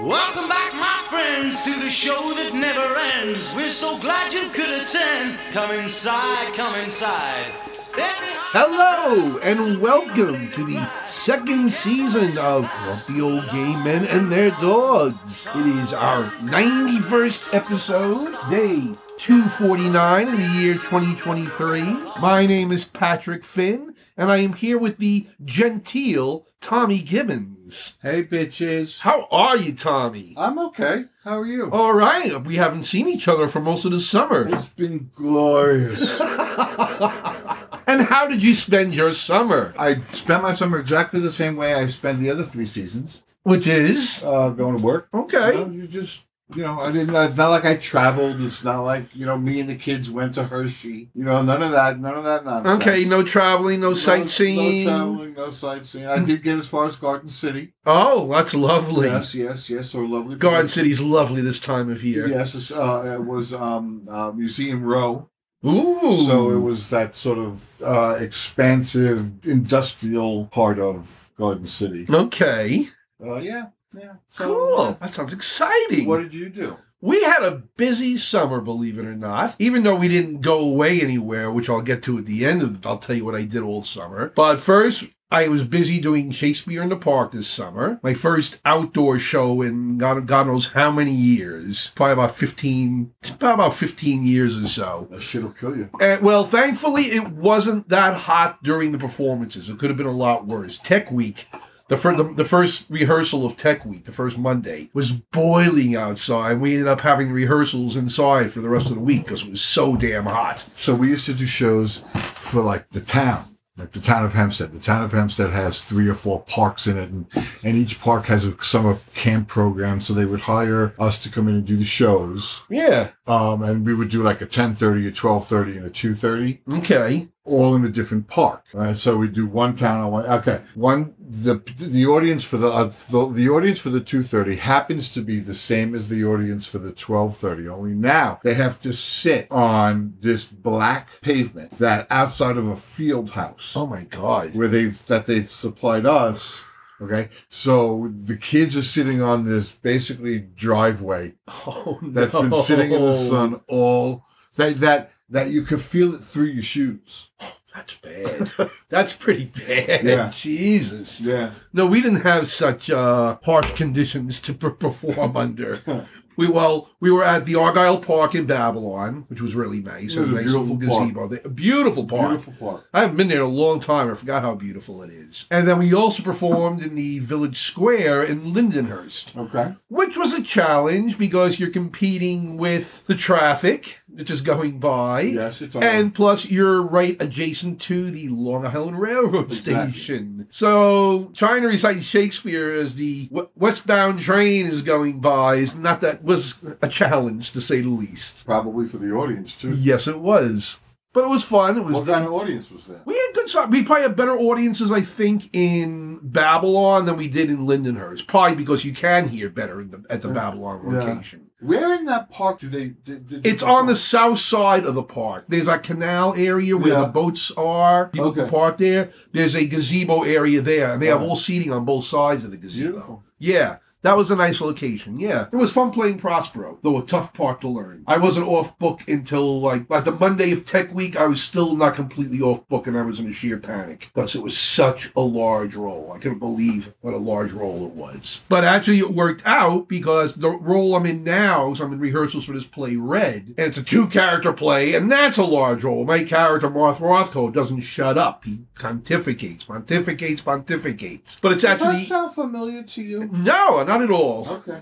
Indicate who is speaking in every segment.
Speaker 1: Welcome back, my friends, to the show that never ends. We're so glad you could attend. Come inside, come inside.
Speaker 2: Hello and welcome to the second season of Grumpy Old Gay Men and Their Dogs. It is our 91st episode, day 249 in the year 2023. My name is Patrick Finn, and I am here with the genteel Tommy Gibbons.
Speaker 3: Hey, bitches.
Speaker 2: How are you, Tommy?
Speaker 3: I'm okay. How are you?
Speaker 2: All right, we haven't seen each other for most of the summer.
Speaker 3: It's been glorious.
Speaker 2: And how did you spend your summer?
Speaker 3: I spent my summer exactly the same way I spent the other three seasons.
Speaker 2: Which is
Speaker 3: Uh, going to work.
Speaker 2: okay.
Speaker 3: You, know, you just, you know, I didn't. It's not like I traveled. It's not like you know, me and the kids went to Hershey. You know, none of that. None of that nonsense.
Speaker 2: Okay, no traveling, no
Speaker 3: No-
Speaker 2: sightseeing.
Speaker 3: No, traveling. No sightseeing. I did get as far as Garden City.
Speaker 2: Oh, that's lovely.
Speaker 3: Yes, yes, yes. So lovely.
Speaker 2: Garden
Speaker 3: place.
Speaker 2: City's lovely this time of year.
Speaker 3: Yes, it's, uh, it was um, uh, Museum Row.
Speaker 2: Ooh.
Speaker 3: So it was that sort of uh, expansive industrial part of Garden City.
Speaker 2: Okay.
Speaker 3: Uh, yeah, yeah.
Speaker 2: Cool. That sounds exciting.
Speaker 3: What did you do?
Speaker 2: we had a busy summer, believe it or not. Even though we didn't go away anywhere, which I'll get to at the end of I'll tell you what I did all summer. But first I was busy doing Shakespeare in the Park this summer. My first outdoor show in God, God knows how many years. Probably about 15, probably about 15 years or so.
Speaker 3: That shit'll kill you.
Speaker 2: Uh, well, thankfully, it wasn't that hot during the performances. It could have been a lot worse. Tech Week, the, fir- the, the first rehearsal of Tech Week, the first Monday, was boiling outside. We ended up having rehearsals inside for the rest of the week because it was so damn hot.
Speaker 3: So we used to do shows for like the town, like the town of Hempstead. The town of Hempstead has three or four parks in it, and, and each park has a summer camp program. So they would hire us to come in and do the shows,
Speaker 2: Yeah.
Speaker 3: um, and we would do like a ten thirty, a twelve thirty, and a two thirty.
Speaker 2: Okay.
Speaker 3: all in a different park. Right? So we do one town on one. Okay, one the the audience for the uh, the, the audience for the two thirty happens to be the same as the audience for the twelve thirty. Only now they have to sit on this black pavement that outside of a field house
Speaker 2: Oh my God.
Speaker 3: where they that they've supplied us. Okay, so the kids are sitting on this basically driveway
Speaker 2: Oh no.
Speaker 3: that's been sitting in
Speaker 2: Oh.
Speaker 3: the sun all that that that you could feel it through your shoes.
Speaker 2: That's bad. That's pretty bad.
Speaker 3: Yeah.
Speaker 2: Jesus.
Speaker 3: Yeah.
Speaker 2: No, we didn't have such uh, harsh conditions to per- perform under. We well, we were at the Argyle Park in Babylon, which was really nice.
Speaker 3: It was
Speaker 2: a
Speaker 3: a
Speaker 2: nice
Speaker 3: beautiful
Speaker 2: little
Speaker 3: park.
Speaker 2: gazebo. there. A beautiful park.
Speaker 3: park.
Speaker 2: I haven't been there in a long time. I forgot how beautiful it is. And then we also performed in the village square in Lindenhurst
Speaker 3: Okay.
Speaker 2: which was a challenge because you're competing with the traffic that is going by.
Speaker 3: Yes, it's all
Speaker 2: And plus, you're right adjacent to the Long Island Railroad
Speaker 3: Exactly.
Speaker 2: Station. So, trying to recite Shakespeare as the w- westbound train is going by is not that was a challenge to say the least.
Speaker 3: Probably for the audience too.
Speaker 2: Yes, it was, but it was fun. It was.
Speaker 3: What kind of audience was that?
Speaker 2: we had good. so- We probably had better audiences, I think, in Babylon than we did in Lindenhurst. Probably because you can hear better in the, at the Babylon
Speaker 3: Yeah.
Speaker 2: location.
Speaker 3: Where in that park do they? Did, did
Speaker 2: It's on the south side of the park. There's a canal area where the
Speaker 3: Yeah.
Speaker 2: boats are. People can
Speaker 3: Okay.
Speaker 2: park there. There's a gazebo area there, and they have
Speaker 3: Alright.
Speaker 2: all seating on both sides of the gazebo.
Speaker 3: Beautiful.
Speaker 2: Yeah, that was a nice location. Yeah, it was fun playing Prospero, though a tough park to learn. I wasn't off book until like like the Monday of Tech Week. I was still not completely off book, and I was in a sheer panic because it was such a large role. I couldn't believe what a large role it was. But actually, it worked out because the role I'm in now, so I'm in rehearsals for this play Red, and it's a two character play, and that's a large role. My character Marth Rothko doesn't shut up. He pontificates, pontificates, pontificates. But it's
Speaker 3: Does
Speaker 2: actually
Speaker 3: that sound familiar to you?
Speaker 2: no, not at all.
Speaker 3: Okay.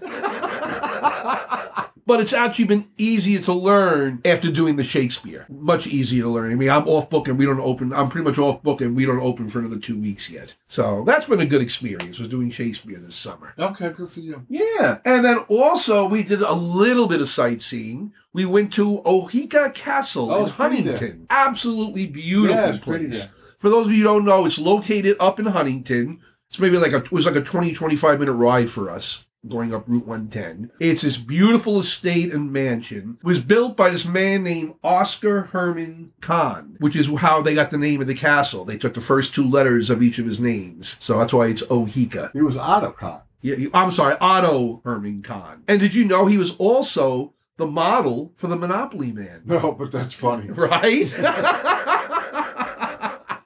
Speaker 2: But it's actually been easier to learn after doing the Shakespeare. Much easier to learn. I mean, I'm off book and we don't open. I'm pretty much off book and we don't open for another two weeks yet. So that's been a good experience was doing Shakespeare this summer.
Speaker 3: Okay. Good for you.
Speaker 2: Yeah. And then also we did a little bit of sightseeing. We went to Ohika Castle
Speaker 3: Oh,
Speaker 2: in
Speaker 3: it's pretty there.
Speaker 2: Huntington. Absolutely beautiful
Speaker 3: Yeah, it's pretty
Speaker 2: place.
Speaker 3: there.
Speaker 2: For those of you who don't know, it's located up in Huntington. It's maybe like a it was like a 20, 25 minute ride for us going up Route 110. It's this beautiful estate and mansion. It was built by this man named Oscar Herman Kahn, which is how they got the name of the castle. They took the first two letters of each of his names. So that's why it's Ohika.
Speaker 3: He was Otacon.
Speaker 2: Yeah, you- I'm sorry, Otto Herman Kahn. And did you know he was also the model for the Monopoly Man?
Speaker 3: No, but that's funny.
Speaker 2: right?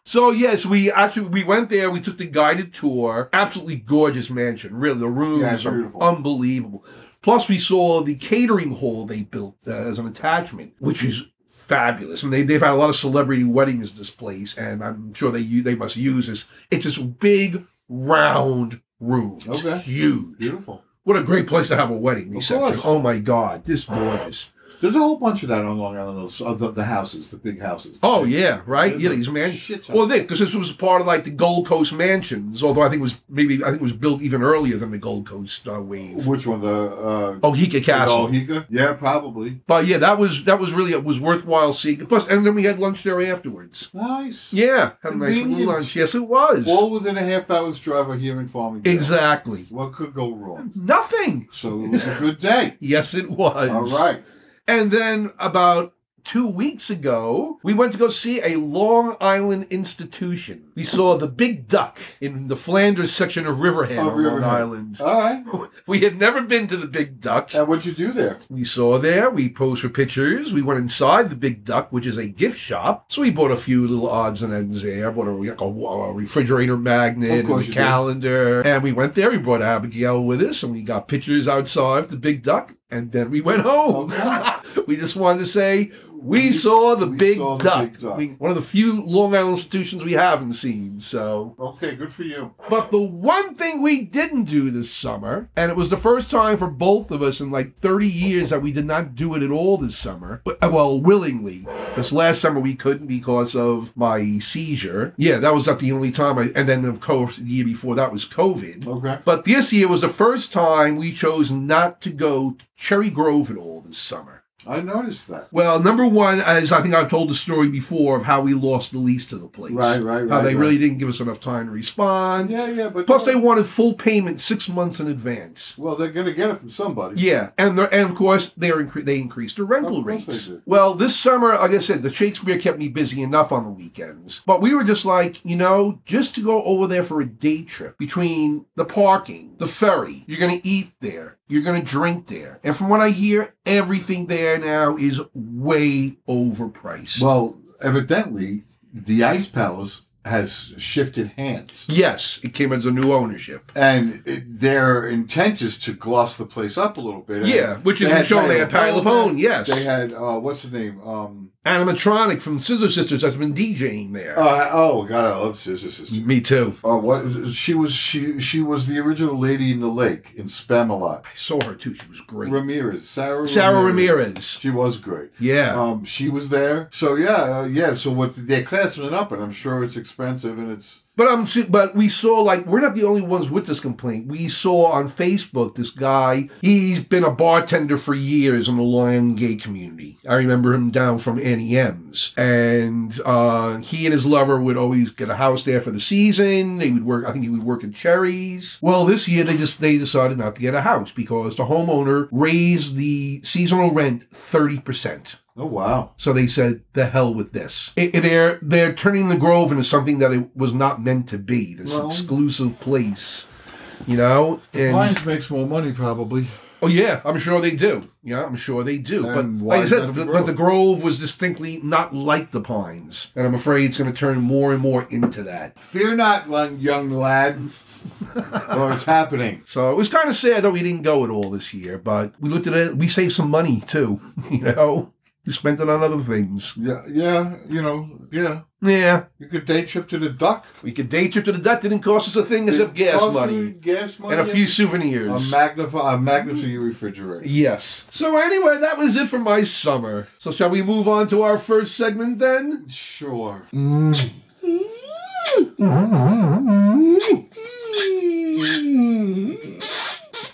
Speaker 2: so yes, we actually we went there. We took the guided tour. Absolutely gorgeous mansion. Really, the rooms
Speaker 3: Yeah, it's
Speaker 2: are
Speaker 3: beautiful.
Speaker 2: unbelievable. Plus, we saw the catering hall they built uh, as an attachment, which is fabulous. And they, they've had a lot of celebrity weddings this place, and I'm sure they u- they must use this. It's this big round room. It's
Speaker 3: Okay.
Speaker 2: huge.
Speaker 3: Beautiful.
Speaker 2: What a great place to have a wedding reception.
Speaker 3: course.
Speaker 2: Oh my God, this gorgeous.
Speaker 3: There's a whole bunch of that on Long Island. Those, uh, the, the houses, the big houses.
Speaker 2: Oh yeah, right.
Speaker 3: There's
Speaker 2: Yeah,
Speaker 3: a
Speaker 2: these man.
Speaker 3: shit ton.
Speaker 2: Well, Nick, because this was part of like the Gold Coast mansions, although I think it was maybe I think it was built even earlier than the Gold Coast uh, wave.
Speaker 3: Which one? The uh,
Speaker 2: Oh, Hika Castle.
Speaker 3: Hika? Yeah, probably.
Speaker 2: But yeah, that was that was really it was worthwhile seeing. Plus, and then we had lunch there afterwards.
Speaker 3: Nice.
Speaker 2: Yeah, had a nice little
Speaker 3: Convenient.
Speaker 2: lunch. Yes, it was
Speaker 3: All within a half hour's drive of here in Farmingdale.
Speaker 2: exactly
Speaker 3: What could go wrong?
Speaker 2: nothing.
Speaker 3: So it was a good day.
Speaker 2: Yes, it was.
Speaker 3: All right.
Speaker 2: And then about two weeks ago, we went to go see a Long Island institution. We saw the Big Duck in the Flanders section of Riverhead on
Speaker 3: Oh,
Speaker 2: Long
Speaker 3: Riverhead.
Speaker 2: Island.
Speaker 3: All right.
Speaker 2: We had never been to the Big Duck.
Speaker 3: And what'd you do there?
Speaker 2: We saw there, we posed for pictures, we went inside the Big Duck, which is a gift shop. So we bought a few little odds and ends there, bought a, like a, a refrigerator magnet,
Speaker 3: Of
Speaker 2: and a
Speaker 3: course you did.
Speaker 2: calendar. And we went there, we brought Abigail with us, and we got pictures outside of the Big Duck, and then we went home.
Speaker 3: Okay.
Speaker 2: we just wanted to say, we, saw the,
Speaker 3: Oh, we
Speaker 2: big,
Speaker 3: saw the
Speaker 2: duck.
Speaker 3: Big Duck.
Speaker 2: We- one of the few Long Island institutions we haven't seen, so.
Speaker 3: Okay, good for you.
Speaker 2: But the one thing we didn't do this summer, and it was the first time for both of us in like 30 years that we did not do it at all this summer. w- Well, willingly. Because last summer we couldn't because of my seizure. Yeah, that was not the only time. I, and then, of course, the year before that was COVID.
Speaker 3: Okay.
Speaker 2: But this year was the first time we chose not to go to Cherry Grove at all this summer.
Speaker 3: I noticed that.
Speaker 2: Well, number one, as I think I've told the story before of how we lost the lease to the place.
Speaker 3: Right, right,
Speaker 2: How
Speaker 3: right,
Speaker 2: they
Speaker 3: right.
Speaker 2: really didn't give us enough time to respond.
Speaker 3: Yeah, yeah, but
Speaker 2: Plus, they wanted full payment six months in advance.
Speaker 3: well, they're gonna get it from somebody.
Speaker 2: Yeah, and the, and of course they are incre- they increased the rental
Speaker 3: Of course
Speaker 2: rates.
Speaker 3: they did.
Speaker 2: Well, this summer, like I said, the Shakespeare kept me busy enough on the weekends, but we were just like, you know, just to go over there for a day trip between the parking, the ferry, you're gonna eat there, you're gonna drink there, and from what I hear, everything there now is way overpriced.
Speaker 3: Well, evidently, the Ice Palace has shifted hands,
Speaker 2: yes, it came under new ownership.
Speaker 3: and it, their intent is to gloss the place up a little bit. And
Speaker 2: Yeah, which
Speaker 3: they
Speaker 2: is
Speaker 3: had
Speaker 2: shown they had Patty LuPone, yes.
Speaker 3: They had uh, what's the name? Um,
Speaker 2: Animatronic from Scissor Sisters has been DJing there.
Speaker 3: uh, oh God, I love Scissor Sister.
Speaker 2: me too.
Speaker 3: Uh, what she was she she was the original lady in the lake in Spamalot.
Speaker 2: I saw her too. She was great.
Speaker 3: Ramirez, Sarah.
Speaker 2: Sarah Ramirez.
Speaker 3: She was great.
Speaker 2: Yeah.
Speaker 3: Um, she was there. So yeah, uh, yeah. So what they're classing it up, and I'm sure it's expensive, and it's
Speaker 2: but I'm se- but we saw like we're not the only ones with this complaint. We saw on Facebook this guy. He's been a bartender for years in the Lion gay community. I remember him down from Annie M's, and uh, he and his lover would always get a house there for the season. They would work. I think he would work at Cherries. Well, this year they just they decided not to get a house because the homeowner raised the seasonal rent thirty percent.
Speaker 3: oh wow.
Speaker 2: So they said, "The hell with this." It, it- they're they're turning the Grove into something that it was not meant to be. This
Speaker 3: Well-
Speaker 2: exclusive place, you know. And
Speaker 3: Lions makes more money probably.
Speaker 2: oh yeah, I'm sure they do. Yeah, I'm sure they do. But
Speaker 3: And
Speaker 2: like I
Speaker 3: why
Speaker 2: said,
Speaker 3: not
Speaker 2: the,
Speaker 3: the
Speaker 2: but the Grove was distinctly not like the Pines, and I'm afraid it's going to turn more and more into that.
Speaker 3: Fear not, lun- young lad, or it's happening.
Speaker 2: So it was kind of sad that we didn't go at all this year, but we looked at it. We saved some money too, you know. We spent it on other things.
Speaker 3: Yeah, yeah. You know, yeah.
Speaker 2: Yeah,
Speaker 3: You could day trip to the duck.
Speaker 2: we could day trip to the Duck. Didn't cost us a thing except gas
Speaker 3: Coffee,
Speaker 2: money.
Speaker 3: gas money,
Speaker 2: and a few souvenirs.
Speaker 3: A magnify, a magnifying refrigerator.
Speaker 2: yes. So anyway, that was it for my summer. So shall we move on to our first segment then?
Speaker 3: Sure.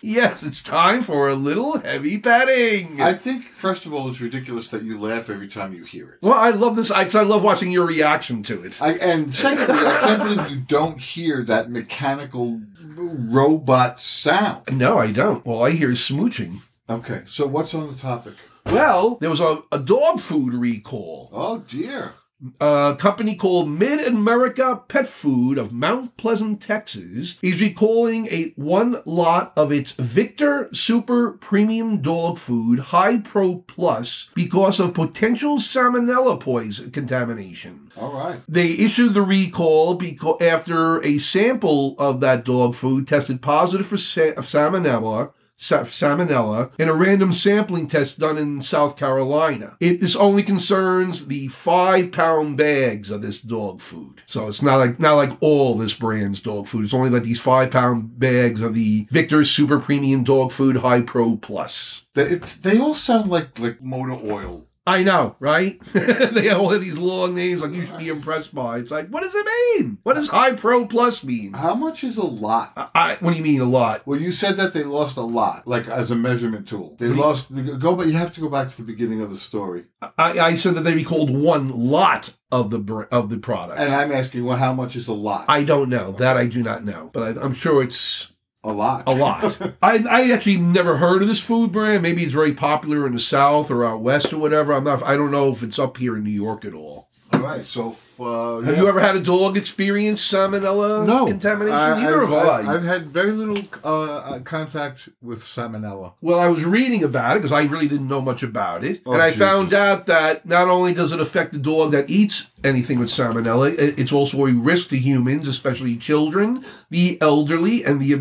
Speaker 2: Yes, it's time for a little heavy petting.
Speaker 3: I think first of all, it's ridiculous that you laugh every time you hear it.
Speaker 2: well, I love this. I, 'cause I love watching your reaction to it.
Speaker 3: I, and secondly, I can't believe you don't hear that mechanical robot sound.
Speaker 2: No, I don't. Well, I hear smooching.
Speaker 3: Okay, so what's on the topic?
Speaker 2: Well, there was a, a dog food recall.
Speaker 3: Oh dear.
Speaker 2: A company called Mid America Pet Food of Mount Pleasant, Texas, is recalling a one lot of its Victor Super Premium Dog Food High Pro Plus because of potential salmonella poison contamination.
Speaker 3: All right.
Speaker 2: They issued the recall because after a sample of that dog food tested positive for sa- salmonella. sa- Salmonella in a random sampling test done in South Carolina. It this only concerns the five pound bags of this dog food, so it's not like not like all this brand's dog food. It's only like these five pound bags of the Victor's Super Premium Dog Food High Pro Plus.
Speaker 3: They, it, they all sound like like motor oil.
Speaker 2: I know, right? they have all of these long names like you should be impressed by. It's like, what does it mean? What does high pro plus mean?
Speaker 3: How much is a lot?
Speaker 2: I, I, what do you mean a lot?
Speaker 3: Well, you said that they lost a lot, like as a measurement tool. They
Speaker 2: What do you-
Speaker 3: lost. Go, but you have to go back to the beginning of the story.
Speaker 2: I, I said that they recalled one lot of the br- of the product.
Speaker 3: And I'm asking, well, how much is a lot?
Speaker 2: I don't know. That I do not know. But I, I'm sure it's
Speaker 3: a lot.
Speaker 2: a lot. I, I actually never heard of this food brand. Maybe it's very popular in the South or out West or whatever. I'm not. I don't know if it's up here in New York at all.
Speaker 3: All right. So, uh,
Speaker 2: Have you ever had a dog experience salmonella
Speaker 3: no
Speaker 2: contamination?
Speaker 3: I-
Speaker 2: Neither
Speaker 3: I've-
Speaker 2: have I.
Speaker 3: I've, I've had very little uh, uh, contact with salmonella.
Speaker 2: Well, I was reading about it because I really didn't know much about it.
Speaker 3: Oh,
Speaker 2: and I
Speaker 3: Jesus.
Speaker 2: found out that not only does it affect the dog that eats anything with salmonella, i- it's also a risk to humans, especially children, the elderly, and the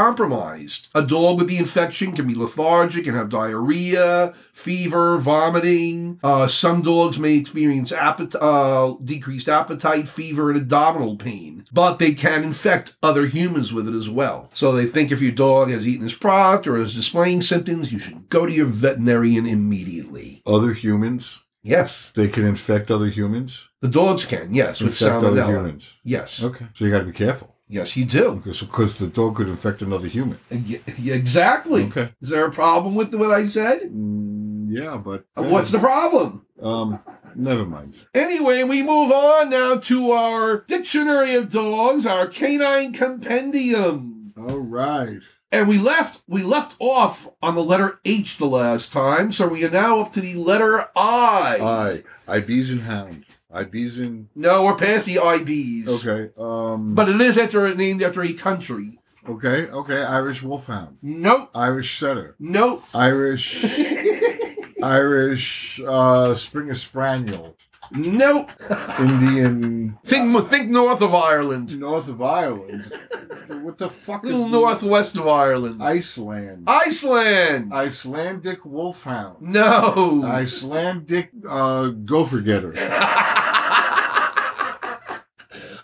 Speaker 2: immunocompromised. A dog with the infection can be lethargic and have diarrhea, fever, vomiting. Uh, some dogs may experience appet- uh, decreased appetite, fever, and abdominal pain, but they can infect other humans with it as well. So they think if your dog has eaten this product or is displaying symptoms, you should go to your veterinarian immediately.
Speaker 3: Other humans,
Speaker 2: Yes,
Speaker 3: they can infect other humans.
Speaker 2: the dogs can. Yes, with
Speaker 3: infect other
Speaker 2: salmonella.
Speaker 3: humans.
Speaker 2: Yes,
Speaker 3: Okay. So you got to be careful
Speaker 2: yes, you do.
Speaker 3: because because the dog could infect another human.
Speaker 2: Y- y- exactly.
Speaker 3: Okay.
Speaker 2: Is there a problem with what I said? Uh,
Speaker 3: Mm, yeah, but
Speaker 2: What's the problem?
Speaker 3: um? Never mind.
Speaker 2: Anyway, we move on now to our dictionary of dogs, our canine compendium.
Speaker 3: All right.
Speaker 2: And we left we left off on the letter H the last time, so we are now up to the letter I.
Speaker 3: I Ibizan hound. Ibizan.
Speaker 2: no, we're past the IBs.
Speaker 3: Okay. Um.
Speaker 2: But it is after named after a country.
Speaker 3: okay. Okay. Irish wolfhound.
Speaker 2: Nope.
Speaker 3: Irish setter.
Speaker 2: Nope.
Speaker 3: Irish. Irish uh, Springer Spaniel.
Speaker 2: Nope.
Speaker 3: Indian.
Speaker 2: Think think north of Ireland.
Speaker 3: North of Ireland. What the fuck is
Speaker 2: Little northwest of Ireland.
Speaker 3: Iceland.
Speaker 2: Iceland.
Speaker 3: Icelandic wolfhound.
Speaker 2: no.
Speaker 3: Mm. Icelandic uh, gopher getter.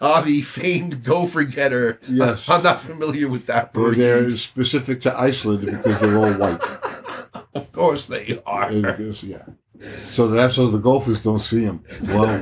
Speaker 2: Ah, the famed gopher getter.
Speaker 3: Yes.
Speaker 2: I'm not familiar with that
Speaker 3: They're-
Speaker 2: breed.
Speaker 3: They're specific to Iceland because they're all white.
Speaker 2: Of course they
Speaker 3: It
Speaker 2: are.
Speaker 3: is, yeah. So that's so the golfers don't see him. Well,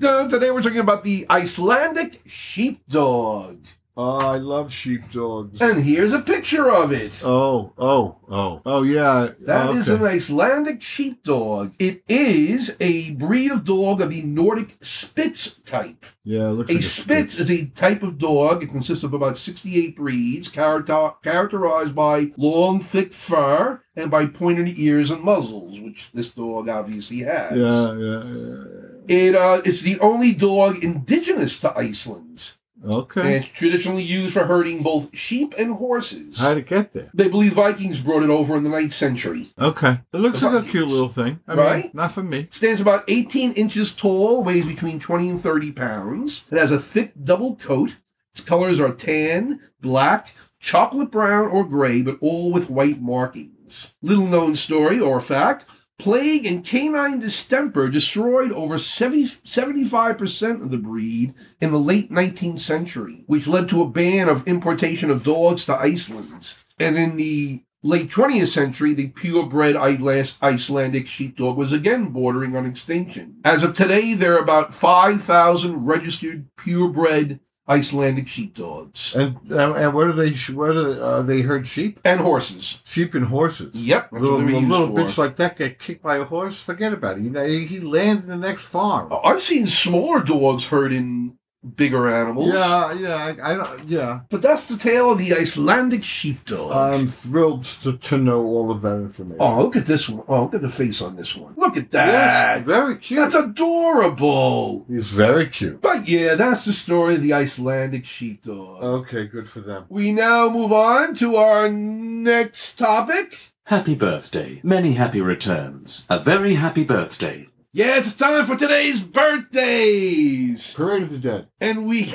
Speaker 2: No, today we're talking about the Icelandic sheepdog.
Speaker 3: oh, I love sheepdogs.
Speaker 2: And here's a picture of it.
Speaker 3: Oh, oh, oh, oh, yeah.
Speaker 2: That is
Speaker 3: okay.
Speaker 2: an Icelandic sheepdog. It is a breed of dog of the Nordic Spitz type.
Speaker 3: yeah. It looks
Speaker 2: A
Speaker 3: like
Speaker 2: Spitz is a type of dog. It consists of about 68 breeds, character- characterized by long, thick fur and by pointed ears and muzzles, which this dog obviously has.
Speaker 3: Yeah, yeah, yeah.
Speaker 2: It uh, it's the only dog indigenous to Iceland, and
Speaker 3: Okay.
Speaker 2: it's traditionally used for herding both sheep and horses.
Speaker 3: How'd it get there?
Speaker 2: They believe Vikings brought it over in the 9th century.
Speaker 3: Okay. It looks
Speaker 2: The
Speaker 3: like a
Speaker 2: Vikings.
Speaker 3: cute little thing. I mean,
Speaker 2: Right?
Speaker 3: not for me.
Speaker 2: It stands about 18 inches tall, weighs between 20 and 30 pounds. It has a thick double coat. Its colors are tan, black, chocolate brown, or gray, but all with white markings. Little known story or fact plague and canine distemper destroyed over 70, 75% of the breed in the late 19th century, which led to a ban of importation of dogs to Iceland. And in the late 20th century, the purebred Iceland- Icelandic sheepdog was again bordering on extinction. As of today, there are about 5,000 registered purebred Icelandic sheepdogs
Speaker 3: And and, and what are they? What are they, uh, they herd sheep?
Speaker 2: and horses.
Speaker 3: Sheep and horses.
Speaker 2: Yep, that's what
Speaker 3: Little,
Speaker 2: they were
Speaker 3: little,
Speaker 2: used
Speaker 3: little
Speaker 2: for.
Speaker 3: bitch like that get kicked by a
Speaker 2: Oh,
Speaker 3: horse. Forget about it. You know, he he landed in the next farm.
Speaker 2: I've seen smaller dogs herd in bigger animals.
Speaker 3: Yeah, yeah, I, I don't, yeah.
Speaker 2: But that's the tale of the Icelandic sheepdog.
Speaker 3: I'm thrilled to, to know all of that information.
Speaker 2: oh, look at this one. Oh, look at the face on this one. Look at that.
Speaker 3: yes, very cute.
Speaker 2: That's adorable.
Speaker 3: He's very cute.
Speaker 2: But yeah, that's the story of the Icelandic sheepdog.
Speaker 3: Okay, good for them.
Speaker 2: we now move on to our next topic.
Speaker 1: Happy birthday. Many happy returns. A very happy birthday.
Speaker 2: Yes, it's time for today's birthdays.
Speaker 3: Parade of the Dead.
Speaker 2: And we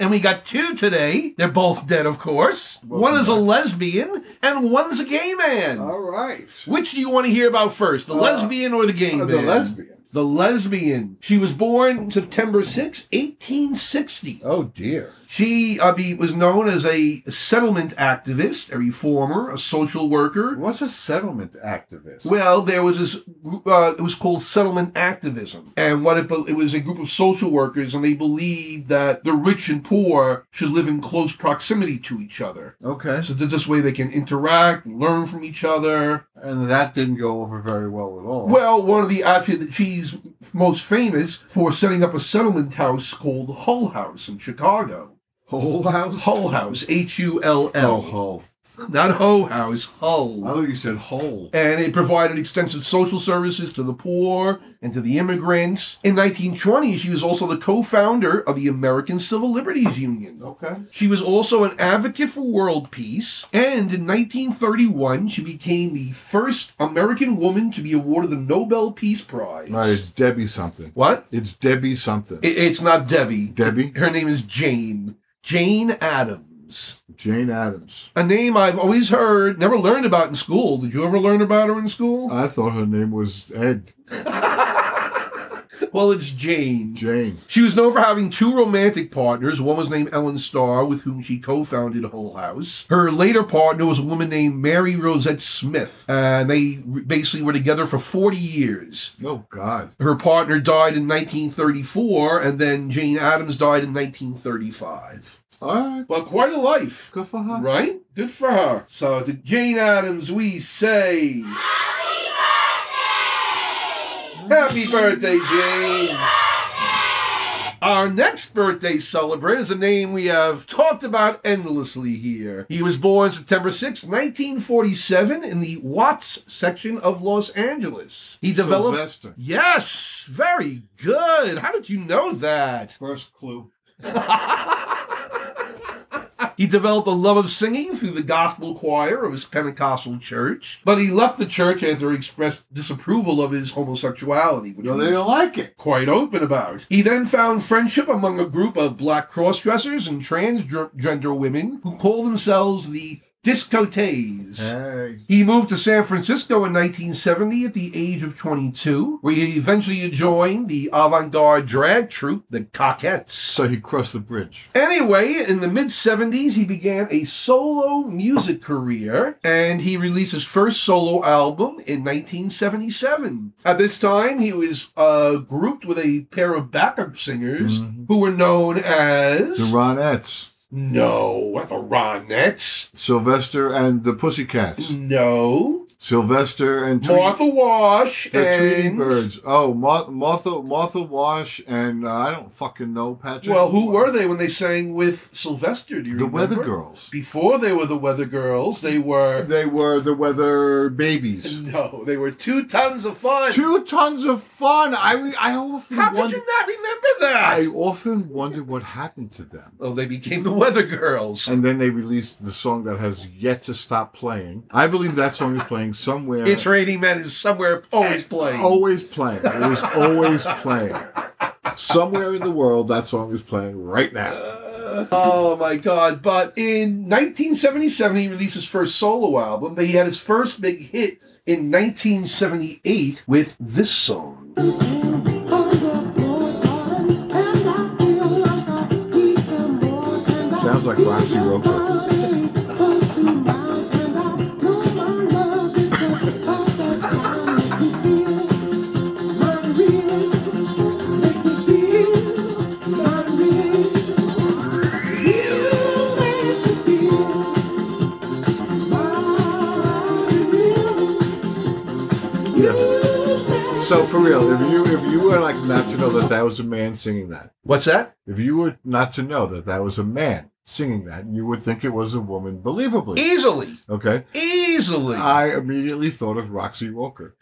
Speaker 2: and we got two today. They're both dead, of course. one is a lesbian and one's a gay man.
Speaker 3: All right.
Speaker 2: Which do you want to hear about first, the lesbian or the gay
Speaker 3: Uh,
Speaker 2: man?
Speaker 3: the lesbian.
Speaker 2: The lesbian. She was born September 6, 1860.
Speaker 3: Oh dear.
Speaker 2: She uh, be, was known as a settlement activist, a reformer, a social worker.
Speaker 3: What's a settlement activist?
Speaker 2: Well, there was this. gr- Uh, it was called settlement activism, and what it, be- it was a group of social workers, and they believed that the rich and poor should live in close proximity to each other,
Speaker 3: okay.
Speaker 2: so that this way they can interact, and learn from each other.
Speaker 3: And that didn't go over very well at all.
Speaker 2: Well, one of the actually that she's most famous for setting up a settlement house called Hull House in Chicago.
Speaker 3: Whole house?
Speaker 2: Hull House, H U L
Speaker 3: Oh,
Speaker 2: L,
Speaker 3: whole.
Speaker 2: not Ho House,
Speaker 3: I
Speaker 2: Hull.
Speaker 3: thought you said whole.
Speaker 2: and it provided extensive social services to the poor and to the immigrants. In 1920, she was also the co-founder of the American Civil Liberties Union.
Speaker 3: Okay.
Speaker 2: She was also an advocate for world peace, and in 1931, she became the first American woman to be awarded the Nobel Peace Prize.
Speaker 3: No, it's Debbie something.
Speaker 2: What?
Speaker 3: It's Debbie something.
Speaker 2: It- it's not Debbie.
Speaker 3: Debbie?
Speaker 2: Her name is Jane. Jane Addams.
Speaker 3: Jane Addams.
Speaker 2: A name I've always heard, never learned about in school. Did you ever learn about her in school?
Speaker 3: I thought her name was Ed.
Speaker 2: well, it's Jane.
Speaker 3: Jane.
Speaker 2: She was known for having two romantic partners. One was named Ellen Starr, with whom she co-founded Whole House. Her later partner was a woman named Mary Rosette Smith, and they basically were together for 40 years.
Speaker 3: Oh, God.
Speaker 2: Her partner died in 1934, and then Jane Addams died in 1935.
Speaker 3: All right.
Speaker 2: But quite a life,
Speaker 3: Good for her.
Speaker 2: right? Good for her. So to Jane Addams, we say Happy birthday, Jane! Our next birthday celebrant is a name we have talked about endlessly here. He was born September 6, 1947, in the Watts section of Los Angeles. He developed.
Speaker 3: Sylvester.
Speaker 2: Yes, very good. How did you know that?
Speaker 3: First clue.
Speaker 2: He developed a love of singing through the gospel choir of his Pentecostal church, but he left the church after he expressed disapproval of his homosexuality, which
Speaker 3: No,
Speaker 2: was
Speaker 3: they don't like it.
Speaker 2: quite open about. He then found friendship among a group of black crossdressers and transgender women who call themselves the Discotes.
Speaker 3: Hey.
Speaker 2: He moved to San Francisco in 1970 at the age of 22, where he eventually joined the avant garde drag troupe, the Cockettes.
Speaker 3: So he crossed the bridge.
Speaker 2: Anyway, in the mid 70s, he began a solo music career and he released his first solo album in 1977. At this time, he was uh, grouped with a pair of backup singers
Speaker 3: Mhm.
Speaker 2: who were known as.
Speaker 3: The Ronettes.
Speaker 2: no, the Ronettes.
Speaker 3: Sylvester and the Pussycats.
Speaker 2: No.
Speaker 3: Sylvester and Tweety-
Speaker 2: Mm. Martha Wash
Speaker 3: The Tweety
Speaker 2: and.
Speaker 3: Birds. Oh, Mar- Martha, Martha Wash, and uh, I don't fucking know Patrick.
Speaker 2: Well, who were they when they sang with Sylvester? Do you
Speaker 3: The
Speaker 2: remember?
Speaker 3: Weather Girls.
Speaker 2: Before they were the Weather Girls, they were.
Speaker 3: They were the Weather Babies.
Speaker 2: No, they were two tons of fun.
Speaker 3: Two tons of fun. I re- I often
Speaker 2: How could
Speaker 3: wonder.
Speaker 2: you not remember that?
Speaker 3: I often wonder what happened to them.
Speaker 2: oh, they became the Weather Girls.
Speaker 3: And then they released the song that has yet to stop playing. I believe that song is playing somewhere.
Speaker 2: It's Raining Men is somewhere always playing.
Speaker 3: always playing. It is always playing. Somewhere in the world, that song is playing right now.
Speaker 2: Oh my god. But in 1977, he released his first solo album, but he had his first big hit in 1978 with this song.
Speaker 4: Sounds like Roxy Roper.
Speaker 3: So for real, if you if you were like not to know that that was a man singing that.
Speaker 2: What's that?
Speaker 3: If you were not to know that that was a man singing that, you would think it was a woman,
Speaker 2: E-
Speaker 3: believably.
Speaker 2: Easily.
Speaker 3: Okay.
Speaker 2: Easily.
Speaker 3: I immediately thought of Roxy Walker.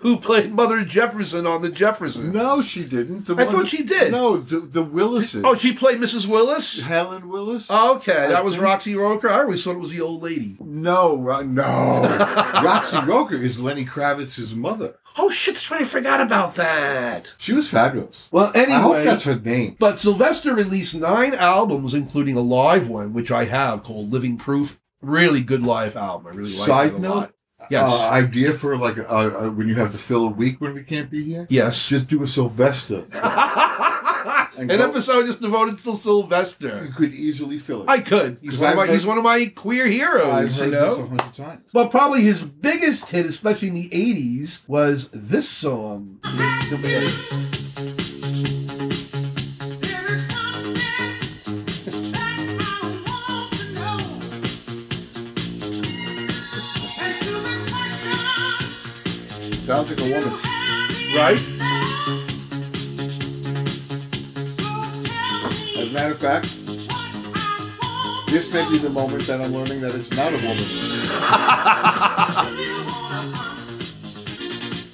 Speaker 2: Who played Mother Jefferson on the Jeffersons?
Speaker 3: No, she didn't. The
Speaker 2: I
Speaker 3: one-
Speaker 2: thought she did.
Speaker 3: No, the, the Willises.
Speaker 2: Oh, she Oh. played Mrs. Willis?
Speaker 3: Helen Willis.
Speaker 2: Okay, that was
Speaker 3: think-
Speaker 2: Roxy Roker. I always thought it was the old lady.
Speaker 3: No, Ro- no. Roxy Roker is Lenny Kravitz's mother.
Speaker 2: Oh shit, that's right, I forgot about that.
Speaker 3: She was fabulous.
Speaker 2: Well, anyway.
Speaker 3: I hope that's her name.
Speaker 2: But Sylvester released nine albums, including a live one, which I have called Living Proof. Really good live album. I really like
Speaker 3: Side
Speaker 2: it a
Speaker 3: note,
Speaker 2: lot. Yes.
Speaker 3: Uh, idea for like uh, uh, when you have to fill a week when we can't be here.
Speaker 2: yes.
Speaker 3: Just do a Sylvester.
Speaker 2: An episode just devoted to
Speaker 3: You
Speaker 2: Sylvester.
Speaker 3: could easily fill it.
Speaker 2: I could. He's one, of my, he's one of my queer
Speaker 3: I've
Speaker 2: heroes, you
Speaker 3: heard this a
Speaker 2: know?
Speaker 3: hundred times.
Speaker 2: But probably his biggest hit, especially in the 80s, was this song.
Speaker 3: Sounds like a woman.
Speaker 2: Right?
Speaker 3: As a matter of fact, this may be the moment that I'm learning that it's not a woman.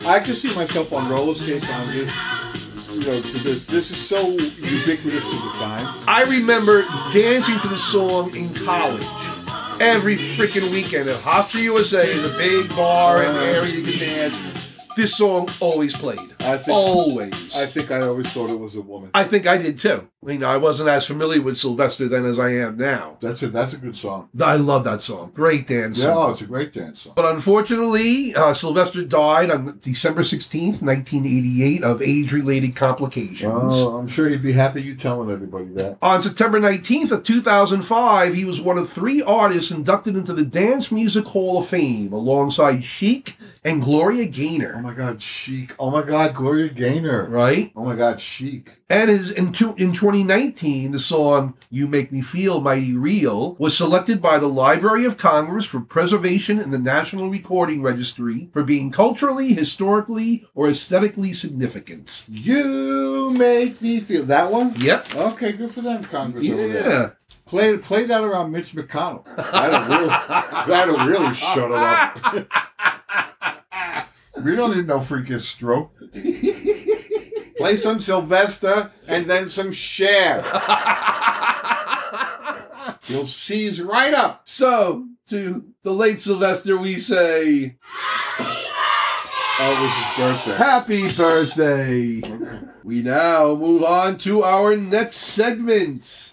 Speaker 3: I can see myself on roller skates on this. You know, to this. This is so ubiquitous to the time.
Speaker 2: I remember dancing to the song in college every freaking weekend at Hofstra USA is a big bar and area you can dance. This song always played.
Speaker 3: I think-
Speaker 2: always.
Speaker 3: I
Speaker 2: I,
Speaker 3: think I always thought it was a woman.
Speaker 2: think I did too. You know, I wasn't as familiar with Sylvester then as I am now.
Speaker 3: That's it. That's a good song.
Speaker 2: I love that song. Great dance
Speaker 3: Yeah,
Speaker 2: song.
Speaker 3: oh, it's a great dance song.
Speaker 2: But unfortunately, uh, Sylvester died on December 16th, 1988, of age related complications.
Speaker 3: Oh, I'm sure he'd be happy you telling everybody that.
Speaker 2: On September 19th of 2005, he was one of three artists inducted into the Dance Music Hall of Fame alongside Chic and Gloria
Speaker 3: Oh
Speaker 2: Gaynor,
Speaker 3: my God, Chic. Oh my God, Gloria Gaynor.
Speaker 2: right?
Speaker 3: Oh my God, Chic.
Speaker 2: And his in, two, in 2019, the song You Make Me Feel Mighty Real was selected by the Library of Congress for preservation in the National Recording Registry for being culturally, historically, or aesthetically significant.
Speaker 3: You make me feel that one.
Speaker 2: Yep.
Speaker 3: Okay, good for them, Congress. Over there.
Speaker 2: Yeah.
Speaker 3: Play play that around Mitch McConnell. That'll really, that'll really shut it up. we don't need no freaking stroke. play some Sylvester and then some Cher. You'll seize right up.
Speaker 2: So, to the late Sylvester, we say.
Speaker 3: Oh, it was his birthday.
Speaker 2: Happy birthday! We now move on to our next segment.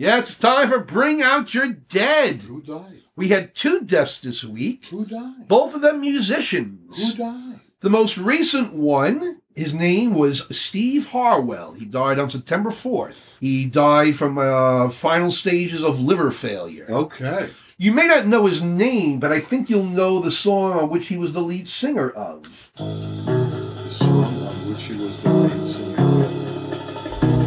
Speaker 2: Yeah, it's time for Bring Out Your Dead.
Speaker 3: Who died?
Speaker 2: We had two deaths this week,
Speaker 3: Who died?
Speaker 2: both of them
Speaker 3: Who
Speaker 2: musicians.
Speaker 3: died?
Speaker 2: The most recent one, his name was Steve Harwell. He died on September 4th. He died from uh, final stages of liver failure.
Speaker 3: Okay.
Speaker 2: You may not know his name, but I think you'll know the song on which he was the lead singer of.
Speaker 3: Someone which he was the lead singer of.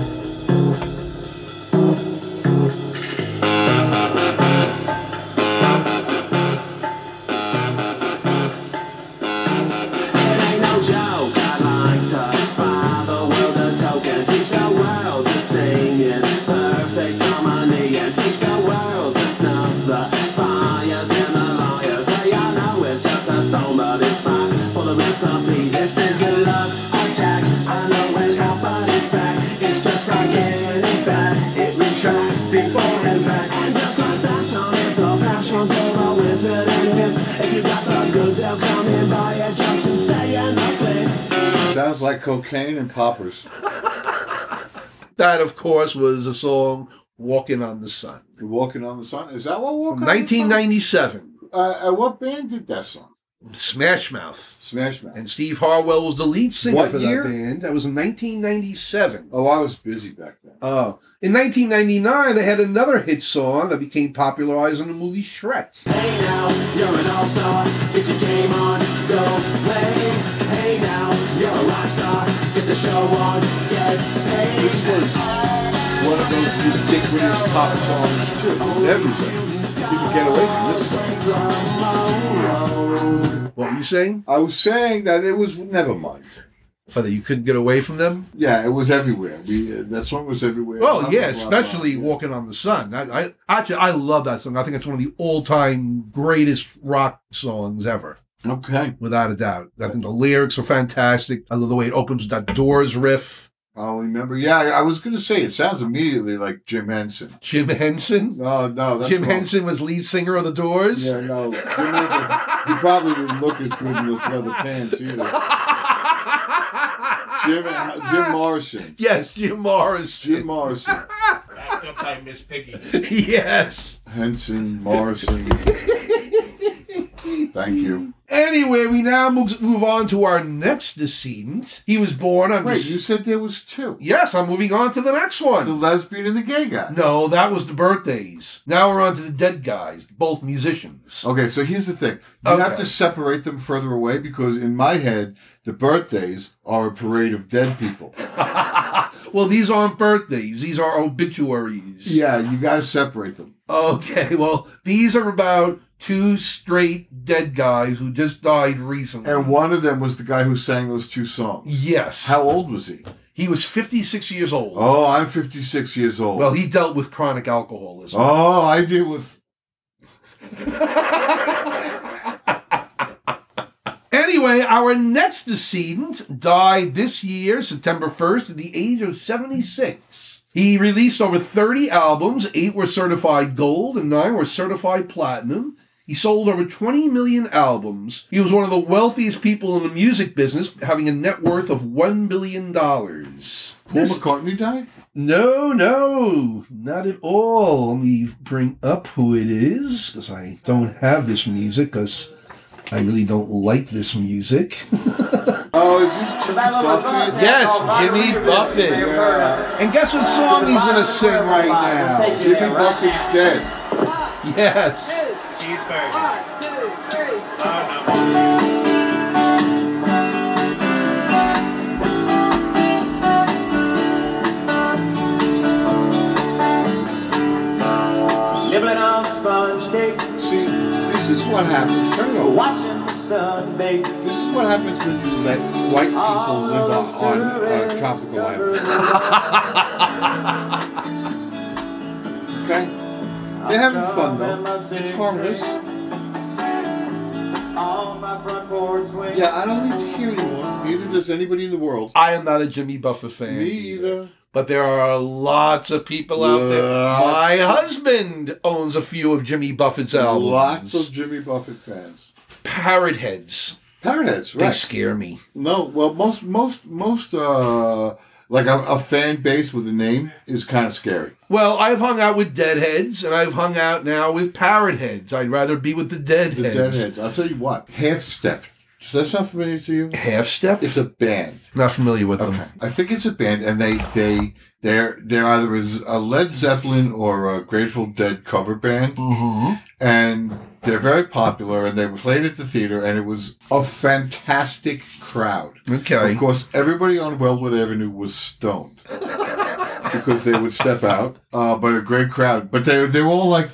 Speaker 4: This is a love attack. I know when nobody's back. It's just like any fact. It retracts before impact. And just like fashion, it's all passion. So roll with it and hip. If you got the goods, they'll come and buy it just to stay in the click.
Speaker 3: Sounds like cocaine and poppers.
Speaker 2: That, of course, was the song Walking on the Sun.
Speaker 3: You're walking on the sun. Is that what walking? on the
Speaker 2: 1997.
Speaker 3: sun? Uh, uh, what band did that song?
Speaker 2: Smash Mouth.
Speaker 3: Smash Mouth.
Speaker 2: And Steve Harwell was the lead singer
Speaker 3: What
Speaker 2: for
Speaker 3: year?
Speaker 2: that band. That was in 1997.
Speaker 3: oh, I was busy back then.
Speaker 2: Oh. In 1999, they had another hit song that became popularized in the movie Shrek.
Speaker 4: Hey now, you're an all-star. Get your game on, go play. Hey now, you're a rock star. Get the show on, get paid.
Speaker 3: This was one of
Speaker 2: those ridiculous pop songs too. Everything. You can get away from this stuff. What were you saying?
Speaker 3: I was saying that it was never mind.
Speaker 2: Oh, that you couldn't get away from them?
Speaker 3: Yeah, it was everywhere. We uh, that song was everywhere.
Speaker 2: Well,
Speaker 3: Blah,
Speaker 2: yeah,
Speaker 3: blah, blah,
Speaker 2: especially
Speaker 3: blah.
Speaker 2: "Walking on the Sun." I, I actually I love that song. I think it's one of the all-time greatest rock songs ever,
Speaker 3: Okay.
Speaker 2: without a doubt. I think the lyrics are fantastic. I love the way it opens with that Doors riff.
Speaker 3: I'll remember. Yeah, I I was going to say it sounds immediately like Jim Henson.
Speaker 2: Jim Henson.
Speaker 3: No, no, that's
Speaker 2: Jim
Speaker 3: wrong.
Speaker 2: Henson was lead singer of the Doors.
Speaker 3: Yeah, no, Jim Henson. He probably didn't look as good in those leather pants either. Jim Jim Morrison.
Speaker 2: Yes, Jim Morris.
Speaker 3: Jim Morrison.
Speaker 5: Backed up by Miss Piggy.
Speaker 2: yes.
Speaker 3: Henson Morrison. Thank you.
Speaker 2: Anyway, we now move, move on to our next decedent. He was born on.
Speaker 3: Wait,
Speaker 2: Dec-
Speaker 3: you said there was two.
Speaker 2: yes, I'm moving on to the next one.
Speaker 3: The lesbian and the gay guy.
Speaker 2: No, that was the birthdays. Now we're on to the dead guys, both musicians.
Speaker 3: Okay, so here's the thing. You
Speaker 2: Okay.
Speaker 3: have to separate them further away because in my head, the birthdays are a parade of dead people.
Speaker 2: Well, these aren't birthdays, these are obituaries.
Speaker 3: Yeah, you got to separate them.
Speaker 2: Okay, well, these are about two straight dead guys who just died recently.
Speaker 3: And one of them was the guy who sang those two songs.
Speaker 2: Yes.
Speaker 3: How old was he?
Speaker 2: he was 56 years old.
Speaker 3: Oh, I'm 56 years old.
Speaker 2: Well, he dealt with chronic alcoholism.
Speaker 3: oh, I deal with.
Speaker 2: Anyway, our next decedent died this year, September 1st, at the age of 76. He released over 30 albums, eight were certified gold and nine were certified platinum. He sold over 20 million albums. He was one of the wealthiest people in the music business, having a net worth of $1 billion.
Speaker 3: Paul
Speaker 2: This-
Speaker 3: McCartney died?
Speaker 2: no, no, not at all. Let me bring up who it is because I don't have this music because I really don't like this music.
Speaker 3: Oh, is this Jimmy Buffett?
Speaker 2: Yes, Jimmy Buffett. And guess what song he's gonna sing right now?
Speaker 3: Jimmy Buffett's dead.
Speaker 2: Yes.
Speaker 5: Cheeseburgers.
Speaker 6: Thank
Speaker 5: Oh, no.
Speaker 7: Nibbling on sponge cake,
Speaker 3: See, this is what happens. Turn it over.
Speaker 7: watching the sun bake.
Speaker 3: This is what happens when you let white people live on, on uh, tropical islands. Okay? They're having fun though. It's harmless. Yeah, I don't need to hear anymore. Neither does anybody in the world.
Speaker 2: I am not a Jimmy Buffett fan.
Speaker 3: Me either.
Speaker 2: But there are lots of people out there. My husband owns a few of Jimmy Buffett's albums.
Speaker 3: Lots of Jimmy Buffett fans.
Speaker 2: parrot heads.
Speaker 3: Parrotheads,
Speaker 2: They
Speaker 3: right?
Speaker 2: scare me.
Speaker 3: No, well, most, most, most, uh, like a, a fan base with a name is kind of scary.
Speaker 2: Well, I've hung out with deadheads, and I've hung out now with parrot heads. I'd rather be with the deadheads.
Speaker 3: The Deadheads. I'll tell you what. Half Step. Does that sound familiar to you?
Speaker 2: Half step.
Speaker 3: It's a band.
Speaker 2: Not familiar with
Speaker 3: Okay.
Speaker 2: them.
Speaker 3: Um, I think it's a band, and they they they're they're either a Z- a Led Zeppelin or a Grateful Dead cover band,
Speaker 2: Mm-hmm.
Speaker 3: and they're very popular. And they played at the theater, and it was a fantastic crowd.
Speaker 2: Okay.
Speaker 3: Of course, everybody on Wellwood Avenue was stoned because they would step out, uh, but a great crowd. But they they were all like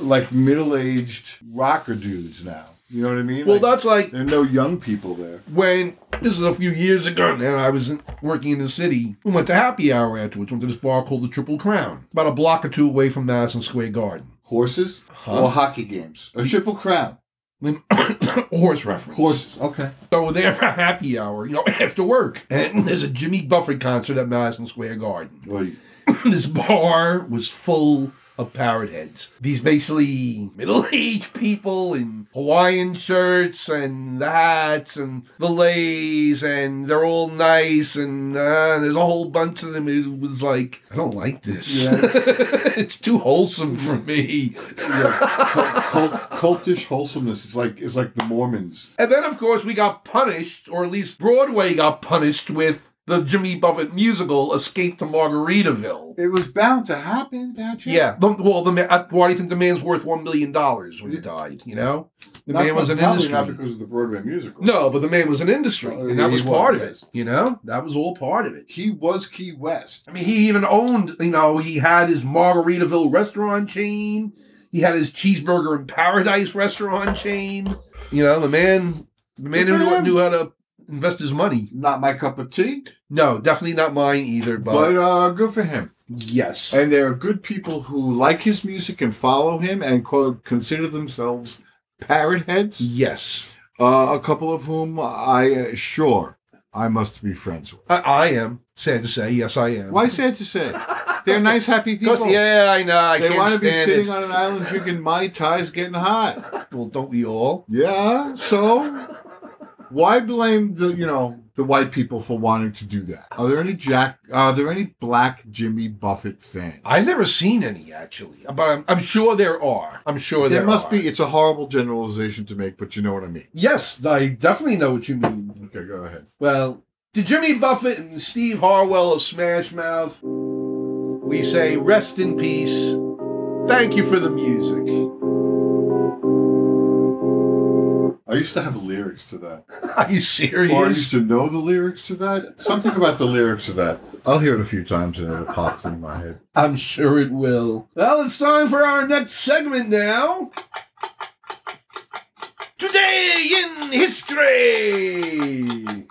Speaker 3: like middle aged rocker dudes now. You know what I mean?
Speaker 2: Well,
Speaker 3: Like,
Speaker 2: that's like
Speaker 3: there are no young people there.
Speaker 2: when this is a few years ago now i was in, working in the city we went to happy hour afterwards went to this bar called the triple crown about a block or two away from madison square garden
Speaker 3: Horses or hockey games? A triple crown.
Speaker 2: Then- horse reference
Speaker 3: Horses. Okay.
Speaker 2: so we're there for happy hour you know after work and there's a jimmy buffett concert at madison square garden
Speaker 3: Well, you-
Speaker 2: this bar was full of parrot heads. These basically middle-aged people in Hawaiian shirts and the hats and the lays and they're all nice and uh, there's a whole bunch of them. It was like, I don't like this. it's too wholesome for me.
Speaker 3: cult, cultish wholesomeness. It's like it's like the Mormons.
Speaker 2: And then, of course, we got punished, or at least Broadway got punished with the Jimmy Buffett musical Escape to Margaritaville.
Speaker 3: It was bound to happen, Patrick.
Speaker 2: Yeah. The, well, the man, why do you think the man's worth one million dollars when he died? You know, the
Speaker 3: Not-
Speaker 2: man was an
Speaker 3: probably
Speaker 2: industry.
Speaker 3: not because of the Broadway musical.
Speaker 2: no, but the man was an industry,
Speaker 3: Oh,
Speaker 2: and that
Speaker 3: he
Speaker 2: was part
Speaker 3: was,
Speaker 2: of
Speaker 3: yes.
Speaker 2: it. You know, that was all part of it.
Speaker 3: he was Key West.
Speaker 2: I mean, he even owned. You know, he had his Margaritaville restaurant chain. He had his cheeseburger in paradise restaurant chain. You know, the man, the man
Speaker 3: Good for
Speaker 2: knew,
Speaker 3: him.
Speaker 2: knew how to invest his money.
Speaker 3: Not my cup of tea,
Speaker 2: No, definitely not mine either.
Speaker 3: but
Speaker 2: But,
Speaker 3: uh, good for him.
Speaker 2: yes,
Speaker 3: And there are good people who like his music and follow him and co- consider themselves parrot heads.
Speaker 2: yes,
Speaker 3: Uh, a couple of whom I uh, sure I must be friends with.
Speaker 2: I, I am. Sad to say, yes, I am.
Speaker 3: Why sad to say? They're nice, happy people.
Speaker 2: Because, yeah, I know. I
Speaker 3: they
Speaker 2: can't
Speaker 3: want to be
Speaker 2: stand
Speaker 3: sitting
Speaker 2: it.
Speaker 3: on an island drinking mai tais, getting high.
Speaker 2: Well, don't we all?
Speaker 3: Yeah. So why blame the you know the white people for wanting to do that? Are there any Jack? Are there any black Jimmy Buffett fans?
Speaker 2: I've never seen any actually, but I'm, I'm sure there are. I'm sure there,
Speaker 3: there must
Speaker 2: are.
Speaker 3: be. It's a horrible generalization to make, but you know what I mean.
Speaker 2: Yes, I definitely know what you mean.
Speaker 3: Okay, go ahead.
Speaker 2: Well, to Jimmy Buffett and Steve Harwell of Smash Mouth, we say rest in peace. Thank you for the music.
Speaker 3: I used to have the lyrics to that.
Speaker 2: Are you
Speaker 3: Or I used
Speaker 2: serious?
Speaker 3: to know the lyrics to that. Something about the lyrics to that. I'll hear it a few times and it'll pop in my head.
Speaker 2: I'm sure it will. Well, it's time for our next segment now. Today in history,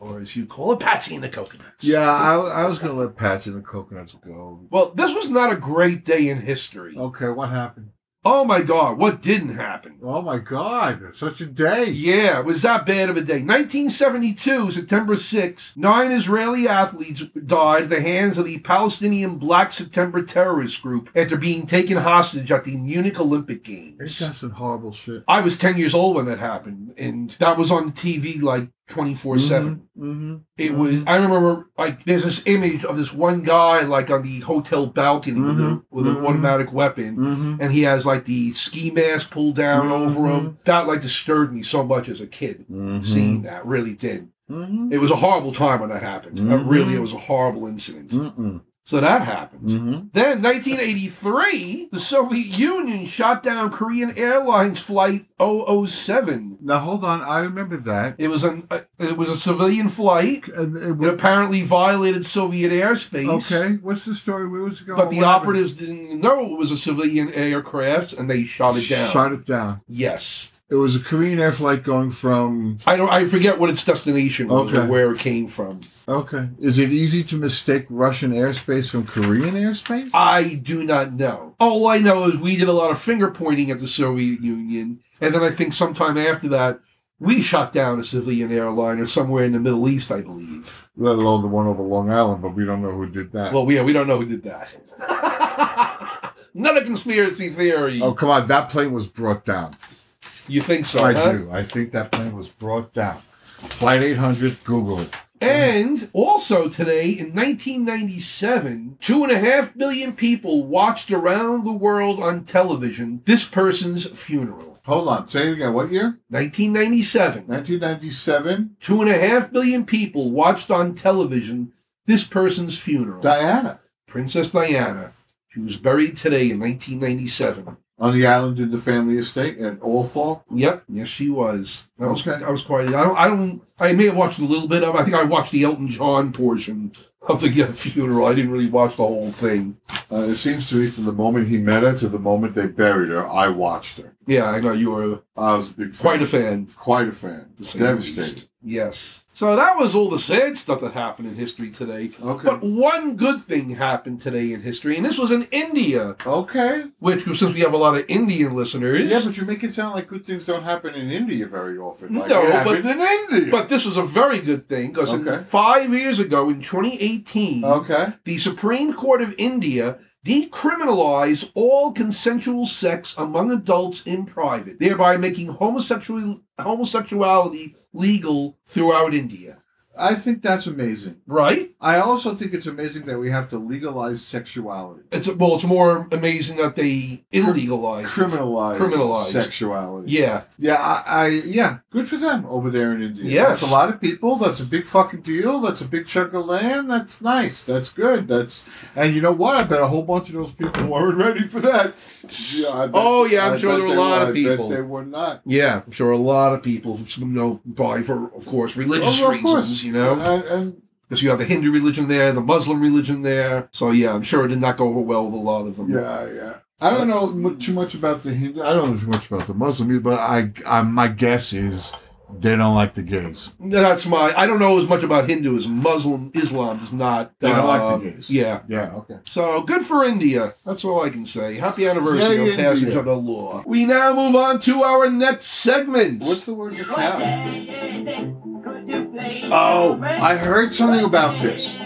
Speaker 2: or as you call it, Patsy and the Coconuts.
Speaker 3: Yeah, I, I was gonna let Patch and the Coconuts go.
Speaker 2: Well, this was not a great day in history.
Speaker 3: Okay, what happened?
Speaker 2: Oh my God, what didn't happen?
Speaker 3: Oh my God, such a day.
Speaker 2: Yeah, it was that bad of a day. 1972, September 6th, nine Israeli athletes died at the hands of the Palestinian Black September terrorist group after being taken hostage at the Munich Olympic
Speaker 3: It's
Speaker 2: Games.
Speaker 3: just some horrible shit.
Speaker 2: I was 10 years old when that happened, and that was on TV like 24 7.
Speaker 3: Mm-hmm.
Speaker 2: It was. I remember like there's this image of this one guy like on the hotel balcony with, a,
Speaker 3: Mhm.
Speaker 2: with an
Speaker 3: Mhm.
Speaker 2: automatic weapon,
Speaker 3: Mm-hmm.
Speaker 2: and he has like the ski mask pulled down over him. That like disturbed me so much as a kid. Seeing that really did.
Speaker 3: Mm-hmm.
Speaker 2: It was a horrible time when that happened. Uh,
Speaker 3: Mhm.
Speaker 2: really, it was a horrible incident.
Speaker 3: Mm-mm.
Speaker 2: So that happened.
Speaker 3: Mm-hmm.
Speaker 2: Then, 1983, the Soviet Union shot down Korean Airlines Flight 007.
Speaker 3: Now hold on, I remember that.
Speaker 2: It was an uh, it was a civilian flight.
Speaker 3: And it
Speaker 2: It
Speaker 3: was,
Speaker 2: apparently violated Soviet airspace.
Speaker 3: okay, what's the story? Where was it going?
Speaker 2: But the
Speaker 3: What happened?
Speaker 2: operatives didn't know it was a civilian aircraft, and they shot it down.
Speaker 3: Shut it down.
Speaker 2: yes.
Speaker 3: It was a Korean air flight going from.
Speaker 2: I don't. I forget what its destination was or
Speaker 3: Okay.
Speaker 2: where it came from.
Speaker 3: Okay. Is it easy to mistake Russian airspace from Korean airspace?
Speaker 2: I do not know. All I know is we did a lot of finger pointing at the Soviet Union, and then I think sometime after that, we shot down a civilian airliner somewhere in the Middle East, I believe.
Speaker 3: Let alone the one over Long Island, but we don't know who did that.
Speaker 2: Well, yeah, we don't know who did that. Another conspiracy theory.
Speaker 3: oh, come on. That plane was brought down.
Speaker 2: You think so?
Speaker 3: I
Speaker 2: huh?
Speaker 3: do. I think that plane was brought down. Flight 800, Google it.
Speaker 2: And also today in 1997, two and a half billion people watched around the world on television this person's funeral.
Speaker 3: Hold on. Say it again. What year?
Speaker 2: 1997,
Speaker 3: 1997.
Speaker 2: two and a half billion people watched on television this person's funeral.
Speaker 3: Diana.
Speaker 2: Princess Diana. She was buried today in 1997.
Speaker 3: On the island in the family estate at Allfall.
Speaker 2: Yep, yes, she was. I was,
Speaker 3: Okay.
Speaker 2: I was quite. I don't. I don't. I may have watched a little bit of. I think I watched the Elton John portion of the funeral. I didn't really watch the whole thing.
Speaker 3: Uh, it seems to me from the moment he met her to the moment they buried her, I watched her.
Speaker 2: Yeah, I know you were
Speaker 3: I was a big fan.
Speaker 2: quite a fan.
Speaker 3: Quite a fan.
Speaker 2: to say the
Speaker 3: Devastated.
Speaker 2: least. Yes. So that was all the sad stuff that happened in history today.
Speaker 3: Okay.
Speaker 2: But one good thing happened today in history, and this was in India,
Speaker 3: Okay.
Speaker 2: which since we have a lot of Indian listeners,
Speaker 3: Yeah, but you make it sound like good things don't happen in India very often. Like
Speaker 2: No,
Speaker 3: it
Speaker 2: but-
Speaker 3: happened in India.
Speaker 2: but this was a very good thing because
Speaker 3: Okay.
Speaker 2: five years ago, in 2018,
Speaker 3: okay.
Speaker 2: the Supreme Court of India decriminalized all consensual sex among adults in private, thereby making homosexual homosexuality legal throughout India.
Speaker 3: I think that's amazing.
Speaker 2: right?
Speaker 3: I also think it's amazing that we have to legalize sexuality,
Speaker 2: It's well, it's more amazing that they illegalized.
Speaker 3: criminalize,
Speaker 2: Criminalize.
Speaker 3: sexuality.
Speaker 2: Yeah,
Speaker 3: yeah, I, I, yeah, good for them over there in India.
Speaker 2: Yes.
Speaker 3: that's a lot of people. That's a big fucking deal. That's a big chunk of land. That's nice. That's good. That's and you know what? I bet a whole bunch of those people weren't ready for that. Yeah, I bet-
Speaker 2: Oh, yeah, I'm sure
Speaker 3: bet
Speaker 2: there were a
Speaker 3: they
Speaker 2: lot of
Speaker 3: I bet
Speaker 2: people.
Speaker 3: they were not.
Speaker 2: yeah. I'm sure a lot of people you know probably for of course religious
Speaker 3: Oh, of
Speaker 2: reasons.
Speaker 3: course.
Speaker 2: You know,
Speaker 3: and, and
Speaker 2: because you have the Hindu religion there, the Muslim religion there. So yeah, I'm sure it did not go over well with a lot of them.
Speaker 3: Yeah, yeah. I don't know mu- too much about the Hindu. I don't know too much about the Muslim either, but I, I, my guess is they don't like the gays.
Speaker 2: That's my. I don't know as much about Hinduism. Muslim Islam does not.
Speaker 3: They don't like the
Speaker 2: um,
Speaker 3: gays.
Speaker 2: Yeah.
Speaker 3: Yeah, okay.
Speaker 2: So good for India. That's all I can say. Happy anniversary
Speaker 3: Yay,
Speaker 2: of passage
Speaker 3: India.
Speaker 2: of the law. We now move on to our next segment.
Speaker 3: What's the word for cow?
Speaker 4: Oh,
Speaker 3: I heard something about this.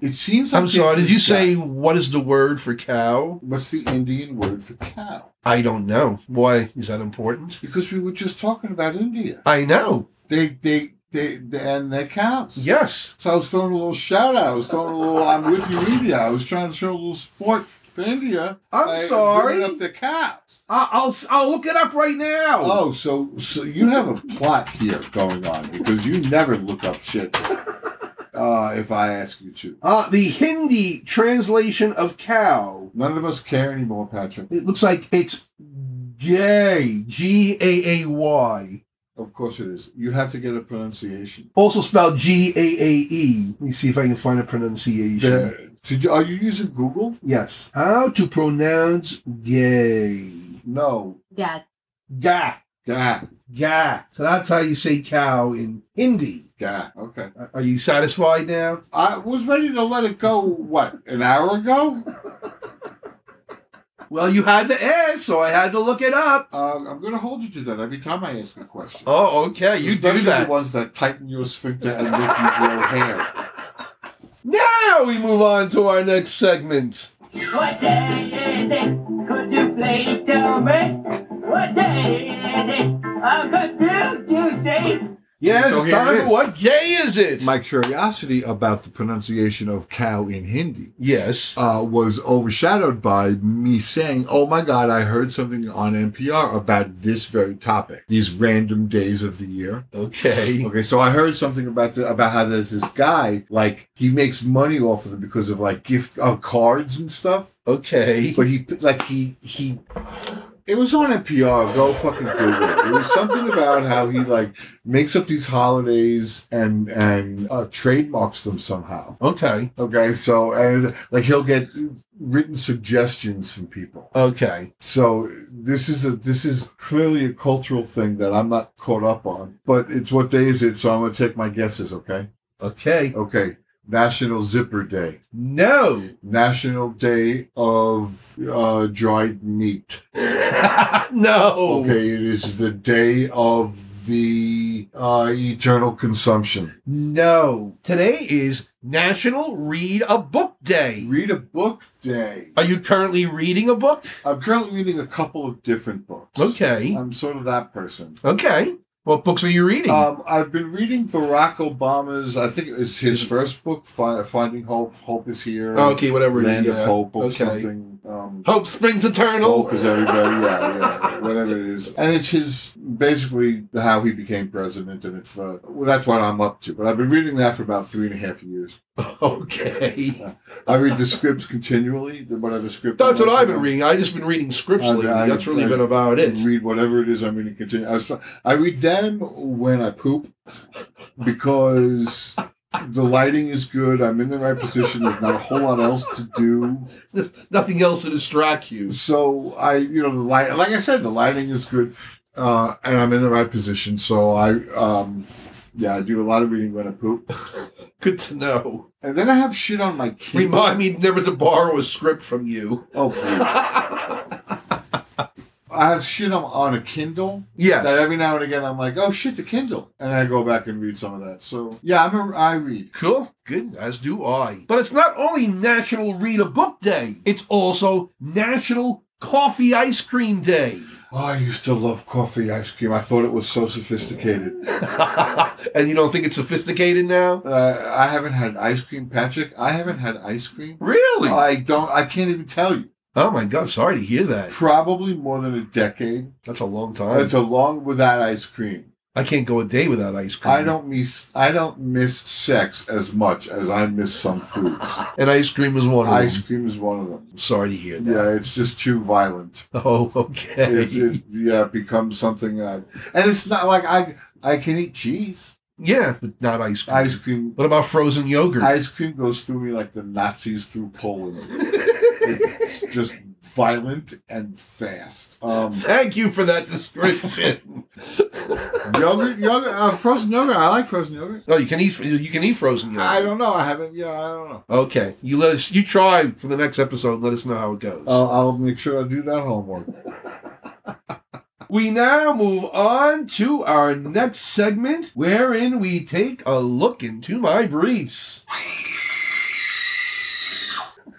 Speaker 3: It seems. like
Speaker 2: I'm sorry.
Speaker 3: it's
Speaker 2: Did you
Speaker 3: this guy.
Speaker 2: say what is the word for cow?
Speaker 3: what's the Indian word for cow?
Speaker 2: I don't know. Why is that important?
Speaker 3: Because we were just talking about India.
Speaker 2: I know.
Speaker 3: They, they, they, they and their cows.
Speaker 2: Yes.
Speaker 3: So I was throwing a little shout out. I was throwing a little. I'm with you, India. I was trying to show a little support for India.
Speaker 2: I'm
Speaker 3: by
Speaker 2: sorry.
Speaker 3: bringing up the cows.
Speaker 2: I- I'll I'll look it up right now.
Speaker 3: Oh, so so you have a plot here going on because you never look up shit. Uh, if I ask you to,
Speaker 2: Uh, the Hindi translation of cow.
Speaker 3: none of us care anymore, Patrick.
Speaker 2: It looks like it's gay. G A A Y.
Speaker 3: Of course it is. You have to get a pronunciation.
Speaker 2: Also spelled G A A E. Let me see if I can find a pronunciation.
Speaker 3: The- did you, are you using Google?
Speaker 2: Yes. How to pronounce gay.
Speaker 3: No.
Speaker 6: Dad.
Speaker 2: Ga.
Speaker 3: Gah.
Speaker 2: Ga. So that's how you say cow in Hindi.
Speaker 3: Gah. Okay.
Speaker 2: Are- Are you satisfied now?
Speaker 3: I was ready to let it go. What? An hour ago?
Speaker 2: Well, you had to ask, so I had to look it up.
Speaker 3: Uh, I'm going to hold you to that every time I ask a question.
Speaker 2: Oh, okay. You
Speaker 3: Especially
Speaker 2: do that.
Speaker 3: the ones that tighten your sphincter and make you grow hair.
Speaker 2: Now we move on to our next segment.
Speaker 4: What day is it? Could you please tell me? What day is it? I'm confused, you see.
Speaker 2: Yes,
Speaker 3: So
Speaker 2: it's
Speaker 3: here
Speaker 2: time
Speaker 3: it
Speaker 2: for
Speaker 3: is.
Speaker 2: what day is it?
Speaker 3: My curiosity about the pronunciation of cow in Hindi
Speaker 2: yes.
Speaker 3: uh, was overshadowed by me saying, "Oh my God, I heard something on NPR about this very topic, these random days of the year."
Speaker 2: Okay.
Speaker 3: Okay, so I heard something about the, about how there's this guy like he makes money off of them because of like gift uh, cards and stuff.
Speaker 2: Okay.
Speaker 3: But he like he he. It was on NPR. Go fucking Google it. It was something about how he like makes up these holidays and and uh, trademarks them somehow.
Speaker 2: Okay.
Speaker 3: Okay, so and like he'll get written suggestions from people.
Speaker 2: Okay.
Speaker 3: So this is a this is clearly a cultural thing that I'm not caught up on, but it's what day is it? So I'm gonna take my guesses. Okay,
Speaker 2: Okay.
Speaker 3: okay. National Zipper Day,
Speaker 2: No.
Speaker 3: National Day of uh, Dried Meat.
Speaker 2: no.
Speaker 3: Okay, it is the day of the uh, eternal consumption.
Speaker 2: No. Today is National Read a Book Day.
Speaker 3: Read a book day.
Speaker 2: Are you currently reading a book?
Speaker 3: I'm currently reading a couple of different books.
Speaker 2: Okay.
Speaker 3: I'm sort of that person.
Speaker 2: Okay. What books are you reading?
Speaker 3: Um, I've been reading Barack Obama's. I think it was his first book, Fi- Finding Hope. Hope is here.
Speaker 2: Oh, okay, whatever.
Speaker 3: Land
Speaker 2: yeah.
Speaker 3: of Hope or
Speaker 2: okay.
Speaker 3: something. Um,
Speaker 2: Hope springs eternal.
Speaker 3: Hope is everybody. Yeah, yeah, whatever it is. And it's his basically how he became president, and it's the well, that's what I'm up to. But I've been reading that for about three and a half years.
Speaker 2: Okay.
Speaker 3: I read the scripts continually. the- Whatever script.
Speaker 2: That's
Speaker 3: I'm
Speaker 2: what I've
Speaker 3: working
Speaker 2: been
Speaker 3: on.
Speaker 2: reading. I've just been reading scripts
Speaker 3: I-
Speaker 2: lately.
Speaker 3: I-
Speaker 2: That's really
Speaker 3: I-
Speaker 2: been about it.
Speaker 3: Read whatever it is I'm going to continue. I, was- I read them when I poop because the lighting is good. I'm in the right position. There's not a whole lot else to do.
Speaker 2: Nothing else to distract you.
Speaker 3: So I, you know, the light. Like I said, the lighting is good, uh, and I'm in the right position. So I, um, yeah, I do a lot of reading when I poop,
Speaker 2: Good to know.
Speaker 3: and then I have shit on my Kindle.
Speaker 2: Remind me never to borrow a script from you.
Speaker 3: Oh please. I have shit on, on a Kindle.
Speaker 2: Yes.
Speaker 3: That every now and again I'm like, oh shit, the Kindle, and I go back and read some of that. So yeah, I'm a I read.
Speaker 2: Cool. Good. As do I. But it's not only National Read a Book Day, it's also National Coffee Ice Cream Day.
Speaker 3: Oh, I used to love coffee ice cream. I thought it was so sophisticated.
Speaker 2: and you don't think it's sophisticated now?
Speaker 3: Uh, I haven't had ice cream, Patrick. I haven't had ice cream.
Speaker 2: Really?
Speaker 3: I don't. I can't even tell you.
Speaker 2: oh my god! Sorry to hear that.
Speaker 3: Probably more than a decade.
Speaker 2: That's a long time.
Speaker 3: It's a long without ice cream.
Speaker 2: I can't go a day without ice cream.
Speaker 3: I don't miss. I don't miss sex as much as I miss some foods.
Speaker 2: And ice cream is one of
Speaker 3: ice
Speaker 2: them.
Speaker 3: cream is one of them.
Speaker 2: Sorry to hear that.
Speaker 3: Yeah, it's just too violent.
Speaker 2: Oh, okay.
Speaker 3: It, it, yeah, it becomes something. I, and it's not like I. I can eat cheese.
Speaker 2: yeah, but not ice cream.
Speaker 3: Ice cream.
Speaker 2: what about frozen yogurt?
Speaker 3: Ice cream goes through me like the Nazis through Poland. it's just violent and fast. Um,
Speaker 2: Thank you for that description.
Speaker 3: yogurt, yogurt, uh, frozen yogurt. I like frozen yogurt.
Speaker 2: no, you can eat. You can eat frozen yogurt.
Speaker 3: I don't know. I haven't. Yeah, I don't know.
Speaker 2: Okay, you let us. You try for the next episode. and Let us know how it goes.
Speaker 3: I'll, I'll make sure I do that homework.
Speaker 2: We now move on to our next segment, wherein we take a look into my briefs.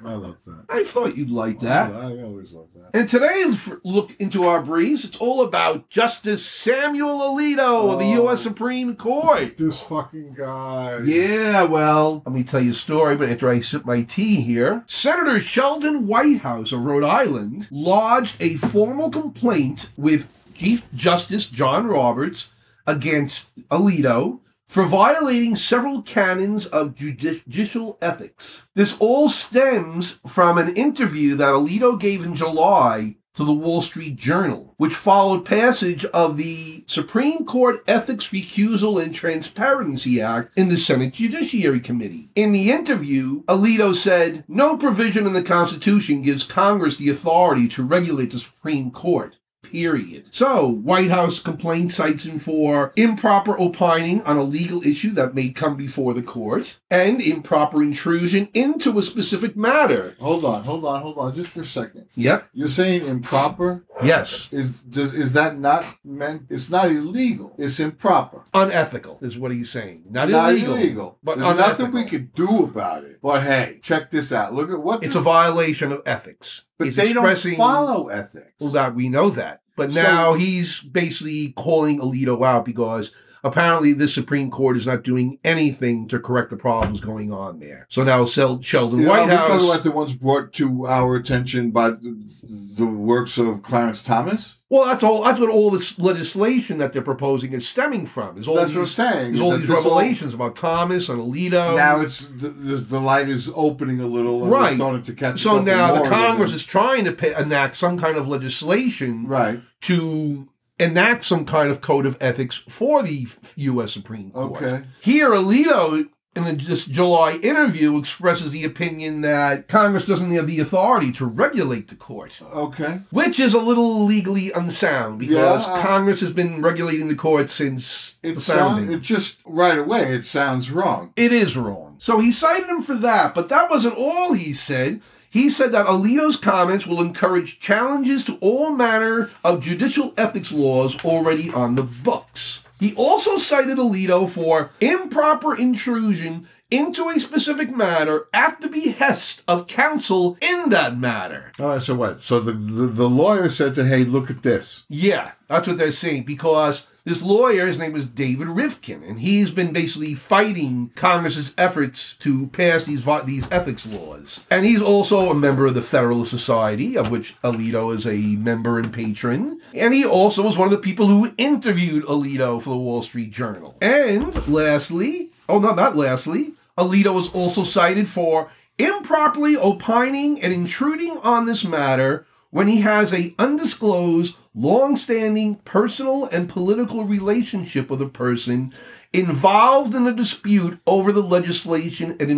Speaker 3: I love that.
Speaker 2: I thought you'd like that.
Speaker 3: I always love that.
Speaker 2: And today's f- look into our briefs, it's all about Justice Samuel Alito of the
Speaker 3: Oh.
Speaker 2: U.S. Supreme Court.
Speaker 3: This fucking guy.
Speaker 2: Yeah, well, let me tell you a story, but after I sip my tea here. Senator Sheldon Whitehouse of Rhode Island lodged a formal complaint with Chief Justice John Roberts against Alito for violating several canons of judi- judicial ethics. This all stems from an interview that Alito gave in July to the Wall Street Journal, which followed passage of the Supreme Court Ethics Recusal and Transparency Act in the Senate Judiciary Committee. In the interview, Alito said, No provision in the Constitution gives Congress the authority to regulate the Supreme Court. Period. So, White House complaint cites him for improper opining on a legal issue that may come before the court and improper intrusion into a specific matter.
Speaker 3: Hold on, hold on, hold on, just for a second.
Speaker 2: Yep.
Speaker 3: You're saying improper
Speaker 2: Yes.
Speaker 3: is does is that not meant? It's not illegal. It's improper.
Speaker 2: Unethical is what he's saying. Not,
Speaker 3: not
Speaker 2: illegal,
Speaker 3: illegal,
Speaker 2: but
Speaker 3: There's nothing
Speaker 2: unethical.
Speaker 3: we could do about it. But hey, check this out. Look at what
Speaker 2: It's a
Speaker 3: this-
Speaker 2: violation of ethics.
Speaker 3: but
Speaker 2: He's
Speaker 3: they don't
Speaker 2: expressing-
Speaker 3: follow ethics.
Speaker 2: Well, that we know that, but
Speaker 3: So-
Speaker 2: now he's basically calling Alito out because apparently the Supreme Court is not doing anything to correct the problems going on there. So now Sel- Sheldon
Speaker 3: You know,
Speaker 2: Whitehouse.
Speaker 3: We're talking about the ones brought to our attention by the, the works of Clarence Thomas.
Speaker 2: Well, that's all. That's what all this legislation that they're proposing is stemming from. Is all
Speaker 3: That's what I'm
Speaker 2: these,
Speaker 3: saying.
Speaker 2: is
Speaker 3: is
Speaker 2: all
Speaker 3: that
Speaker 2: these
Speaker 3: this
Speaker 2: revelations about Thomas and Alito.
Speaker 3: now it's the, the, the light is opening a little.
Speaker 2: Um,
Speaker 3: And
Speaker 2: Right.
Speaker 3: We're starting to catch.
Speaker 2: so
Speaker 3: something
Speaker 2: now
Speaker 3: more
Speaker 2: the
Speaker 3: of it.
Speaker 2: Congress is trying to pa enact some kind of legislation
Speaker 3: right.
Speaker 2: to enact some kind of code of ethics for the f- U.S. Supreme Court.
Speaker 3: Okay.
Speaker 2: Here, Alito, in the this July interview, expresses the opinion that Congress doesn't have the authority to regulate the court.
Speaker 3: Oh. Okay.
Speaker 2: Which is a little legally unsound because
Speaker 3: Yeah, I-
Speaker 2: Congress has been regulating the court since
Speaker 3: It
Speaker 2: the
Speaker 3: sounds.
Speaker 2: founding.
Speaker 3: It just right away. It sounds wrong.
Speaker 2: it is wrong. So he cited him for that, but that wasn't all he said. He said that Alito's comments will encourage challenges to all manner of judicial ethics laws already on the books. He also cited Alito for improper intrusion into a specific matter at the behest of counsel in that matter.
Speaker 3: All right. So what? So the the, the lawyer said to, "Hey, look at this."
Speaker 2: Yeah, that's what they're saying because this lawyer, his name is David Rifkin, and he's been basically fighting Congress's efforts to pass these vi- these ethics laws. And he's also a member of the Federalist Society, of which Alito is a member and patron. And he also was one of the people who interviewed Alito for the Wall Street Journal. And lastly, oh no, not lastly, Alito was also cited for improperly opining and intruding on this matter when he has a undisclosed long-standing personal and political relationship with a person involved in a dispute over the legislation and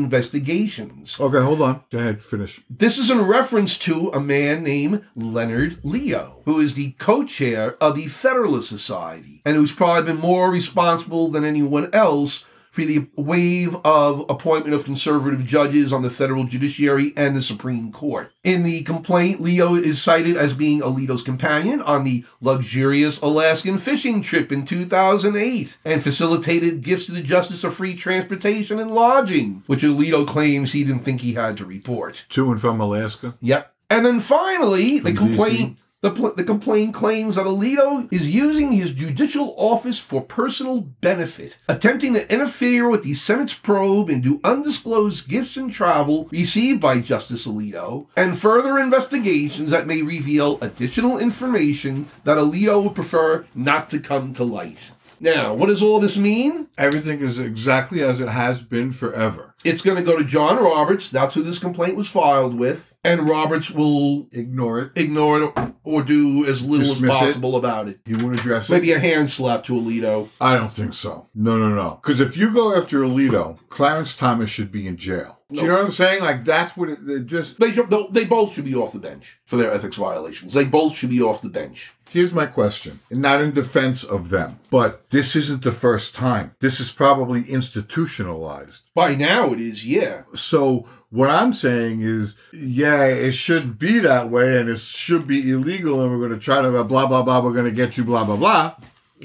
Speaker 2: investigations
Speaker 3: Okay. Hold on. Go ahead. Finish.
Speaker 2: this is in reference to a man named Leonard Leo, who is the co chair of the Federalist Society, and who's probably been more responsible than anyone else for the wave of appointment of conservative judges on the federal judiciary and the Supreme Court. In the complaint, Leo is cited as being Alito's companion on the luxurious Alaskan fishing trip in 2008 and facilitated gifts to the Justice of Free Transportation and Lodging, which Alito claims he didn't think he had to report.
Speaker 3: To and from Alaska.
Speaker 2: Yep. And then finally, the
Speaker 3: From DC?
Speaker 2: complaint The, pl- the complaint claims that Alito is using his judicial office for personal benefit, attempting to interfere with the Senate's probe into undisclosed gifts and travel received by Justice Alito, and further investigations that may reveal additional information that Alito would prefer not to come to light. Now, what does all this mean?
Speaker 3: Everything is exactly as it has been forever.
Speaker 2: It's going to go to John Roberts. That's who this complaint was filed with. And Roberts will
Speaker 3: Ignore it.
Speaker 2: ignore it or do as little
Speaker 3: Dismiss it.
Speaker 2: as possible about it.
Speaker 3: He won't address it.
Speaker 2: Maybe a hand slap to Alito.
Speaker 3: I don't think so. No, no, no. Because if you go after Alito, Clarence Thomas should be in jail. Do you know what I'm saying? Like that's what it, it just.
Speaker 2: They, should, they- they both should be off the bench for their ethics violations. They both should be off the bench.
Speaker 3: Here's my question, and not in defense of them, but this isn't the first time. This is probably institutionalized.
Speaker 2: By now it is, yeah.
Speaker 3: So what I'm saying is, yeah, it should be that way, and it should be illegal, and we're going to try to blah blah blah. We're going to get you blah blah blah.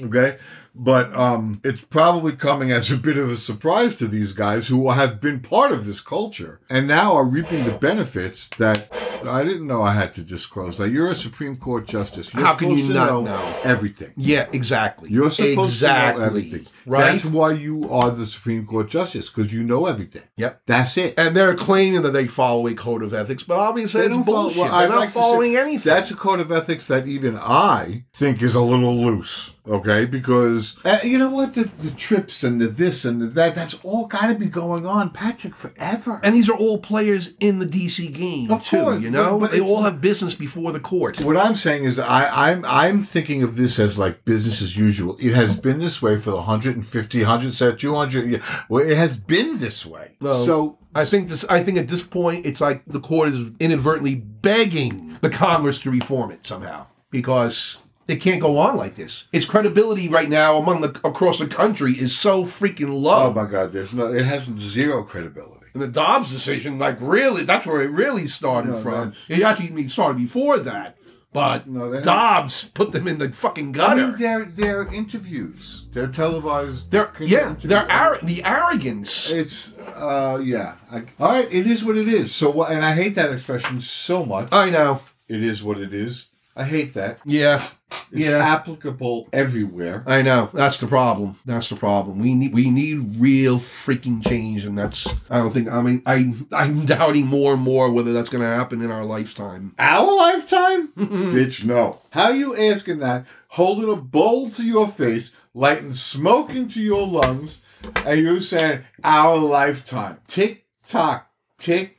Speaker 3: Okay, but um, it's probably coming as a bit of a surprise to these guys who have been part of this culture and now are reaping the benefits that I didn't know I had to disclose. That you're a Supreme Court justice. You're
Speaker 2: How can you
Speaker 3: supposed to
Speaker 2: not know?
Speaker 3: everything?
Speaker 2: Yeah, exactly.
Speaker 3: You're supposed
Speaker 2: exactly.
Speaker 3: to know everything.
Speaker 2: Right?
Speaker 3: That's why you are the Supreme Court justice, because you know everything.
Speaker 2: Yep.
Speaker 3: That's it.
Speaker 2: and they're claiming that they follow a code of ethics, but obviously
Speaker 3: They
Speaker 2: it's
Speaker 3: don't follow-
Speaker 2: bullshit.
Speaker 3: well, I'd
Speaker 2: they're not
Speaker 3: like to say-
Speaker 2: following anything.
Speaker 3: That's a code of ethics that even I think is a little loose. Okay, because uh, you know what, the, the trips and the this and the that—that's all got to be going on, Patrick, forever.
Speaker 2: And these are all players in the DC game
Speaker 3: Of
Speaker 2: too.
Speaker 3: course,
Speaker 2: you know,
Speaker 3: but- but
Speaker 2: they
Speaker 3: it's-
Speaker 2: all have business before the court.
Speaker 3: what I'm saying is, I, I'm I'm thinking of this as like business as usual. It has been this way for the 150, 100, 200. yeah, Well, it has been this way.
Speaker 2: Well,
Speaker 3: so
Speaker 2: I think this. I think at this point, it's like the court is inadvertently begging the Congress to reform it somehow because it can't go on like this. Its credibility right now among the across the country is so freaking low.
Speaker 3: Oh my God! There's no. It has zero credibility.
Speaker 2: and the Dobbs decision, like really, that's where it really started
Speaker 3: No,
Speaker 2: from.
Speaker 3: that's-
Speaker 2: It actually I mean, started before that, but
Speaker 3: No, they-
Speaker 2: Dobbs put them in the fucking gutter.
Speaker 3: their their interviews, their televised.
Speaker 2: They're yeah,
Speaker 3: interviews.
Speaker 2: they're arro- the arrogance.
Speaker 3: It's uh yeah. I, all right, it is what it is. So what? And I hate that expression so much.
Speaker 2: I know.
Speaker 3: it is what it is. I hate that.
Speaker 2: Yeah,
Speaker 3: It's
Speaker 2: yeah.
Speaker 3: applicable everywhere.
Speaker 2: I know. That's the problem. That's the problem. We need we need real freaking change, and that's I don't think I mean I I'm doubting more and more whether that's going to happen in our lifetime.
Speaker 3: Our lifetime, bitch. No. How you asking that? Holding a bowl to your face, lighting smoke into your lungs, and you saying our lifetime. Tick tock, tick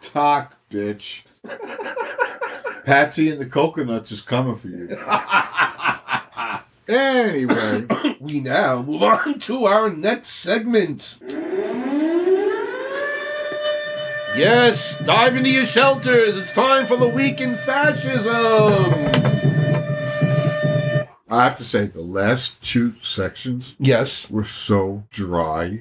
Speaker 3: tock, bitch. Patsy and the coconuts is coming for you. anyway.
Speaker 2: We now move on to our next segment. Yes, dive into your shelters. It's time for the week in fascism.
Speaker 3: I have to say, the last two sections
Speaker 2: Yes,
Speaker 3: were so dry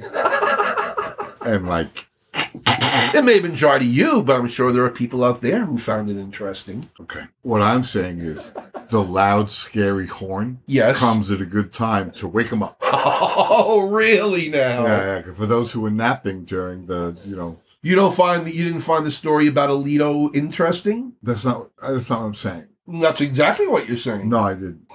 Speaker 3: and like,
Speaker 2: it may have been jar to you, but I'm sure there are people out there who found it interesting.
Speaker 3: okay. What I'm saying is, the loud, scary horn
Speaker 2: Yes.
Speaker 3: comes at a good time to wake them up.
Speaker 2: Oh, really? Now.
Speaker 3: Yeah, yeah, for those who were napping during the, you know,
Speaker 2: You don't find that you didn't find the story about Alito interesting?
Speaker 3: that's not that's not what I'm saying.
Speaker 2: That's exactly what you're saying.
Speaker 3: No, I didn't.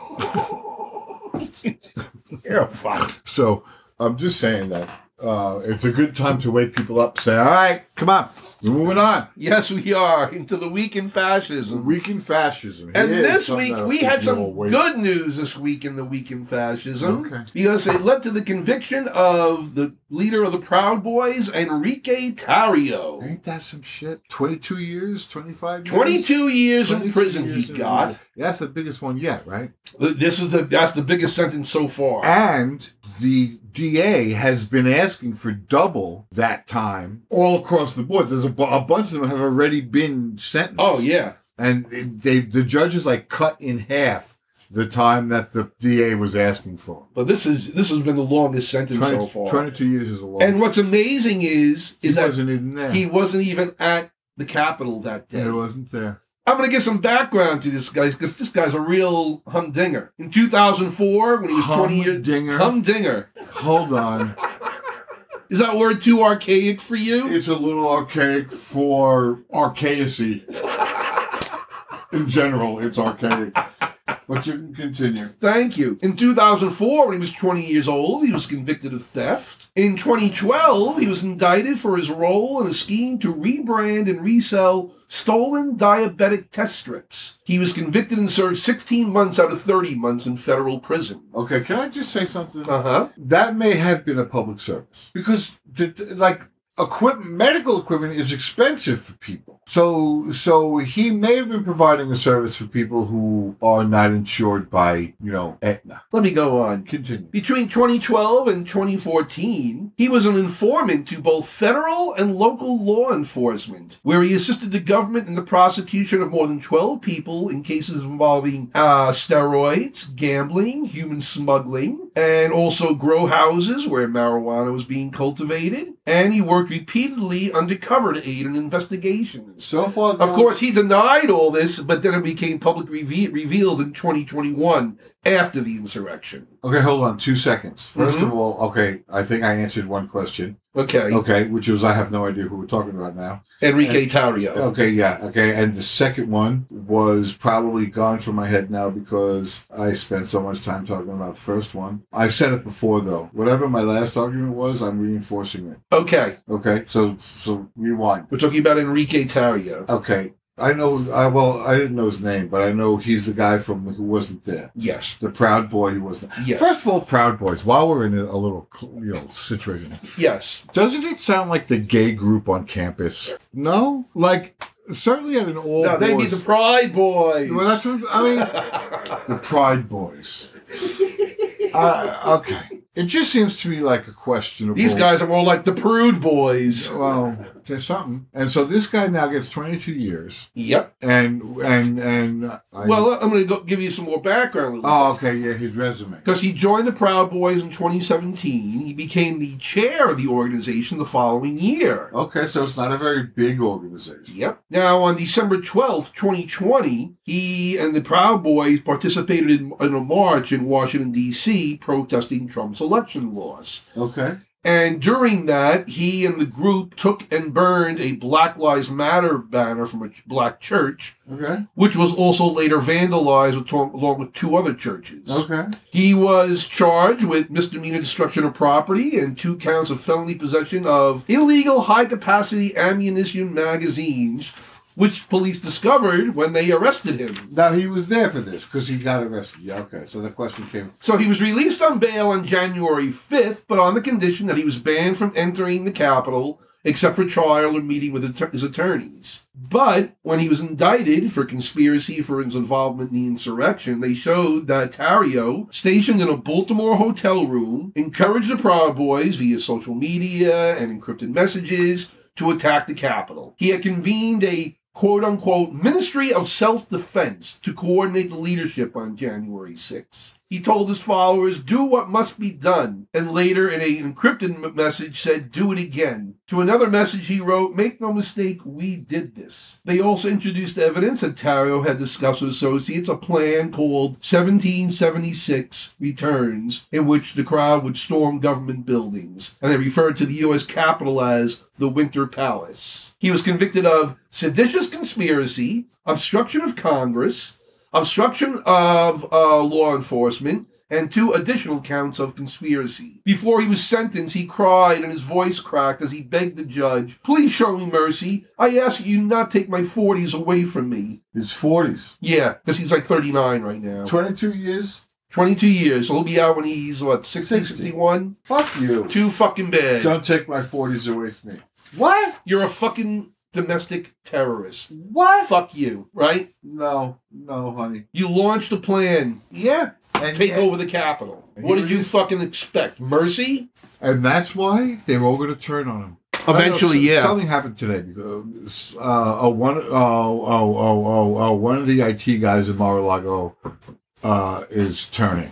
Speaker 2: You're fuck.
Speaker 3: So I'm just saying that uh, it's a good time to wake people up. Say, all right, come on, we're moving on.
Speaker 2: Yes, we are into the week in fascism.
Speaker 3: Week in fascism.
Speaker 2: and
Speaker 3: Here is
Speaker 2: this
Speaker 3: something
Speaker 2: week
Speaker 3: that'll
Speaker 2: we
Speaker 3: keep
Speaker 2: had
Speaker 3: you
Speaker 2: some
Speaker 3: awake.
Speaker 2: good news this week in the week in fascism
Speaker 3: Okay.
Speaker 2: because it led to the conviction of the leader of the Proud Boys, Enrique Tarrio.
Speaker 3: Ain't that some shit? 22 years, 25 years?
Speaker 2: 22 years
Speaker 3: 22
Speaker 2: in prison
Speaker 3: years
Speaker 2: he
Speaker 3: in
Speaker 2: got.
Speaker 3: prison. That's the biggest one yet, right?
Speaker 2: This is the that's the biggest sentence so far.
Speaker 3: And the DA has been asking for double that time all across the board. There's a, bu- a bunch of them have already been sentenced.
Speaker 2: Oh yeah.
Speaker 3: And they the judge is like cut in half the time that the DA was asking for.
Speaker 2: But this is this has been the longest sentence
Speaker 3: 20,
Speaker 2: so far.
Speaker 3: 22 years is a long
Speaker 2: And what's amazing is
Speaker 3: He
Speaker 2: is that
Speaker 3: wasn't even there.
Speaker 2: he wasn't even at the Capitol that day.
Speaker 3: He wasn't there.
Speaker 2: I'm going to give some background to this guy because this guy's a real humdinger. In 2004, when he was 20 years
Speaker 3: Humdinger?
Speaker 2: humdinger.
Speaker 3: Hold on.
Speaker 2: Is that word too archaic for you?
Speaker 3: It's a little archaic for archaicy. in general, it's archaic. But you can continue.
Speaker 2: Thank you. In 2004, when he was 20 years old, he was convicted of theft. In 2012, he was indicted for his role in a scheme to rebrand and resell stolen diabetic test strips. He was convicted and served 16 months out of 30 months in federal prison.
Speaker 3: Okay, can I just say something?
Speaker 2: Uh huh.
Speaker 3: that may have been a public service because the, the- like equipment medical equipment is expensive for people so so he may have been providing a service for people who are not insured by you know Aetna.
Speaker 2: Let me go on.
Speaker 3: continue
Speaker 2: Between 2012 and 2014, he was an informant to both federal and local law enforcement, where he assisted the government in the prosecution of more than 12 people in cases involving uh, steroids, gambling, human smuggling, and also grow houses where marijuana was being cultivated. And he worked repeatedly undercover to aid in investigations.
Speaker 3: so far
Speaker 2: Of course, he denied all this, but then it became publicly reve- revealed in 2021 after the insurrection.
Speaker 3: okay hold on two seconds 1st
Speaker 2: Mhm.
Speaker 3: of all okay i think i answered one question
Speaker 2: Okay.
Speaker 3: okay which was i have no idea who we're talking about now
Speaker 2: Enrique Tarrio.
Speaker 3: Okay, yeah, okay. And the second one was probably gone from my head now because I spent so much time talking about the first one. I said it before though. Whatever my last argument was, I'm reinforcing it.
Speaker 2: Okay,
Speaker 3: Okay, so so rewind.
Speaker 2: we're talking about Enrique Tarrio.
Speaker 3: Okay, I know. I well, I didn't know his name, but I know he's the guy from who wasn't there.
Speaker 2: Yes,
Speaker 3: The Proud Boy who wasn't.
Speaker 2: Yes.
Speaker 3: First of all, Proud Boys. While we're in a a little you know situation,
Speaker 2: yes.
Speaker 3: doesn't it sound like the gay group on campus? No, like. Certainly at an all
Speaker 2: No, they be
Speaker 3: Oh, boys-
Speaker 2: the Pride Boys.
Speaker 3: Well, that's Oh. what I mean. the Pride Boys. Uh, okay, it just seems to me like a questionable.
Speaker 2: These guys are more like the Prude Boys.
Speaker 3: Well, there's something, and so this guy now gets 22 years,
Speaker 2: Yep.
Speaker 3: and and and. I,
Speaker 2: Well, I'm going to go give you some more background.
Speaker 3: oh, okay, yeah, his resume.
Speaker 2: Because he joined the Proud Boys in 2017. He became the chair of the organization the following year.
Speaker 3: Okay, so it's not a very big organization.
Speaker 2: Yep. Now, on December 12th, 2020, he and the Proud Boys participated in, in a march in Washington, D.C., protesting Trump's election laws.
Speaker 3: Okay,
Speaker 2: And during that, he and the group took and burned a Black Lives Matter banner from a ch- black church,
Speaker 3: okay,
Speaker 2: which was also later vandalized with, along with two other churches.
Speaker 3: okay.
Speaker 2: He was charged with misdemeanor destruction of property and two counts of felony possession of illegal high capacity ammunition magazines, which police discovered when they arrested him.
Speaker 3: Now he was there for this because he got arrested. Yeah, okay. So the question came.
Speaker 2: So he was released on bail on January 5th, but on the condition that he was banned from entering the Capitol except for trial or meeting with atter- his attorneys. But when he was indicted for conspiracy for his involvement in the insurrection, they showed that Tario, stationed in a Baltimore hotel room, encouraged the Proud Boys via social media and encrypted messages to attack the Capitol. He had convened a quote unquote Ministry of Self Defense to coordinate the leadership on January 6th. He told his followers, do what must be done, and later in an encrypted m- message said, do it again. To another message, he wrote, make no mistake, we did this. They also introduced evidence that Tario had discussed with associates a plan called 1776 Returns, in which the crowd would storm government buildings, and they referred to the U.S. Capitol as the Winter Palace. He was convicted of seditious conspiracy, obstruction of Congress, obstruction of uh, law enforcement, and two additional counts of conspiracy. Before he was sentenced, he cried and his voice cracked as he begged the judge, Please show me mercy. I ask you not take my 40s away from me.
Speaker 3: His forties,
Speaker 2: Yeah, because he's like 39 right now.
Speaker 3: twenty-two years.
Speaker 2: 22 years. So he'll be out when he's, what, 60,
Speaker 3: 60.
Speaker 2: 61?
Speaker 3: Fuck you.
Speaker 2: Too fucking bad.
Speaker 3: Don't take my forties away from me. What?
Speaker 2: You're a fucking domestic terrorist.
Speaker 3: What?
Speaker 2: Fuck you, right?
Speaker 3: No, no, honey.
Speaker 2: You launched a plan.
Speaker 3: Yeah. And,
Speaker 2: Take over the Capitol. What did you fucking expect? Mercy?
Speaker 3: And that's why they were all going to turn on him.
Speaker 2: Eventually,
Speaker 3: I
Speaker 2: yeah.
Speaker 3: Something happened today because uh, uh, one, oh, oh, oh, oh, oh, one of the IT guys in Mar-a-Lago uh, is turning.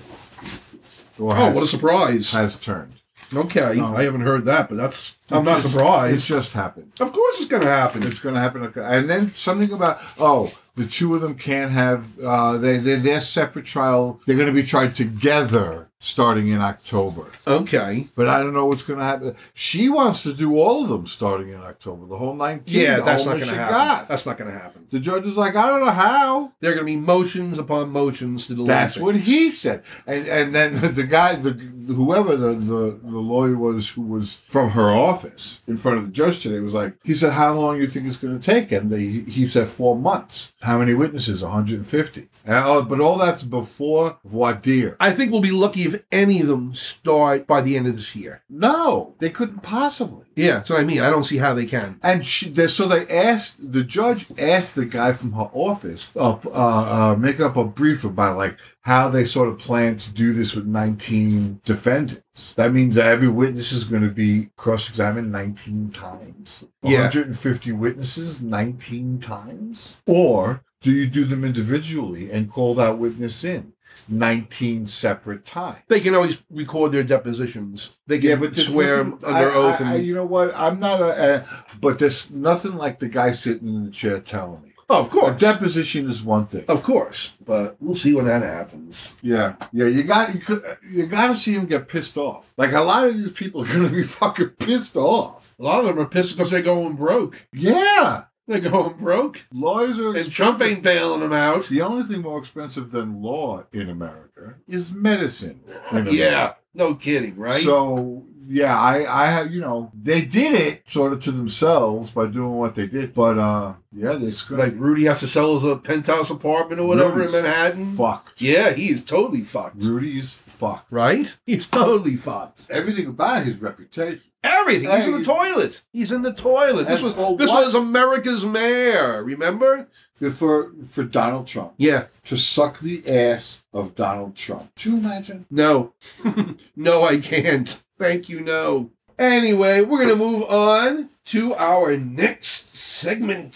Speaker 3: Or
Speaker 2: Oh,
Speaker 3: has,
Speaker 2: what a surprise.
Speaker 3: has turned.
Speaker 2: Okay, I haven't heard that, but that's. I'm
Speaker 3: It
Speaker 2: not
Speaker 3: just- It
Speaker 2: surprised.
Speaker 3: just happened.
Speaker 2: Of course it's going to happen.
Speaker 3: It's going to happen. And then something about oh, the two of them can't have. Uh, they they they're separate trial. They're going to be tried together. starting in October.
Speaker 2: Okay.
Speaker 3: But I don't know what's going to happen. She wants to do all of them starting in October, the whole 19.
Speaker 2: Yeah,
Speaker 3: the
Speaker 2: that's
Speaker 3: whole
Speaker 2: not going to happen.
Speaker 3: Michigas.
Speaker 2: That's not going to happen.
Speaker 3: The judge is like, I don't know how.
Speaker 2: There are going to be motions upon motions to delay.
Speaker 3: That's
Speaker 2: things.
Speaker 3: what he said. And and then the guy, the whoever the, the, the lawyer was who was from her office in front of the judge today was like, he said, how long you think it's going to take? And they, he said, four months. How many witnesses? 150. And, oh, but all that's before voir dire.
Speaker 2: I think we'll be lucky if any of them start by the end of this year.
Speaker 3: No, they couldn't possibly.
Speaker 2: Yeah, that's what I mean. I don't see how they can.
Speaker 3: And she, they, so they asked the judge asked the guy from her office uh, uh, uh, make up a brief about like how they sort of plan to do this with nineteen defendants. That means that every witness is going to be cross examined nineteen times. One
Speaker 2: Yeah.
Speaker 3: hundred and fifty witnesses nineteen times, or do you do them individually and call that witness in nineteen separate times?
Speaker 2: They can always record their depositions. They can
Speaker 3: Yeah, but there's
Speaker 2: swear
Speaker 3: nothing-
Speaker 2: under
Speaker 3: I-
Speaker 2: oath.
Speaker 3: I- I-
Speaker 2: and,
Speaker 3: you know what? I'm not a, uh But there's nothing like the guy sitting in the chair telling me.
Speaker 2: oh, of
Speaker 3: A
Speaker 2: course.
Speaker 3: deposition is one thing.
Speaker 2: of course. But we'll see when that happens.
Speaker 3: Yeah, yeah. You got you, could, you got to see him get pissed off. Like a lot of these people are gonna be fucking pissed off.
Speaker 2: A lot of them are pissed because they're going broke.
Speaker 3: Yeah,
Speaker 2: They're going broke.
Speaker 3: lawyers are.
Speaker 2: And Trump
Speaker 3: expensive.
Speaker 2: ain't bailing them out.
Speaker 3: The only thing more expensive than law in America is medicine. in America.
Speaker 2: Yeah. No kidding, right?
Speaker 3: So yeah, I I have you know they did it sort of to themselves by doing what they did, but uh yeah, they're just gonna
Speaker 2: like Rudy has to sell his uh, penthouse apartment or whatever
Speaker 3: Rudy's
Speaker 2: in Manhattan.
Speaker 3: fucked.
Speaker 2: Yeah, he is totally fucked.
Speaker 3: Rudy is fucked.
Speaker 2: Right? He's totally fucked.
Speaker 3: Everything about his reputation.
Speaker 2: Everything. He's in the
Speaker 3: Hey.
Speaker 2: toilet. He's in the toilet. This
Speaker 3: And
Speaker 2: was
Speaker 3: for
Speaker 2: this
Speaker 3: what?
Speaker 2: was America's mayor. Remember?
Speaker 3: For for Donald Trump
Speaker 2: Yeah.
Speaker 3: to suck the ass of Donald Trump. Do you imagine?
Speaker 2: No. no, I can't. Thank you. No. Anyway, we're gonna move on to our next segment.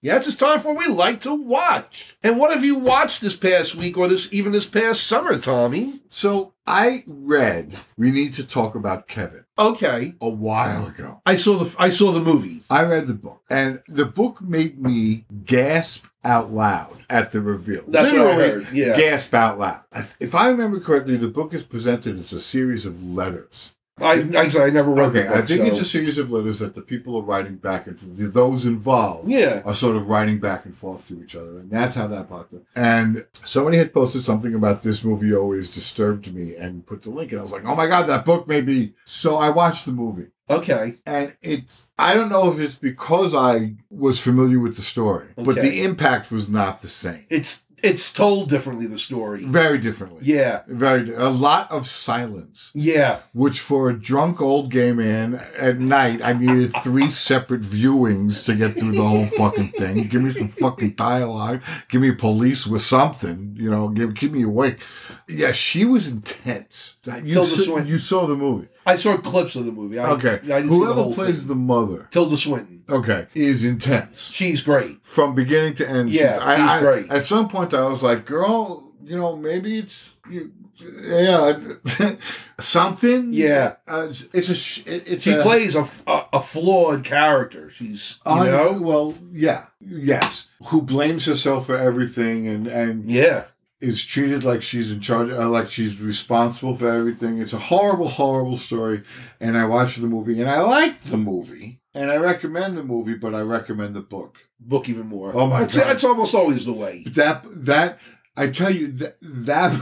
Speaker 2: Yes, it's time for we like to watch. And what have you watched this past week or this even this past summer, Tommy?
Speaker 3: So I read we need to talk about Kevin
Speaker 2: Okay.
Speaker 3: a while ago.
Speaker 2: I saw the I saw the movie.
Speaker 3: I read the book, and the book made me gasp out loud at the reveal.
Speaker 2: That's what I heard, yeah.
Speaker 3: gasp out loud. If I remember correctly, the book is presented as a series of letters.
Speaker 2: I I, I never read
Speaker 3: Okay,
Speaker 2: the book,
Speaker 3: I think
Speaker 2: so-
Speaker 3: it's a series of letters that the people are writing back and forth. Those involved
Speaker 2: Yeah.
Speaker 3: are sort of writing back and forth to each other. And that's how that popped up. And somebody had posted something about this movie always disturbed me and put the link. And I was like, oh my God, that book may be. So I watched the movie.
Speaker 2: Okay.
Speaker 3: And it's, I don't know if it's because I was familiar with the story, but
Speaker 2: Okay.
Speaker 3: the impact was not the same.
Speaker 2: It's it's told differently the story.
Speaker 3: Very differently.
Speaker 2: Yeah.
Speaker 3: Very, a lot of silence.
Speaker 2: Yeah.
Speaker 3: which for a drunk old gay man at night, I needed three separate viewings to get through the whole fucking thing. Give me some fucking dialogue. Give me police with something. You know, give keep me awake. Yeah, she was intense. You,
Speaker 2: Tilda
Speaker 3: s-
Speaker 2: Swinton.
Speaker 3: you saw the movie.
Speaker 2: I saw clips of the movie. I,
Speaker 3: Okay.
Speaker 2: I didn't see the
Speaker 3: Whoever
Speaker 2: whole
Speaker 3: plays
Speaker 2: thing.
Speaker 3: the mother,
Speaker 2: Tilda Swinton.
Speaker 3: okay, is intense
Speaker 2: She's great.
Speaker 3: from beginning to end.
Speaker 2: Yeah,
Speaker 3: she's- I,
Speaker 2: she's
Speaker 3: I-
Speaker 2: great.
Speaker 3: At some point, I was like, "Girl, you know, maybe it's you, yeah, something."
Speaker 2: Yeah.
Speaker 3: uh, it's a sh- it- it's
Speaker 2: She
Speaker 3: a,
Speaker 2: plays a, f- a- a flawed character. She's you
Speaker 3: I-
Speaker 2: know.
Speaker 3: well, yeah, yes. Who blames herself for everything and and
Speaker 2: Yeah.
Speaker 3: is treated like she's in charge, uh, like she's responsible for everything. It's a horrible, horrible story. And I watched the movie, and I liked the movie, and I recommend the movie, but I recommend the book.
Speaker 2: Book even more.
Speaker 3: Oh, my
Speaker 2: that's,
Speaker 3: God.
Speaker 2: That's almost always the way.
Speaker 3: that that I tell you that that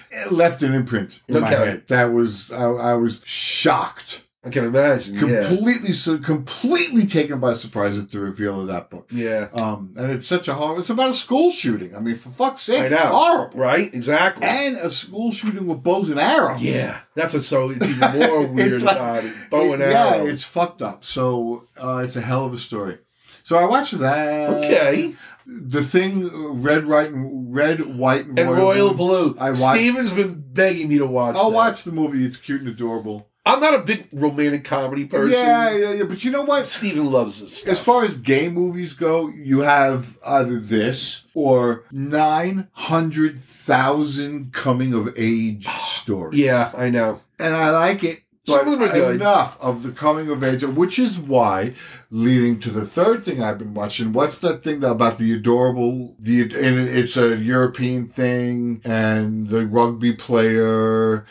Speaker 3: it left an imprint in my
Speaker 2: Okay.
Speaker 3: head. That was I, I was shocked,
Speaker 2: I can imagine. Yeah.
Speaker 3: completely so completely taken by surprise at the reveal of that book.
Speaker 2: Yeah.
Speaker 3: Um, and it's such a horror. It's about a school shooting. I mean, for fuck's sake,
Speaker 2: I
Speaker 3: it's
Speaker 2: know.
Speaker 3: horrible.
Speaker 2: Right. Exactly.
Speaker 3: And a school shooting with bows and arrows.
Speaker 2: yeah. That's what's so it's even more weird
Speaker 3: like-
Speaker 2: about it. Bow and
Speaker 3: yeah,
Speaker 2: arrow.
Speaker 3: it's fucked up. So uh, it's a hell of a story. So I watched that.
Speaker 2: okay.
Speaker 3: The thing, uh, red, right, and- red, white,
Speaker 2: And Royal
Speaker 3: blue.
Speaker 2: Blue.
Speaker 3: I watched-
Speaker 2: Steven's been begging me to watch.
Speaker 3: I'll
Speaker 2: that.
Speaker 3: watch the movie. It's cute and adorable.
Speaker 2: I'm not a big romantic comedy person.
Speaker 3: Yeah, yeah, yeah. But you know what?
Speaker 2: Steven loves this.
Speaker 3: As
Speaker 2: Stuff.
Speaker 3: far as gay movies go, you have either this or 900,000 coming of age stories.
Speaker 2: Yeah, I know.
Speaker 3: And I like it Some of them
Speaker 2: I- I-
Speaker 3: are enough of the coming of age, which is why, leading to the third thing I've been watching. What's that thing that- about the adorable? The and it's a European thing, and the rugby player,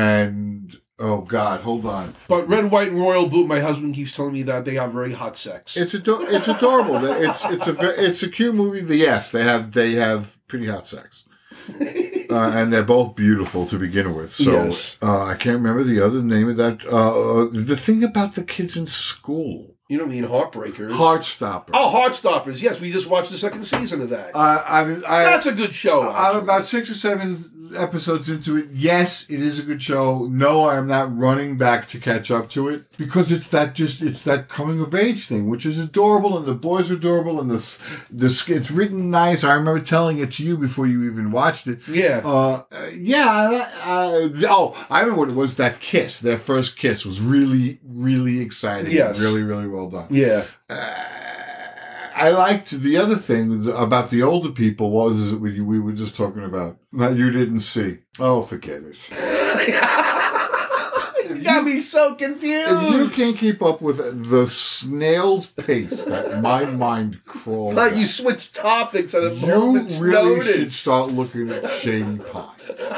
Speaker 3: and oh god, hold on,
Speaker 2: But red, white, and royal blue. My husband keeps telling me that they have very hot sex.
Speaker 3: it's ador- it's adorable. It's it's a ve- it's a cute movie. The- Yes, they have they have pretty hot sex, uh, and they're both beautiful to begin with. So
Speaker 2: Yes.
Speaker 3: uh, I can't remember the other name of that. Uh, the thing about the kids in school.
Speaker 2: you don't mean heartbreakers.
Speaker 3: Heartstopper.
Speaker 2: oh, Heartstoppers. Yes, we just watched the second season of that.
Speaker 3: Uh, I mean, I,
Speaker 2: That's a good show.
Speaker 3: Uh, I'm
Speaker 2: actually.
Speaker 3: about six or seven episodes into it. Yes, it is a good show. No, I am not running back to catch up to it because it's that just it's that coming of age thing, which is adorable, and the boys are adorable, and this this it's written nice. I remember telling it to you before you even watched it.
Speaker 2: Yeah.
Speaker 3: Uh, uh, yeah. Uh, oh, I remember what it was. That kiss, their first kiss, was really, really exciting.
Speaker 2: Yes.
Speaker 3: Really, really well done.
Speaker 2: yeah.
Speaker 3: I liked the other thing about the older people was that we, we were just talking about that you didn't see. Oh, forget it.
Speaker 2: You got me so confused.
Speaker 3: If you can keep up with the snail's pace that my mind crawls.
Speaker 2: But
Speaker 3: at,
Speaker 2: you switch topics at a
Speaker 3: you
Speaker 2: moment's
Speaker 3: really should
Speaker 2: notice.
Speaker 3: start looking at Shady Pines.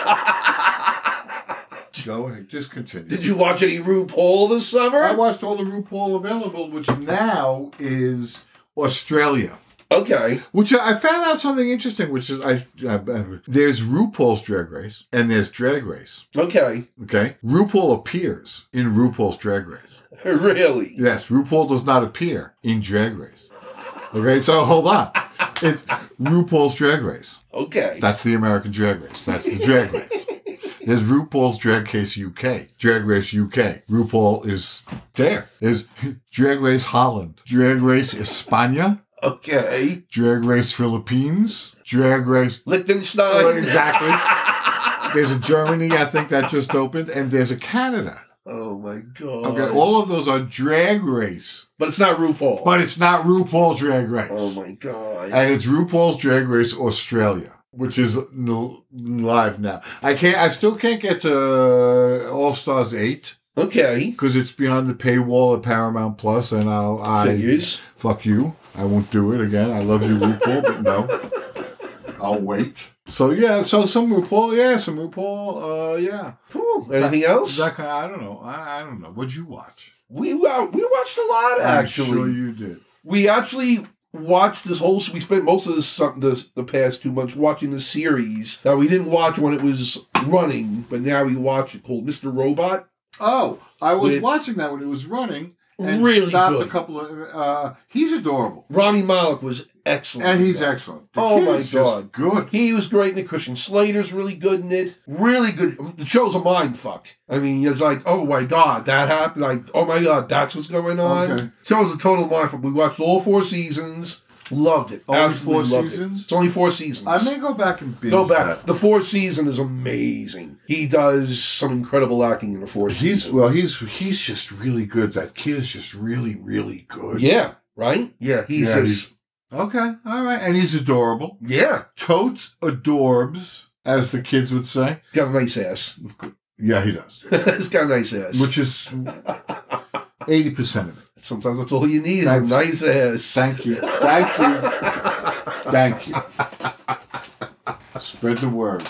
Speaker 3: Go ahead, just continue.
Speaker 2: Did you watch any RuPaul this summer?
Speaker 3: I watched all the RuPaul available, which now is Australia.
Speaker 2: okay.
Speaker 3: Which I I found out something interesting, which is I, I, I- there's RuPaul's Drag Race and there's Drag Race.
Speaker 2: Okay.
Speaker 3: Okay, RuPaul appears in RuPaul's Drag Race.
Speaker 2: Really?
Speaker 3: Yes, RuPaul does not appear in Drag Race. Okay, so hold on, it's RuPaul's Drag Race.
Speaker 2: Okay.
Speaker 3: That's the American Drag Race. That's the Drag Race. There's RuPaul's Drag Case UK, Drag Race UK. RuPaul is there. There's Drag Race Holland, Drag Race España,
Speaker 2: Okay.
Speaker 3: Drag Race Philippines, Drag Race
Speaker 2: Liechtenstein.
Speaker 3: Oh, exactly. There's a Germany, I think, that just opened, and there's a Canada.
Speaker 2: Oh my god.
Speaker 3: Okay, all of those are drag race,
Speaker 2: but it's not RuPaul.
Speaker 3: but it's not RuPaul drag race.
Speaker 2: oh my god.
Speaker 3: And it's RuPaul's Drag Race Australia, which is n- live now. I can't, I still can't get to All Stars 8
Speaker 2: okay.
Speaker 3: because it's behind the paywall at Paramount Plus, and I'll, I,
Speaker 2: Figures.
Speaker 3: fuck you. I won't do it again. I love you, RuPaul, but no. I'll wait. So yeah, so some RuPaul, yeah, some RuPaul, uh, yeah.
Speaker 2: Cool. Anything else?
Speaker 3: That kind I don't know. I, I don't know. What'd you watch?
Speaker 2: we uh, we watched a lot actually.
Speaker 3: I'm sure you did.
Speaker 2: we actually watched this whole we spent most of this, this the past two months watching the series that we didn't watch when it was running but now we watch it called mr robot
Speaker 3: Oh, I was
Speaker 2: With-
Speaker 3: watching that when it was running. And
Speaker 2: Really
Speaker 3: stopped
Speaker 2: good.
Speaker 3: a couple of. Uh, he's adorable,
Speaker 2: rami malik was excellent
Speaker 3: and
Speaker 2: in
Speaker 3: he's
Speaker 2: that.
Speaker 3: excellent. The
Speaker 2: Oh
Speaker 3: kid
Speaker 2: my
Speaker 3: is just
Speaker 2: God.
Speaker 3: good.
Speaker 2: he was great in it. Christian Slater's really good in it. Really good. The show's a mind fuck. I mean, it's like, oh my god, that happened. Like, oh my god, that's what's going on.
Speaker 3: Okay.
Speaker 2: Show's a total mind fuck. We watched all four seasons. Loved it.
Speaker 3: Only
Speaker 2: Absolutely
Speaker 3: four
Speaker 2: loved it.
Speaker 3: seasons?
Speaker 2: It's only four seasons.
Speaker 3: I may go back and binge
Speaker 2: Go back.
Speaker 3: that.
Speaker 2: The fourth season is amazing. He does some incredible acting in the fourth
Speaker 3: He's
Speaker 2: season.
Speaker 3: well. He's he's just really good. That kid is just really really good.
Speaker 2: Yeah, right? Yeah, he's
Speaker 3: Yeah,
Speaker 2: just.
Speaker 3: Okay. All right. And he's adorable.
Speaker 2: yeah,
Speaker 3: Totes adorbs, as the kids would say.
Speaker 2: got a nice ass.
Speaker 3: Yeah, he does.
Speaker 2: he's got a nice ass.
Speaker 3: Which is eighty percent of it.
Speaker 2: Sometimes that's all you need
Speaker 3: That's-
Speaker 2: is a nice ass.
Speaker 3: Thank you. Thank you. Thank you. Spread the word.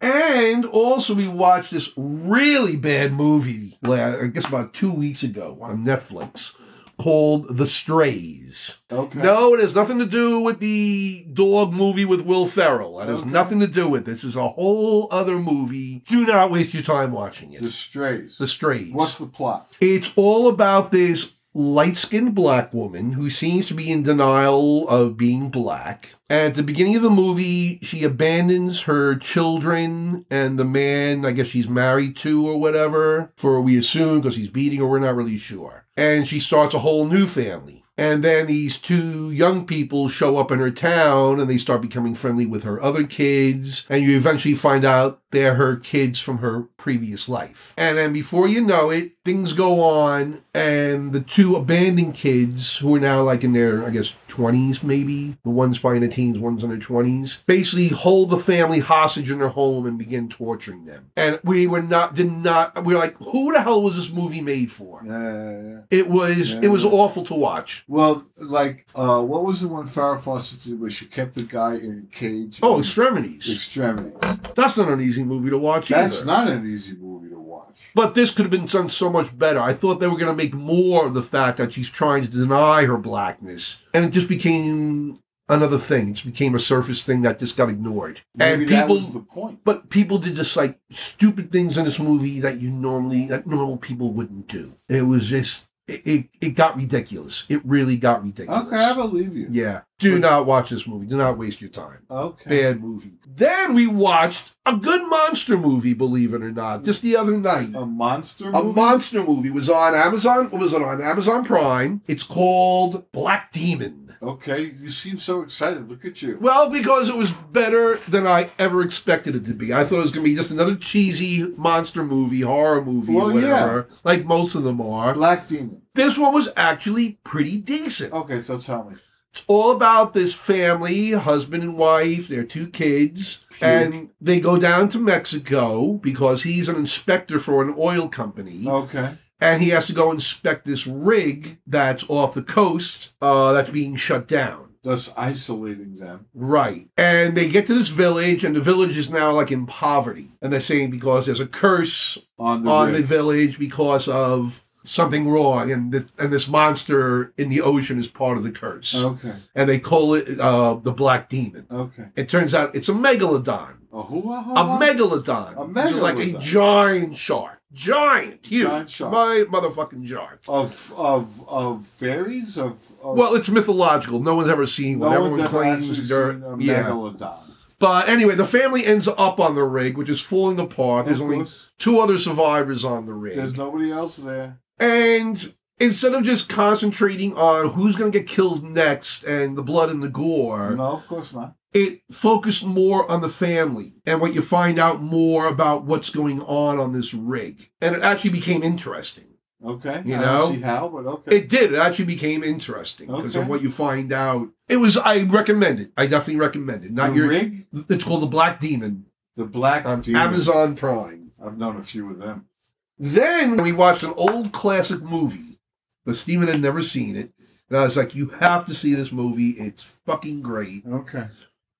Speaker 2: And also, we watched this really bad movie, la- I guess about two weeks ago on Netflix, called The Strays.
Speaker 3: Okay.
Speaker 2: No, it has nothing to do with the dog movie with Will Ferrell. It has
Speaker 3: Okay.
Speaker 2: nothing to do with this. It's a whole other movie. Do not waste your time watching
Speaker 3: The
Speaker 2: it.
Speaker 3: strays.
Speaker 2: The Strays.
Speaker 3: What's the plot?
Speaker 2: It's all about this light skinned black woman who seems to be in denial of being black. And at the beginning of the movie, she abandons her children and the man I guess she's married to or whatever, for we assume because he's beating her, we're not really sure. And she starts a whole new family. And then these two young people show up in her town and they start becoming friendly with her other kids. And you eventually find out they're her kids from her previous life. And then before you know it, things go on, and the two abandoned kids who are now like in their, I guess, 20s maybe, the one's probably in their teens, one's in their 20s, basically hold the family hostage in their home and begin torturing them. And we were not, did not, we were like, who the hell was this movie made for?
Speaker 3: Yeah, yeah, yeah.
Speaker 2: It was, it was
Speaker 3: Yeah.
Speaker 2: awful to watch.
Speaker 3: Well, like, uh, what was the one Farrah Fawcett did where she kept the guy in a cage?
Speaker 2: Oh,
Speaker 3: in
Speaker 2: Extremities.
Speaker 3: extremities.
Speaker 2: That's not an easy movie to watch
Speaker 3: That's
Speaker 2: either.
Speaker 3: not an easy movie to watch.
Speaker 2: But this could have been done so much better. I thought they were going to make more of the fact that she's trying to deny her blackness. And it just became another thing. It just became a surface thing that just got ignored.
Speaker 3: Maybe
Speaker 2: and
Speaker 3: that
Speaker 2: people.
Speaker 3: was the point.
Speaker 2: but people did just like stupid things in this movie that you normally that normal people wouldn't do. It was just it, it, it got ridiculous. It really got ridiculous.
Speaker 3: Okay, I believe you.
Speaker 2: yeah. Do not watch this movie. Do not waste your time
Speaker 3: Okay.
Speaker 2: bad movie. Then we watched a good monster movie, believe it or not, just the other night.
Speaker 3: A monster
Speaker 2: A
Speaker 3: movie?
Speaker 2: monster movie was on Amazon. Was it on Amazon Prime? It's called Black Demon.
Speaker 3: okay, you seem so excited. Look at you.
Speaker 2: Well, because it was better than I ever expected it to be. I thought it was going to be just another cheesy monster movie, horror movie, or
Speaker 3: Well,
Speaker 2: whatever, like most of them are.
Speaker 3: Black Demon.
Speaker 2: This one was actually pretty decent.
Speaker 3: Okay, so tell me.
Speaker 2: It's all about this family, husband and wife, their two kids, and they go down to Mexico because he's an inspector for an oil company,
Speaker 3: Okay.
Speaker 2: and he has to go inspect this rig that's off the coast uh, that's being shut down.
Speaker 3: Thus isolating them.
Speaker 2: Right. And they get to this village, and the village is now like in poverty. And they're saying because there's a curse
Speaker 3: On the,
Speaker 2: on the
Speaker 3: rig.
Speaker 2: village because of something wrong, and, th- and this monster in the ocean is part of the curse
Speaker 3: Okay.
Speaker 2: and they call it uh, the Black Demon.
Speaker 3: Okay.
Speaker 2: It turns out it's a megalodon.
Speaker 3: A hula
Speaker 2: A
Speaker 3: hula?
Speaker 2: megalodon.
Speaker 3: A
Speaker 2: Which is like a
Speaker 3: megalodon.
Speaker 2: giant shark. Giant. Huge.
Speaker 3: Giant shark.
Speaker 2: My motherfucking shark.
Speaker 3: of of of fairies of, of
Speaker 2: Well, it's mythological. No one's ever seen
Speaker 3: no
Speaker 2: one. Everyone
Speaker 3: one's ever actually
Speaker 2: claims
Speaker 3: seen
Speaker 2: they're.
Speaker 3: a
Speaker 2: Yeah.
Speaker 3: megalodon.
Speaker 2: But anyway, the family ends up on the rig, which is falling apart. There's
Speaker 3: Of
Speaker 2: only
Speaker 3: course.
Speaker 2: two other survivors on the rig.
Speaker 3: There's nobody else there.
Speaker 2: And instead of just concentrating on who's going to get killed next and the blood and the gore,
Speaker 3: No, of course not.
Speaker 2: it focused more on the family and what you find out more about what's going on on this rig. And it actually became interesting.
Speaker 3: Okay.
Speaker 2: You
Speaker 3: I
Speaker 2: know?
Speaker 3: don't see how, but okay.
Speaker 2: It did. It actually became interesting because of
Speaker 3: Okay.
Speaker 2: what you find out. It was, I recommend it. I definitely recommend it. Not
Speaker 3: the
Speaker 2: your,
Speaker 3: rig,
Speaker 2: it's called The Black Demon
Speaker 3: the black
Speaker 2: on
Speaker 3: demon.
Speaker 2: Amazon Prime.
Speaker 3: I've known a few of them.
Speaker 2: Then we watched an old classic movie, but Steven had never seen it. And I was like, you have to see this movie. It's fucking great.
Speaker 3: Okay.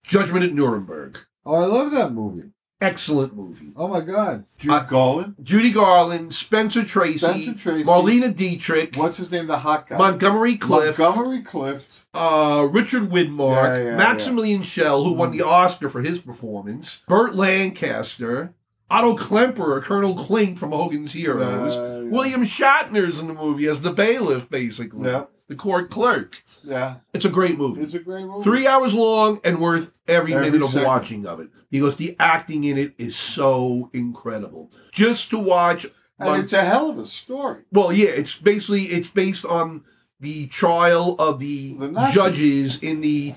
Speaker 2: Judgment at Nuremberg.
Speaker 3: Oh, I love that movie.
Speaker 2: Excellent movie.
Speaker 3: Oh my God. Jude
Speaker 2: Uh,
Speaker 3: Garland.
Speaker 2: Judy Garland, Spencer Tracy,
Speaker 3: Spencer Tracy.
Speaker 2: Marlena Dietrich,
Speaker 3: What's his name? The hot guy.
Speaker 2: Montgomery Cliff,
Speaker 3: Montgomery Clift.
Speaker 2: uh, Richard Widmark,
Speaker 3: Yeah, yeah,
Speaker 2: Maximilian Schell, who won
Speaker 3: Mhm.
Speaker 2: the Oscar for his performance, Burt Lancaster, Otto Klemperer, Colonel Klink from Hogan's Heroes,
Speaker 3: Yeah, yeah.
Speaker 2: William Shatner's in the movie as the bailiff, basically,
Speaker 3: Yeah.
Speaker 2: the court clerk.
Speaker 3: Yeah.
Speaker 2: It's a great movie.
Speaker 3: It's a great movie.
Speaker 2: Three hours long and worth every,
Speaker 3: Every
Speaker 2: minute of
Speaker 3: second.
Speaker 2: watching of it because the acting in it is so incredible. Just to watch
Speaker 3: And
Speaker 2: Mon-
Speaker 3: it's a hell of a story.
Speaker 2: Well, yeah, it's basically it's based on the trial of the,
Speaker 3: The Nazis.
Speaker 2: judges in the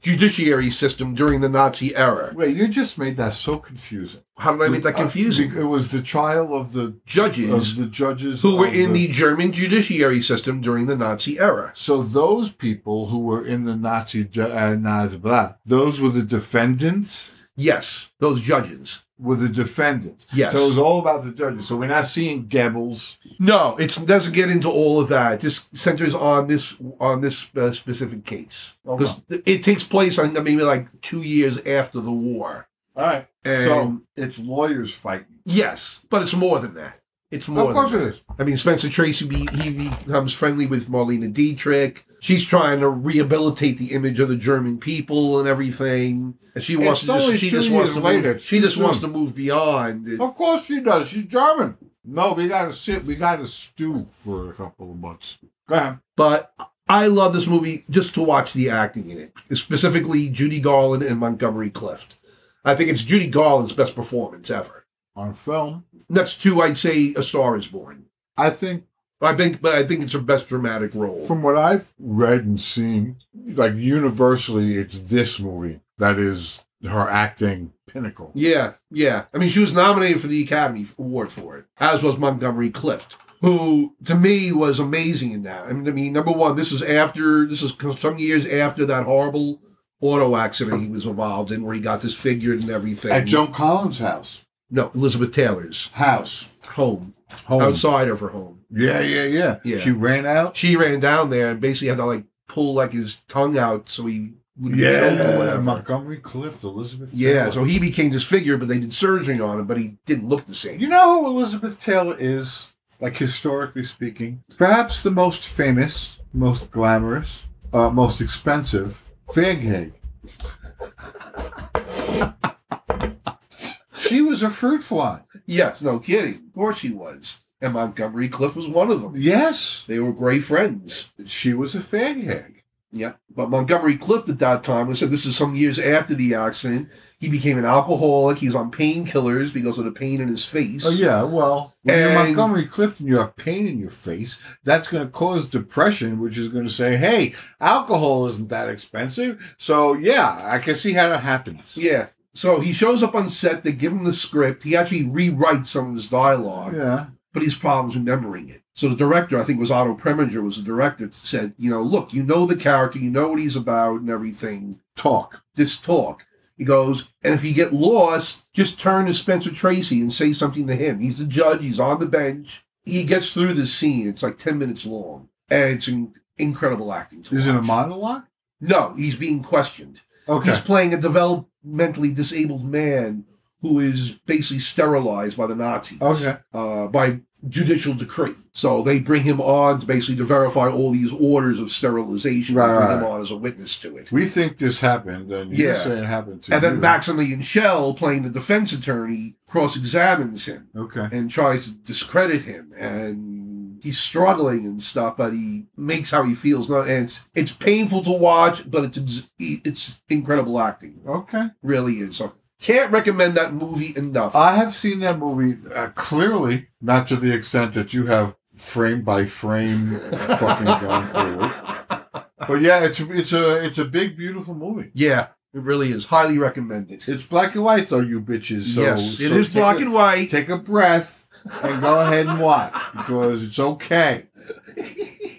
Speaker 2: judiciary system during the Nazi era.
Speaker 3: Wait, you just made that so confusing.
Speaker 2: How did I make that
Speaker 3: Uh,
Speaker 2: confusing?
Speaker 3: it was the trial of the
Speaker 2: judges
Speaker 3: of the judges
Speaker 2: who were
Speaker 3: of
Speaker 2: in the German judiciary system during the Nazi era.
Speaker 3: So those people who were in the Nazi ju- uh, Nazi blah, those were the defendants.
Speaker 2: Yes, those judges.
Speaker 3: Were the defendants?
Speaker 2: Yes.
Speaker 3: So it was all about the judges. So we're not seeing Goebbels.
Speaker 2: No, it doesn't get into all of that. It just centers on this on this uh, specific case because it takes place. I think maybe like two years after the war.
Speaker 3: All right.
Speaker 2: And
Speaker 3: so it's lawyers fighting.
Speaker 2: yes, but it's more than that. It's more.
Speaker 3: of
Speaker 2: than
Speaker 3: course
Speaker 2: that.
Speaker 3: it is.
Speaker 2: I mean, Spencer Tracy be, he becomes friendly with Marlena Dietrich. She's trying to rehabilitate the image of the German people and everything. And she wants
Speaker 3: It's
Speaker 2: to just
Speaker 3: only
Speaker 2: she
Speaker 3: two
Speaker 2: just wants
Speaker 3: years
Speaker 2: to
Speaker 3: later.
Speaker 2: move,
Speaker 3: It's
Speaker 2: she
Speaker 3: too
Speaker 2: just wants to
Speaker 3: soon.
Speaker 2: move beyond. it.
Speaker 3: Of course she does. She's German. No, we gotta sit. We gotta stew for a couple of months. Go ahead.
Speaker 2: But I love this movie just to watch the acting in it, specifically Judy Garland and Montgomery Clift. I think it's Judy Garland's best performance ever.
Speaker 3: On film,
Speaker 2: Next to, I'd say, A Star Is Born.
Speaker 3: I think
Speaker 2: I think, but I think it's her best dramatic role.
Speaker 3: From what I've read and seen, like universally, it's this movie that is her acting pinnacle.
Speaker 2: Yeah, yeah. I mean, she was nominated for the Academy Award for it, as was Montgomery Clift. who to me was amazing in that. I mean, I mean, number one, this is after this is some years after that horrible auto accident he was involved in, where he got disfigured and everything.
Speaker 3: At Joan Collins' house.
Speaker 2: no, Elizabeth Taylor's
Speaker 3: House.
Speaker 2: home,
Speaker 3: Home.
Speaker 2: outside of her home.
Speaker 3: Yeah, yeah, yeah,
Speaker 2: Yeah.
Speaker 3: She ran out.
Speaker 2: She ran down there and basically had to like pull like his tongue out so he would
Speaker 3: Yeah, Montgomery Clift, Elizabeth.
Speaker 2: Yeah,
Speaker 3: Taylor.
Speaker 2: so he became disfigured, but they did surgery on him, but he didn't look the same.
Speaker 3: You know who Elizabeth Taylor is, like historically speaking? Perhaps the most famous, most glamorous, uh, most expensive fag hag. she was a fruit fly.
Speaker 2: Yes, no kidding. Of course he was. And Montgomery Cliff was one of them.
Speaker 3: Yes,
Speaker 2: They were great friends.
Speaker 3: she was a fag hag.
Speaker 2: Yeah. But Montgomery Cliff at that time, I said this is some years after the accident, he became an alcoholic. He was on painkillers because of the pain in his face.
Speaker 3: Oh yeah, well, when you're
Speaker 2: And-
Speaker 3: Montgomery Clift and you have pain in your face, that's going to cause depression, which is going to say, "Hey, alcohol isn't that expensive." So yeah, I can see how that happens.
Speaker 2: Yeah. So he shows up on set. They give him the script. He actually rewrites some of his dialogue.
Speaker 3: yeah.
Speaker 2: but he has problems remembering it. So the director, I think it was Otto Preminger, was the director, said, you know, look, you know the character, you know what he's about and everything.
Speaker 3: Talk.
Speaker 2: Just talk. He goes, and if you get lost, just turn to Spencer Tracy and say something to him. He's the judge, he's on the bench. He gets through this scene. It's like 10 minutes long. And it's in- incredible acting. To
Speaker 3: Is it a
Speaker 2: watch.
Speaker 3: monologue?
Speaker 2: No, he's being questioned.
Speaker 3: Okay.
Speaker 2: He's playing a developmentally disabled man who is basically sterilized by the Nazis
Speaker 3: Okay.
Speaker 2: uh, by judicial decree. So they bring him on to basically to verify all these orders of sterilization. They
Speaker 3: Right,
Speaker 2: bring
Speaker 3: right,
Speaker 2: him
Speaker 3: right.
Speaker 2: on as a witness to it.
Speaker 3: We think this happened, and you
Speaker 2: Yeah.
Speaker 3: say it happened to
Speaker 2: And
Speaker 3: you.
Speaker 2: then Maximilian Schell, playing the defense attorney, cross examines him
Speaker 3: Okay.
Speaker 2: and tries to discredit him. And he's struggling and stuff, but he makes how he feels. Not, and it's, it's painful to watch, but it's ex- it's incredible acting.
Speaker 3: Okay.
Speaker 2: really is. So can't recommend that movie enough.
Speaker 3: I have seen that movie uh, clearly, not to the extent that you have frame by frame fucking gone through it. But yeah, it's it's a it's a big beautiful movie.
Speaker 2: yeah, it really is. Highly recommended.
Speaker 3: It's black and white though, you bitches. So,
Speaker 2: yes, it
Speaker 3: so
Speaker 2: is
Speaker 3: take
Speaker 2: black
Speaker 3: a-
Speaker 2: and white.
Speaker 3: Take a breath and go ahead and watch because it's okay.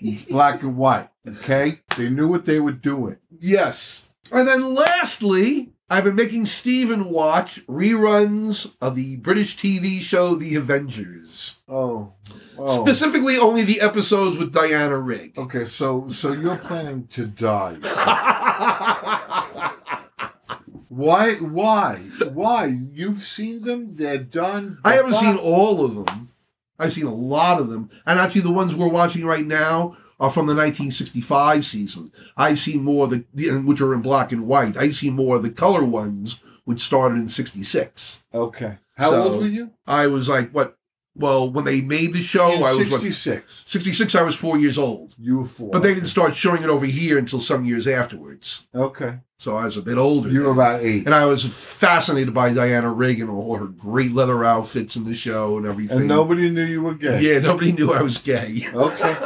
Speaker 3: It's black and white. Okay, they knew what they were doing.
Speaker 2: Yes. And then lastly, I've been making Steven watch reruns of the British TV show The Avengers.
Speaker 3: Oh, oh.
Speaker 2: Specifically, only the episodes with Diana Rigg.
Speaker 3: Okay, so so you're planning to die. why? Why? Why? You've seen them. They're done.
Speaker 2: I haven't seen all of them. I've seen a lot of them. And actually, the ones we're watching right now are from the 1965 season. I've seen more of the, the which are in black and white. I've seen more of the color ones, which started in 66.
Speaker 3: Okay. How
Speaker 2: So-
Speaker 3: old were you?
Speaker 2: I was like, what? Well, when they made the show,
Speaker 3: In
Speaker 2: oh, I was what,
Speaker 3: sixty-six.
Speaker 2: 66, I was four years old.
Speaker 3: You were four.
Speaker 2: But they didn't start showing it over here until some years afterwards.
Speaker 3: Okay.
Speaker 2: So I was a bit older.
Speaker 3: You were
Speaker 2: then.
Speaker 3: about eight.
Speaker 2: and I was fascinated by Diana Rigg and all her great leather outfits in the show and everything.
Speaker 3: And nobody knew you were gay.
Speaker 2: Yeah, nobody knew I was gay.
Speaker 3: Okay.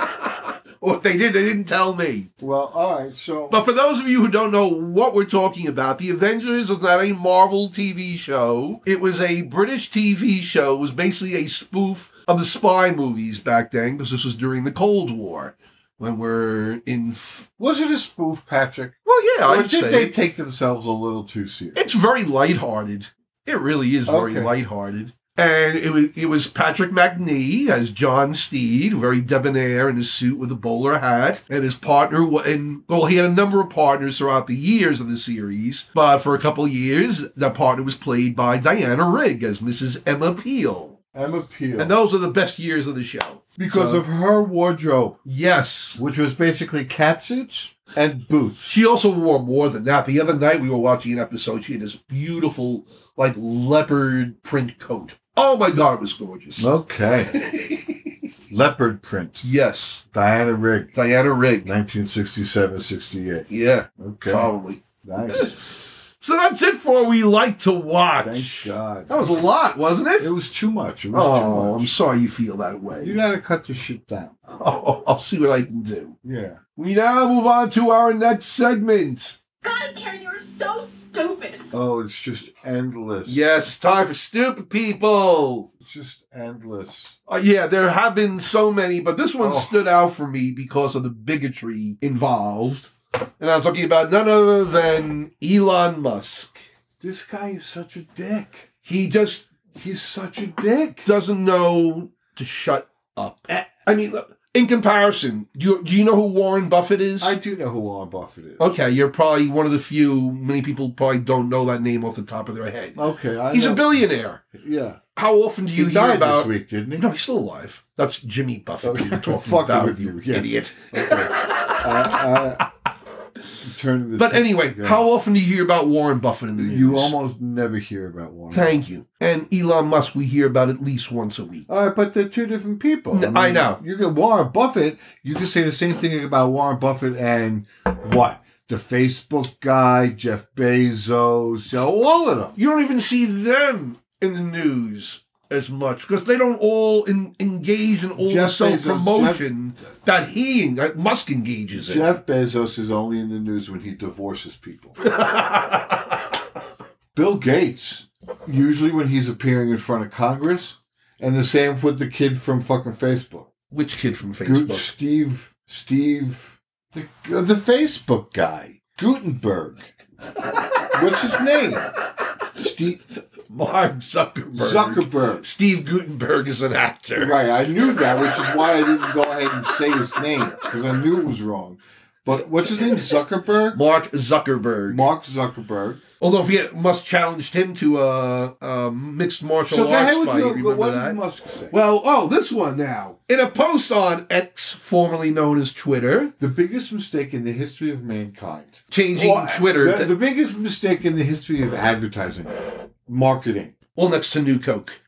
Speaker 2: or if they did, they didn't tell me.
Speaker 3: Well, all right. So.
Speaker 2: But for those of you who don't know what we're talking about, The Avengers is not a Marvel TV show. It was a British TV show. It was basically a spoof of the spy movies back then, because this was during the Cold War, when we're in.
Speaker 3: was it a spoof, Patrick?
Speaker 2: Well, yeah,
Speaker 3: Or
Speaker 2: I'd
Speaker 3: did
Speaker 2: say
Speaker 3: they take themselves a little too serious?
Speaker 2: it's very lighthearted. It really is very
Speaker 3: Okay.
Speaker 2: lighthearted. And it was it was Patrick McNee as John Steed, very debonair in his suit with a bowler hat, and his partner. wa- And well, he had a number of partners throughout the years of the series, but for a couple of years, that partner was played by Diana Rigg as Mrs. Emma Peel.
Speaker 3: Emma Peel.
Speaker 2: And those are the best years of the show.
Speaker 3: because
Speaker 2: So-
Speaker 3: of her wardrobe,
Speaker 2: yes,
Speaker 3: which was basically catsuits and boots.
Speaker 2: She also wore more than that. The other night we were watching an episode. She had this beautiful, like leopard print coat. Oh my god, it was gorgeous.
Speaker 3: Okay. Leopard print.
Speaker 2: Yes,
Speaker 3: Diana Rigg,
Speaker 2: Diana Rigg.
Speaker 3: 1967 68.
Speaker 2: Yeah,
Speaker 3: Okay.
Speaker 2: probably.
Speaker 3: Nice.
Speaker 2: So that's it for we like to watch.
Speaker 3: Thank God.
Speaker 2: That was a lot, wasn't it?
Speaker 3: It was too much. It was
Speaker 2: oh,
Speaker 3: too
Speaker 2: I'm
Speaker 3: much.
Speaker 2: sorry you feel that way.
Speaker 3: You got to cut the shit down.
Speaker 2: oh, I'll see what I can do.
Speaker 3: Yeah.
Speaker 2: We now move on to our next segment.
Speaker 6: God, Karen, you are so stupid. stupid.
Speaker 3: Oh, it's just endless.
Speaker 2: Yes, it's time for stupid people.
Speaker 3: It's just endless.
Speaker 2: Uh, yeah, there have been so many, but this one
Speaker 3: Oh.
Speaker 2: stood out for me because of the bigotry involved. And I'm talking about none other than Elon Musk.
Speaker 3: This guy is such a dick.
Speaker 2: He just
Speaker 3: He's such a dick.
Speaker 2: doesn't know to shut up.
Speaker 3: Eh.
Speaker 2: I mean, look, in comparison, do you, do you know who Warren Buffett is?
Speaker 3: I do know who Warren Buffett is.
Speaker 2: okay, you're probably one of the few, many people probably don't know that name off the top of their head.
Speaker 3: Okay, I
Speaker 2: He's
Speaker 3: know.
Speaker 2: a billionaire.
Speaker 3: Yeah,
Speaker 2: How often do you
Speaker 3: he
Speaker 2: hear
Speaker 3: died
Speaker 2: about.
Speaker 3: this week, didn't he?
Speaker 2: No, he's still alive. That's Jimmy Buffett
Speaker 3: Okay.
Speaker 2: we're talking
Speaker 3: Fucking
Speaker 2: about,
Speaker 3: with you,
Speaker 2: you
Speaker 3: yes.
Speaker 2: idiot.
Speaker 3: Turn this
Speaker 2: But anyway,
Speaker 3: Yeah.
Speaker 2: how often do you hear about Warren Buffett in the news?
Speaker 3: you almost never hear about Warren.
Speaker 2: Thank you. And Elon Musk, we hear about at least once a week.
Speaker 3: All right, but they're two different people.
Speaker 2: N- I know.
Speaker 3: You can Warren Buffett. You can say the same thing about Warren Buffett and what the Facebook guy, Jeff Bezos, so all of them.
Speaker 2: You don't even see them in the news as much because they don't all in, engage in all
Speaker 3: Jeff
Speaker 2: the self
Speaker 3: Bezos-
Speaker 2: promotion that he, that Musk engages in.
Speaker 3: Jeff Bezos is only in the news when he divorces people. Bill Gates, usually when he's appearing in front of Congress, and the same with the kid from fucking Facebook.
Speaker 2: Which kid from
Speaker 3: Gut-
Speaker 2: Facebook?
Speaker 3: Steve, Steve, the, the Facebook guy, Gutenberg. What's his name? Steve
Speaker 2: Mark Zuckerberg.
Speaker 3: Zuckerberg.
Speaker 2: Steve Gutenberg is an actor.
Speaker 3: Right, I knew that, which is why I didn't go ahead and say his name because I knew it was wrong. But what's his name? Zuckerberg.
Speaker 2: Mark Zuckerberg.
Speaker 3: Mark Zuckerberg.
Speaker 2: Although he Musk challenged him to a, a mixed martial
Speaker 3: So the
Speaker 2: arts
Speaker 3: hell
Speaker 2: fight.
Speaker 3: with you,
Speaker 2: Remember
Speaker 3: but what
Speaker 2: that?
Speaker 3: did Musk say?
Speaker 2: Well, oh, this one now. In a post on X, formerly known as Twitter,
Speaker 3: the biggest mistake in the history of mankind.
Speaker 2: changing
Speaker 3: Well,
Speaker 2: Twitter
Speaker 3: The,
Speaker 2: to-
Speaker 3: the biggest mistake in the history of advertising, marketing.
Speaker 2: all next to New Coke.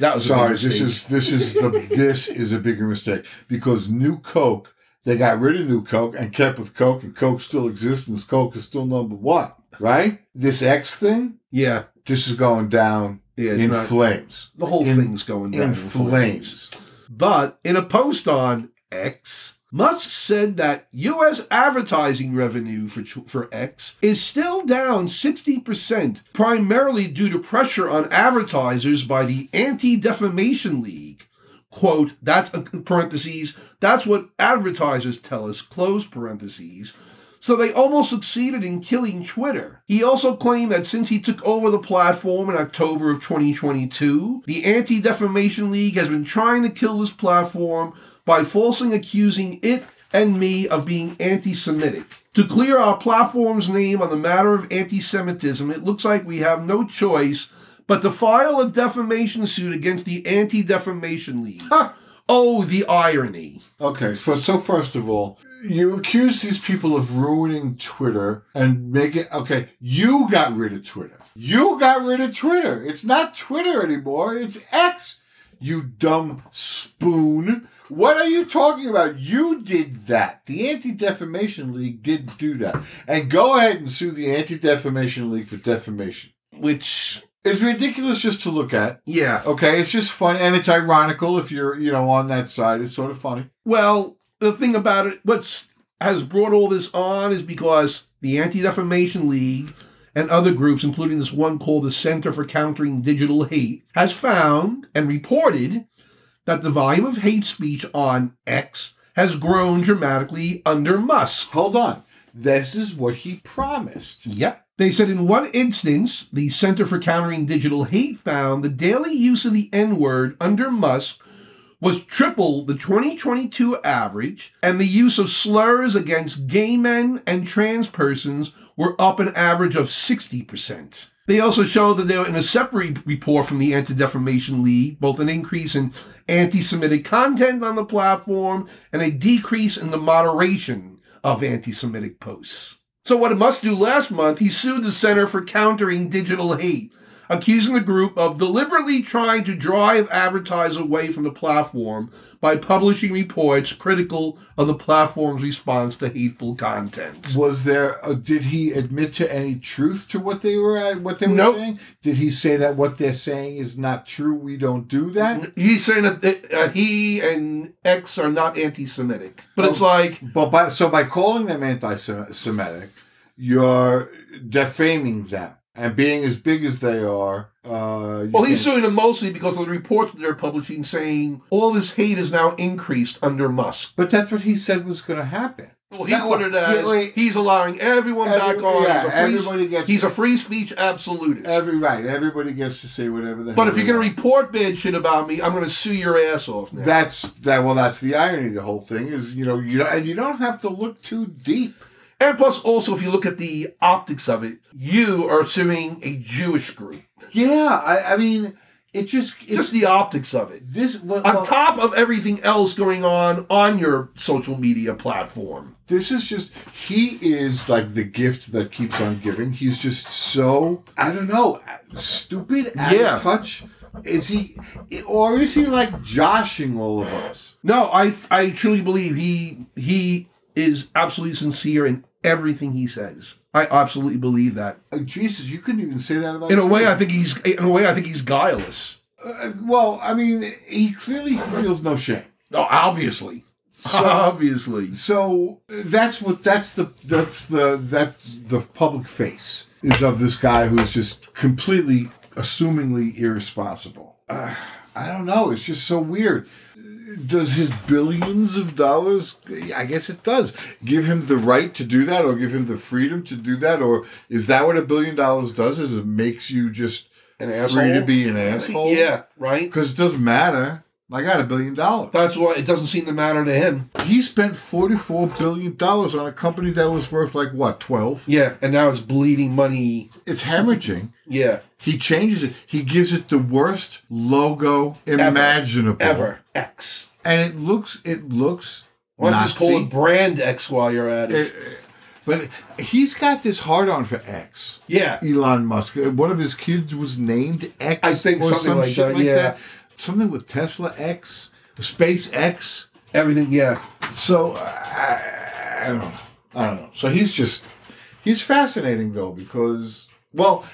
Speaker 2: That was
Speaker 3: Sorry,
Speaker 2: a big
Speaker 3: this
Speaker 2: mistake.
Speaker 3: is this is the this is a bigger mistake because New Coke they got rid of New Coke and kept with Coke and Coke still exists and Coke is still number one, right? This X thing,
Speaker 2: yeah,
Speaker 3: this is going down
Speaker 2: Yeah, it's
Speaker 3: in
Speaker 2: not-
Speaker 3: flames.
Speaker 2: the whole
Speaker 3: In-
Speaker 2: thing's going down
Speaker 3: in flames.
Speaker 2: But in a post on X, Musk said that U.S. advertising revenue for tw- for X is still down sixty percent, primarily due to pressure on advertisers by the Anti Defamation League. Quote, that's uh, parentheses, that's what advertisers tell us, close parentheses. So they almost succeeded in killing Twitter. He also claimed that since he took over the platform in October of 2022, the Anti Defamation League has been trying to kill this platform by falsely accusing it and me of being anti Semitic. To clear our platform's name on the matter of anti Semitism, it looks like we have no choice but to file a defamation suit against the Anti Defamation League. Oh, the irony.
Speaker 3: Okay, so, so first of all, you accuse these people of ruining Twitter and making. Okay, you got rid of Twitter. You got rid of Twitter. It's not Twitter anymore, it's X, you dumb spoon. What are you talking about? You did that. The Anti Defamation League did do that. And go ahead and sue the Anti Defamation League for defamation.
Speaker 2: Which,
Speaker 3: It's ridiculous just to look at.
Speaker 2: yeah.
Speaker 3: Okay, it's just funny and it's ironical if you're, you know, on that side. It's sort of funny.
Speaker 2: Well, the thing about it, what's has brought all this on is because the Anti Defamation League and other groups, including this one called the Center for Countering Digital Hate, has found and reported that the volume of hate speech on X has grown dramatically under Musk.
Speaker 3: Hold on. This is what he promised.
Speaker 2: Yep. They said in one instance, the Center for Countering Digital Hate found the daily use of the N word under Musk was triple the 2022 average, and the use of slurs against gay men and trans persons were up an average of 60%. They also showed that they were in a separate report from the Anti Defamation League, both an increase in anti Semitic content on the platform and a decrease in the moderation of anti Semitic posts. So, what it must do last month, he sued the Center for Countering Digital Hate, accusing the group of deliberately trying to drive advertisers away from the platform by publishing reports critical of the platform's response to hateful content.
Speaker 3: Was there? Uh, did he admit to any truth to what they were uh, what they were
Speaker 2: Nope.
Speaker 3: saying? Did he say that what they're saying is not true? We don't do that.
Speaker 2: He's saying that- that uh, he and X are not anti Semitic. But it's like,
Speaker 3: But by so by calling them anti-Semitic you're defaming them and being as big as they are. Uh, you
Speaker 2: Well, he's
Speaker 3: can-
Speaker 2: suing them mostly because of the reports that they're publishing saying all this hate is now increased under Musk.
Speaker 3: but that's what he said was going to happen.
Speaker 2: Well, he
Speaker 3: That
Speaker 2: put
Speaker 3: was-
Speaker 2: it as
Speaker 3: yeah, like-
Speaker 2: he's allowing everyone back
Speaker 3: Every-
Speaker 2: on.
Speaker 3: yeah,
Speaker 2: he's, a free,
Speaker 3: everybody gets-
Speaker 2: he's a free speech absolutist.
Speaker 3: Every right, everybody gets to say whatever the.
Speaker 2: but
Speaker 3: hell
Speaker 2: if you're
Speaker 3: they
Speaker 2: going
Speaker 3: want.
Speaker 2: to report bad shit about me, I'm going to sue your ass off now.
Speaker 3: That's that. Well, that's the irony. of The whole thing is, you know, you don't- and you don't have to look too deep.
Speaker 2: and plus, also, if you look at the optics of it, you are suing a Jewish group.
Speaker 3: Yeah, I, I mean, it just it's
Speaker 2: Just the optics of it.
Speaker 3: this. Well,
Speaker 2: On top of everything else going on on your social media platform.
Speaker 3: this is just he is like the gift that keeps on giving. He's just so I don't know, stupid, out
Speaker 2: Yeah.
Speaker 3: of touch. Is he, or is he like joshing all of us?
Speaker 2: No, I I truly believe he he is absolutely sincere in everything he says. I absolutely believe that.
Speaker 3: Uh, Jesus, you couldn't even say that about.
Speaker 2: In a way, I think he's in a way I think he's guileless.
Speaker 3: Uh, well, I mean, he clearly feels no shame.
Speaker 2: Oh, obviously, obviously.
Speaker 3: so that's what that's the that's the that's the public face is of this guy who's just completely assumingly irresponsible uh, i don't know it's just so weird does his billions of dollars i guess it does give him the right to do that or give him the freedom to do that or is that what a billion dollars does is it makes you just
Speaker 2: An
Speaker 3: free to
Speaker 2: asshole?
Speaker 3: be an asshole
Speaker 2: Yeah, right.
Speaker 3: because it doesn't matter i got a billion dollars
Speaker 2: That's why it doesn't seem to matter to him.
Speaker 3: he spent forty-four billion dollars on a company that was worth like what twelve.
Speaker 2: Yeah, and now it's bleeding money.
Speaker 3: It's hemorrhaging.
Speaker 2: Yeah,
Speaker 3: He changes it. He gives it the worst logo imaginable
Speaker 2: ever X.
Speaker 3: and it looks it looks
Speaker 2: Why don't you just call
Speaker 3: Nazi.
Speaker 2: it brand X while you're at it?
Speaker 3: But he's got this hard on for X.
Speaker 2: yeah,
Speaker 3: Elon Musk. One of his kids was named X.
Speaker 2: I think something like that, yeah.
Speaker 3: Something with Tesla X, Space X.
Speaker 2: everything. Yeah,
Speaker 3: So I, I don't know. I don't know. So he's just he's fascinating though because well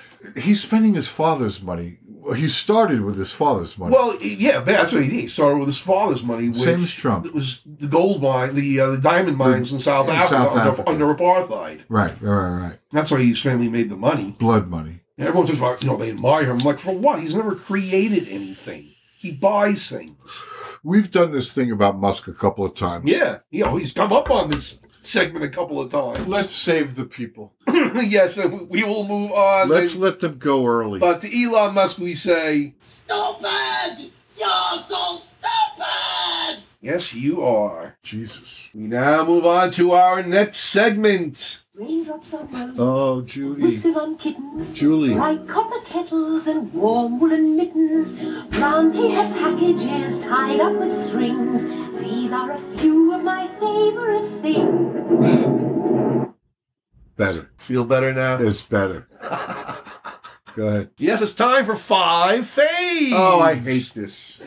Speaker 3: he's spending his father's money. He started with his father's money.
Speaker 2: Well, yeah, that's what he did. He started with his father's money, which
Speaker 3: Same as Trump.
Speaker 2: It was the gold mine, the uh, the diamond mines in South,
Speaker 3: in
Speaker 2: Africa,
Speaker 3: South
Speaker 2: under,
Speaker 3: Africa.
Speaker 2: under apartheid.
Speaker 3: right, right, right, right.
Speaker 2: That's how his family made the money.
Speaker 3: Blood money.
Speaker 2: And everyone talks about, you know, they admire him. I'm like, for what? He's never created anything. He buys things.
Speaker 3: We've done this thing about Musk a couple of times.
Speaker 2: Yeah, you know, he's come up on this segment a couple of times.
Speaker 3: Let's save the people.
Speaker 2: yes, and we- we will move on.
Speaker 3: Let's let them go early.
Speaker 2: but to Elon Musk, we say,
Speaker 4: Stupid! You're so stupid!
Speaker 2: yes, you are.
Speaker 3: Jesus.
Speaker 2: We now move on to our next segment.
Speaker 6: Raindrops on roses,
Speaker 3: Oh, Judy.
Speaker 6: whiskers on kittens,
Speaker 3: Julie.
Speaker 6: bright copper kettles and warm woolen mittens, brown paper packages tied up with strings. These are a few of my favorite things.
Speaker 3: Better.
Speaker 2: Feel better now?
Speaker 3: It's better. go ahead.
Speaker 2: Yes, it's time for five faves.
Speaker 3: Oh, I hate this.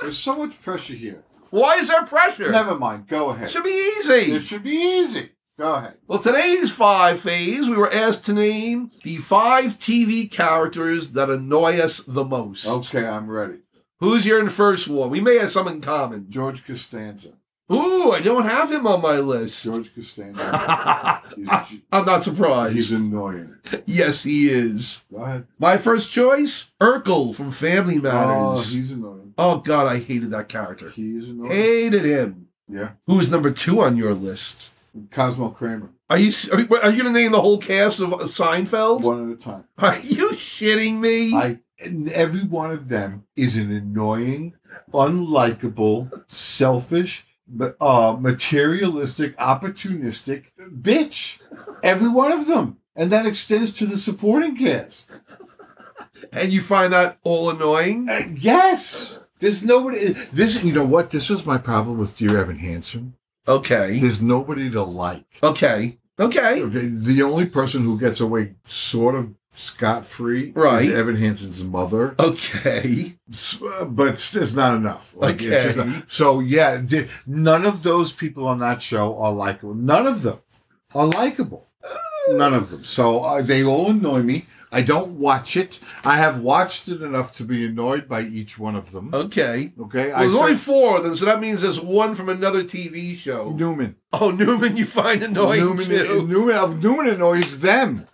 Speaker 3: There's so much pressure here.
Speaker 2: Why is there pressure?
Speaker 3: Never mind. Go ahead.
Speaker 2: Should be easy.
Speaker 3: It should be easy. Go ahead.
Speaker 2: Well, today's five faves, we were asked to name the five TV characters that annoy us the most.
Speaker 3: Okay, I'm ready.
Speaker 2: Who's your first one? We may have some in common.
Speaker 3: George Costanza.
Speaker 2: Ooh, I don't have him on my list.
Speaker 3: George Costanza. he's,
Speaker 2: I'm not
Speaker 3: he's
Speaker 2: surprised.
Speaker 3: annoying.
Speaker 2: yes, he is.
Speaker 3: Go ahead.
Speaker 2: My first choice, Urkel from Family
Speaker 3: Oh,
Speaker 2: Matters.
Speaker 3: he's annoying.
Speaker 2: Oh, God, I hated that character.
Speaker 3: He's annoying.
Speaker 2: Hated him.
Speaker 3: Yeah.
Speaker 2: Who is number two on your list?
Speaker 3: Cosmo Kramer.
Speaker 2: Are you are you going to name the whole cast of of Seinfeld?
Speaker 3: One at a time.
Speaker 2: Are you shitting me?
Speaker 3: I and every one of them is an annoying, unlikable, selfish, ma- uh, materialistic, opportunistic bitch. Every one of them. And that extends to the supporting cast.
Speaker 2: and you find that all annoying?
Speaker 3: Uh, yes. There's nobody. This, you know what? This was my problem with Dear Evan Hansen.
Speaker 2: Okay.
Speaker 3: There's nobody to like.
Speaker 2: Okay. Okay.
Speaker 3: Okay, the only person who gets away sort of scot free
Speaker 2: Right.
Speaker 3: is Evan Hansen's mother,
Speaker 2: Okay.
Speaker 3: S- uh, but it's it's not enough. it's just
Speaker 2: Okay.
Speaker 3: not- so yeah, the, none of those people on that show are likable. None of them are likable. None of them. So uh, they all annoy me. I don't watch it. I have watched it enough to be annoyed by each one of them.
Speaker 2: Okay. Oh.
Speaker 3: Okay,
Speaker 2: Well, there's
Speaker 3: I
Speaker 2: only
Speaker 3: said-
Speaker 2: four of them, so that means there's one from another TV show.
Speaker 3: Newman.
Speaker 2: Oh, Newman, you find annoying
Speaker 3: Newman,
Speaker 2: too.
Speaker 3: Newman, uh, Newman annoys them.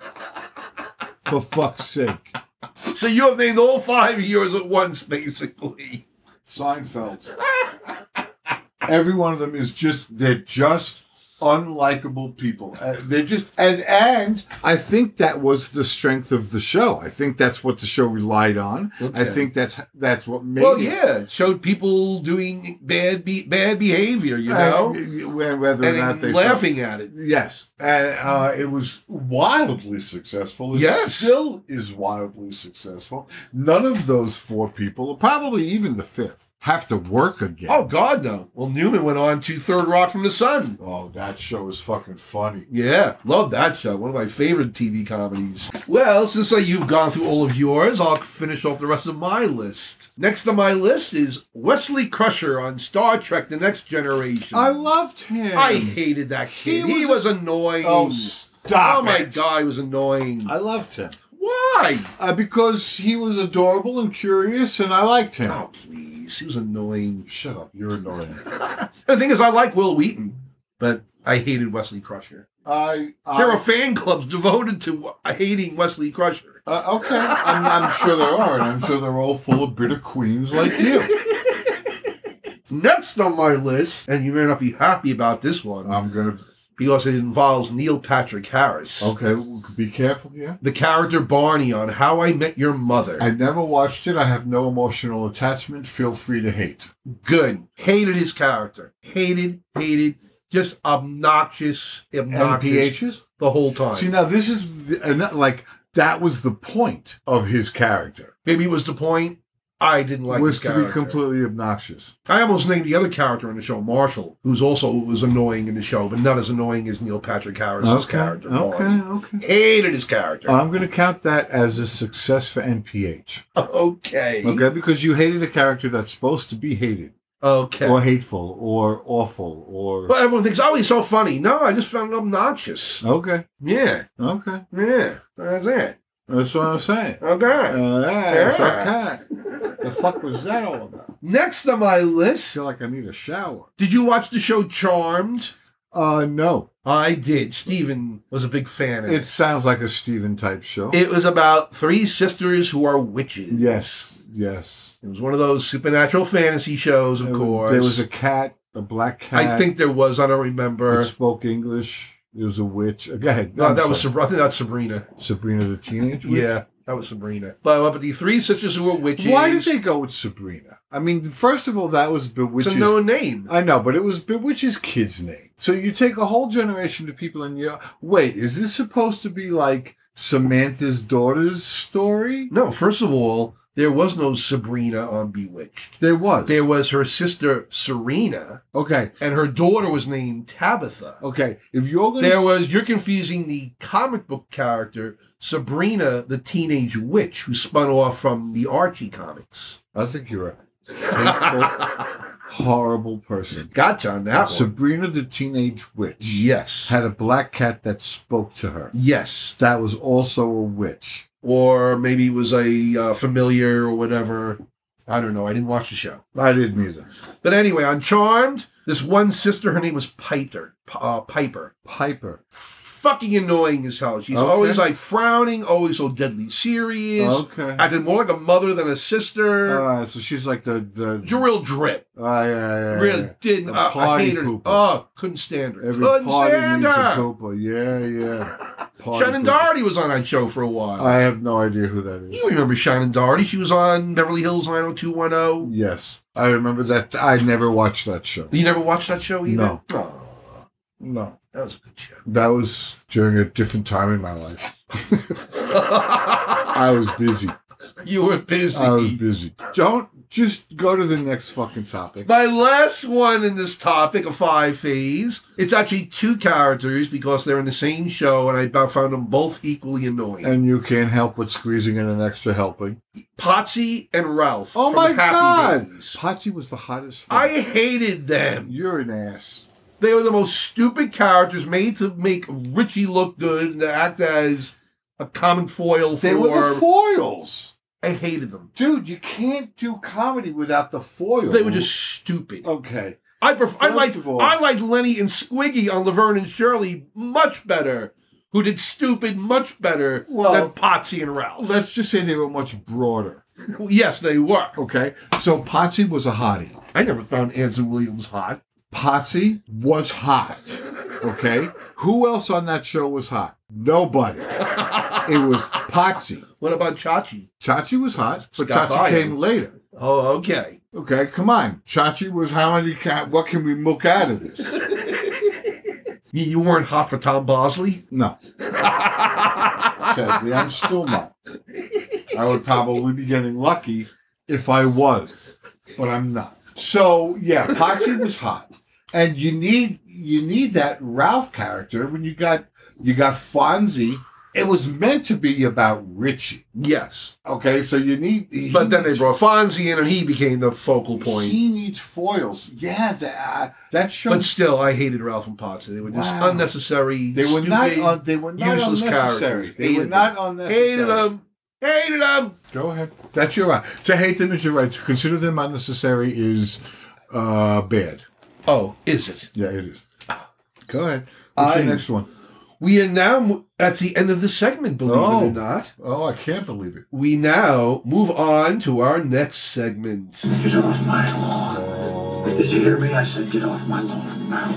Speaker 3: For fuck's sake.
Speaker 2: So you have named all five of yours at once, basically.
Speaker 3: Seinfeld. Every one of them is just they're just unlikable people. Uh, they're just and and I think that was the strength of the show. I think that's what the show relied on. I
Speaker 2: Okay.
Speaker 3: think that's that's what made
Speaker 2: Well,
Speaker 3: it.
Speaker 2: yeah, it showed people doing bad be- bad behavior, you know,
Speaker 3: Uh, whether or
Speaker 2: and
Speaker 3: not they
Speaker 2: laughing at it.
Speaker 3: Yes, and uh, it was wildly successful. It
Speaker 2: Mm. Yes.
Speaker 3: still is wildly successful. None of those four people, or probably even the fifth, have to work again.
Speaker 2: Oh God, no. Well, Newman went on to Third Rock from the Sun.
Speaker 3: Oh, that show is fucking funny.
Speaker 2: Yeah, love that show. One of my favorite TV comedies. Well, since uh, you've gone through all of yours, I'll finish off the rest of my list. Next on my list is Wesley Crusher on Star Trek: The Next Generation.
Speaker 3: I loved him.
Speaker 2: I hated that kid. He,
Speaker 3: He
Speaker 2: was,
Speaker 3: was
Speaker 2: annoying.
Speaker 3: Oh, stop
Speaker 2: Oh my
Speaker 3: it.
Speaker 2: god, he was annoying.
Speaker 3: I loved him
Speaker 2: Why?
Speaker 3: uh, because he was adorable and curious, and I liked him.
Speaker 2: Oh please, he was annoying.
Speaker 3: Shut up! You're annoying.
Speaker 2: The thing is, I like Will Wheaton, but I hated Wesley Crusher.
Speaker 3: I, I
Speaker 2: There are fan clubs devoted to hating Wesley Crusher.
Speaker 3: Uh, okay, I'm, I'm sure there are, and I'm sure they're all full of bitter queens like you.
Speaker 2: Next on my list, and you may not be happy about this one
Speaker 3: I'm gonna
Speaker 2: because it involves Neil Patrick Harris,
Speaker 3: okay. well, Be careful here.
Speaker 2: the character Barney on How I Met Your Mother.
Speaker 3: I never watched it. I have no emotional attachment. Feel free to hate.
Speaker 2: Good. Hated his character. Hated, hated, just obnoxious, obnoxious.
Speaker 3: NPHs.
Speaker 2: the whole time.
Speaker 3: See now, this is the, and that- like that was the point of his character
Speaker 2: Maybe it was the point. I didn't like
Speaker 3: was
Speaker 2: his
Speaker 3: to be
Speaker 2: character.
Speaker 3: completely obnoxious.
Speaker 2: I almost named the other character in the show Marshall, who's also was annoying in the show, but not as annoying as Neil Patrick Harris's character.
Speaker 3: Okay.
Speaker 2: Barney.
Speaker 3: Okay.
Speaker 2: hated his character.
Speaker 3: I'm going to count that as a success for NPH.
Speaker 2: okay,
Speaker 3: Uh, Okay, because you hated a character that's supposed to be hated,
Speaker 2: okay.
Speaker 3: or hateful, or awful, or
Speaker 2: Well, everyone thinks, oh, he's so funny. No, I just found him obnoxious.
Speaker 3: okay,
Speaker 2: Yeah,
Speaker 3: okay.
Speaker 2: yeah. That's it.
Speaker 3: That's what I'm saying.
Speaker 2: Okay.
Speaker 3: Uh, that's
Speaker 2: Yeah.
Speaker 3: okay. The fuck was that all about?
Speaker 2: Next on my
Speaker 3: I
Speaker 2: list,
Speaker 3: feel like I need a shower.
Speaker 2: did you watch the show Charmed?
Speaker 3: Uh, no.
Speaker 2: I did. Steven was a big fan of
Speaker 3: It
Speaker 2: it.
Speaker 3: sounds like a Steven type show.
Speaker 2: It was about three sisters who are witches.
Speaker 3: yes, yes.
Speaker 2: It was one of those supernatural fantasy shows, of
Speaker 3: There was-
Speaker 2: course.
Speaker 3: There was a cat, a black cat.
Speaker 2: I think there was. I don't remember.
Speaker 3: that spoke English. There was a witch. Uh, Go ahead.
Speaker 2: No,
Speaker 3: I'm
Speaker 2: that was
Speaker 3: sorry.
Speaker 2: Sab- I think that's Sabrina.
Speaker 3: Sabrina the Teenage Witch.
Speaker 2: Yeah, that was Sabrina. But but the three sisters who were witches.
Speaker 3: Why did they go with Sabrina? I mean, first of all, that was
Speaker 2: It's
Speaker 3: Bewitch's.
Speaker 2: a known name.
Speaker 3: I know, but it was Bewitch's kid's name. So you take a whole generation of people and you wait, is this supposed to be like Samantha's daughter's story?
Speaker 2: No, first of all, there was no Sabrina on Bewitched.
Speaker 3: There was.
Speaker 2: There was her sister Serena,
Speaker 3: okay,
Speaker 2: and her daughter was named Tabitha.
Speaker 3: okay. If you're going
Speaker 2: There was you're confusing the comic book character Sabrina, the teenage witch who spun off from the Archie comics.
Speaker 3: I think you're a hateful, horrible person.
Speaker 2: Gotcha on that one.
Speaker 3: Sabrina the Teenage Witch
Speaker 2: Yes.
Speaker 3: had a black cat that spoke to her.
Speaker 2: Yes.
Speaker 3: That was also a witch.
Speaker 2: or maybe it was a uh, familiar or whatever. I don't know. I didn't watch the show.
Speaker 3: I didn't either.
Speaker 2: But anyway, on Charmed, this one sister, her name was Piper. P- Uh, Piper.
Speaker 3: Piper.
Speaker 2: Fucking annoying as hell. She's
Speaker 3: Okay.
Speaker 2: always like frowning, always so deadly serious.
Speaker 3: Okay.
Speaker 2: Acted more like a mother than a sister.
Speaker 3: Uh, so she's like the the.
Speaker 2: She's a real drip.
Speaker 3: Ah, yeah, yeah, yeah,
Speaker 2: Really
Speaker 3: yeah.
Speaker 2: didn't. uh,
Speaker 3: A
Speaker 2: I, I
Speaker 3: party
Speaker 2: hate her.
Speaker 3: pooper.
Speaker 2: Oh, couldn't stand her.
Speaker 3: Every
Speaker 2: couldn't
Speaker 3: party
Speaker 2: stand
Speaker 3: needs a
Speaker 2: her.
Speaker 3: Copa. Yeah, yeah. Party
Speaker 2: Shannon
Speaker 3: pooper.
Speaker 2: Doherty was on that show for a while.
Speaker 3: I have no idea who that is.
Speaker 2: you remember Shannon Doherty? She was on Beverly Hills 90210.
Speaker 3: Yes, I remember that. I never watched that show.
Speaker 2: You never watched that show either?
Speaker 3: No.
Speaker 2: Oh,
Speaker 3: No,
Speaker 2: that was a good show.
Speaker 3: that was during a different time in my life. I was busy.
Speaker 2: you were busy.
Speaker 3: I was busy. Don't just go to the next fucking topic.
Speaker 2: My last one in this topic of five phase. It's actually two characters because they're in the same show, and I about found them both equally annoying.
Speaker 3: And you can't help but squeezing in an extra helping.
Speaker 2: Potsy and Ralph.
Speaker 3: Oh
Speaker 2: from
Speaker 3: my
Speaker 2: Happy
Speaker 3: god!
Speaker 2: Days.
Speaker 3: Patsy was the hottest thing.
Speaker 2: I hated them.
Speaker 3: You're an ass.
Speaker 2: They were the most stupid characters made to make Richie look good and to act as a common foil for.
Speaker 3: They were the foils.
Speaker 2: I hated them.
Speaker 3: Dude, you can't do comedy without the foil.
Speaker 2: They were just
Speaker 3: Oh,
Speaker 2: stupid.
Speaker 3: Okay.
Speaker 2: I pref- I
Speaker 3: First
Speaker 2: like
Speaker 3: of all-
Speaker 2: I like Lenny and Squiggy on Laverne and Shirley much better, who did stupid much better
Speaker 3: Well-
Speaker 2: than Potsy and Ralph.
Speaker 3: Let's just say they were much broader.
Speaker 2: yes, they were.
Speaker 3: Okay. So Potsy was a hottie.
Speaker 2: I never found Anson Williams hot.
Speaker 3: Potsy was hot. Okay. Who else on that show was hot? Nobody. It was Potsy.
Speaker 2: What about Chachi?
Speaker 3: Chachi was hot, but
Speaker 2: Scott
Speaker 3: Chachi
Speaker 2: Ian.
Speaker 3: came later.
Speaker 2: Oh, okay.
Speaker 3: Okay, come on. Chachi was how many cat? What can we milk out of this?
Speaker 2: You, you weren't hot for Tom Bosley.
Speaker 3: No. Sadly, I'm still not. I would probably be getting lucky if I was, but I'm not. So yeah, Potsy was hot, and you need you need that Ralph character when you got you got Fonzie. It was meant to be about Richie.
Speaker 2: Yes,
Speaker 3: Okay, so you need. he
Speaker 2: but then they
Speaker 3: needs-
Speaker 2: brought Fonzie in, and he became the focal point.
Speaker 3: He needs foils. Yeah, that, uh, that show.
Speaker 2: But still, I hated Ralph and Potsy. They were just
Speaker 3: Wow.
Speaker 2: unnecessary.
Speaker 3: they were not.
Speaker 2: stupid,
Speaker 3: Un, they were not
Speaker 2: useless
Speaker 3: unnecessary.
Speaker 2: characters.
Speaker 3: They were
Speaker 2: Hated
Speaker 3: not
Speaker 2: them.
Speaker 3: unnecessary.
Speaker 2: Hated them. Hated them.
Speaker 3: Go ahead. That's your right. To hate them is your right. To consider them unnecessary is uh, bad.
Speaker 2: Oh, is it?
Speaker 3: Yeah, it is. Go ahead. What's
Speaker 2: I-
Speaker 3: your next one?
Speaker 2: We are now mo- at the end of the segment, believe it
Speaker 3: Oh.
Speaker 2: or not.
Speaker 3: Oh, I can't believe it.
Speaker 2: We now move on to our next segment.
Speaker 4: Get off my lawn. Did you hear me? I said get off my lawn now.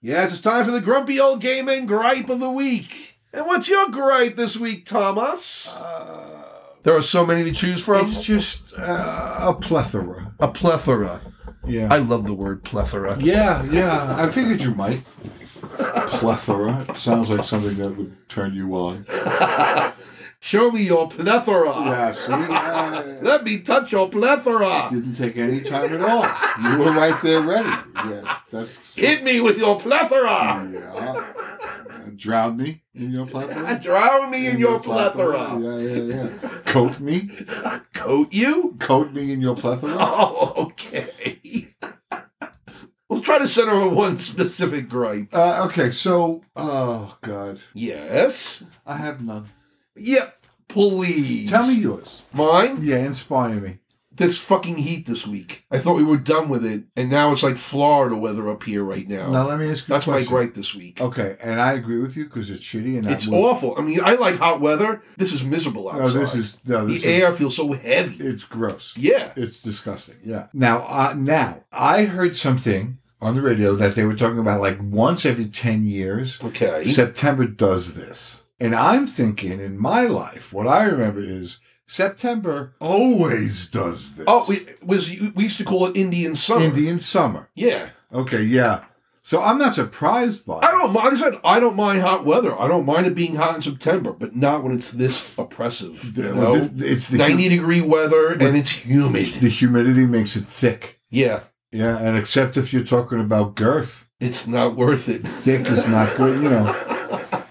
Speaker 2: Yes, it's time for the grumpy old gay man gripe of the week. And what's your gripe this week, Thomas? Uh, there are so many to choose from.
Speaker 3: It's just uh, a plethora.
Speaker 2: a plethora.
Speaker 3: Yeah.
Speaker 2: I love the word plethora.
Speaker 3: yeah, yeah. I figured you might. Plethora. It sounds like something that would turn you on.
Speaker 2: Show me your plethora.
Speaker 3: Yeah, see? I
Speaker 2: Let me touch your plethora.
Speaker 3: didn't take any time at all. You were right there ready. Yes, that's.
Speaker 2: Hit me with your plethora.
Speaker 3: Yeah. Drown me in your plethora?
Speaker 2: Drown me in, your, plethora.
Speaker 3: Yeah, yeah, yeah. Coat me?
Speaker 2: Coat you?
Speaker 3: Coat me in your plethora?
Speaker 2: Oh, okay. we'll try to center on one specific gripe.
Speaker 3: Uh, okay, so, oh, God.
Speaker 2: Yes.
Speaker 3: I have none.
Speaker 2: Yep. Please.
Speaker 3: Tell me yours.
Speaker 2: Mine?
Speaker 3: Yeah, inspire me.
Speaker 2: This fucking heat this week. I thought we were done with it, and now it's like Florida weather up here right now.
Speaker 3: Now, let me ask you
Speaker 2: That's
Speaker 3: a
Speaker 2: my
Speaker 3: question.
Speaker 2: gripe this week.
Speaker 3: Oh. Okay, and I agree with you because it's shitty and
Speaker 2: It's
Speaker 3: I would-
Speaker 2: awful. I mean, I like hot weather. This is miserable
Speaker 3: No,
Speaker 2: outside.
Speaker 3: this is no,
Speaker 2: the
Speaker 3: this is,
Speaker 2: air feels so heavy.
Speaker 3: It's gross.
Speaker 2: yeah.
Speaker 3: It's disgusting. Yeah. Now, uh, now I heard something on the radio that they were talking about like once every ten years,
Speaker 2: Okay.
Speaker 3: September does this. And I'm thinking in my life, what I remember is September always does this.
Speaker 2: oh, we, was we used to call it Indian summer.
Speaker 3: Indian summer.
Speaker 2: Yeah.
Speaker 3: Okay, yeah. So I'm not surprised by
Speaker 2: I
Speaker 3: it.
Speaker 2: don't mind. Like I said I don't mind hot weather. I don't mind it being hot in September, but not when it's this oppressive. You know?
Speaker 3: It's the,
Speaker 2: ninety
Speaker 3: hu-
Speaker 2: degree weather and it's humid.
Speaker 3: the humidity makes it thick.
Speaker 2: Yeah,
Speaker 3: Yeah, and except if you're talking about girth,
Speaker 2: it's not worth it.
Speaker 3: thick is not good, you know.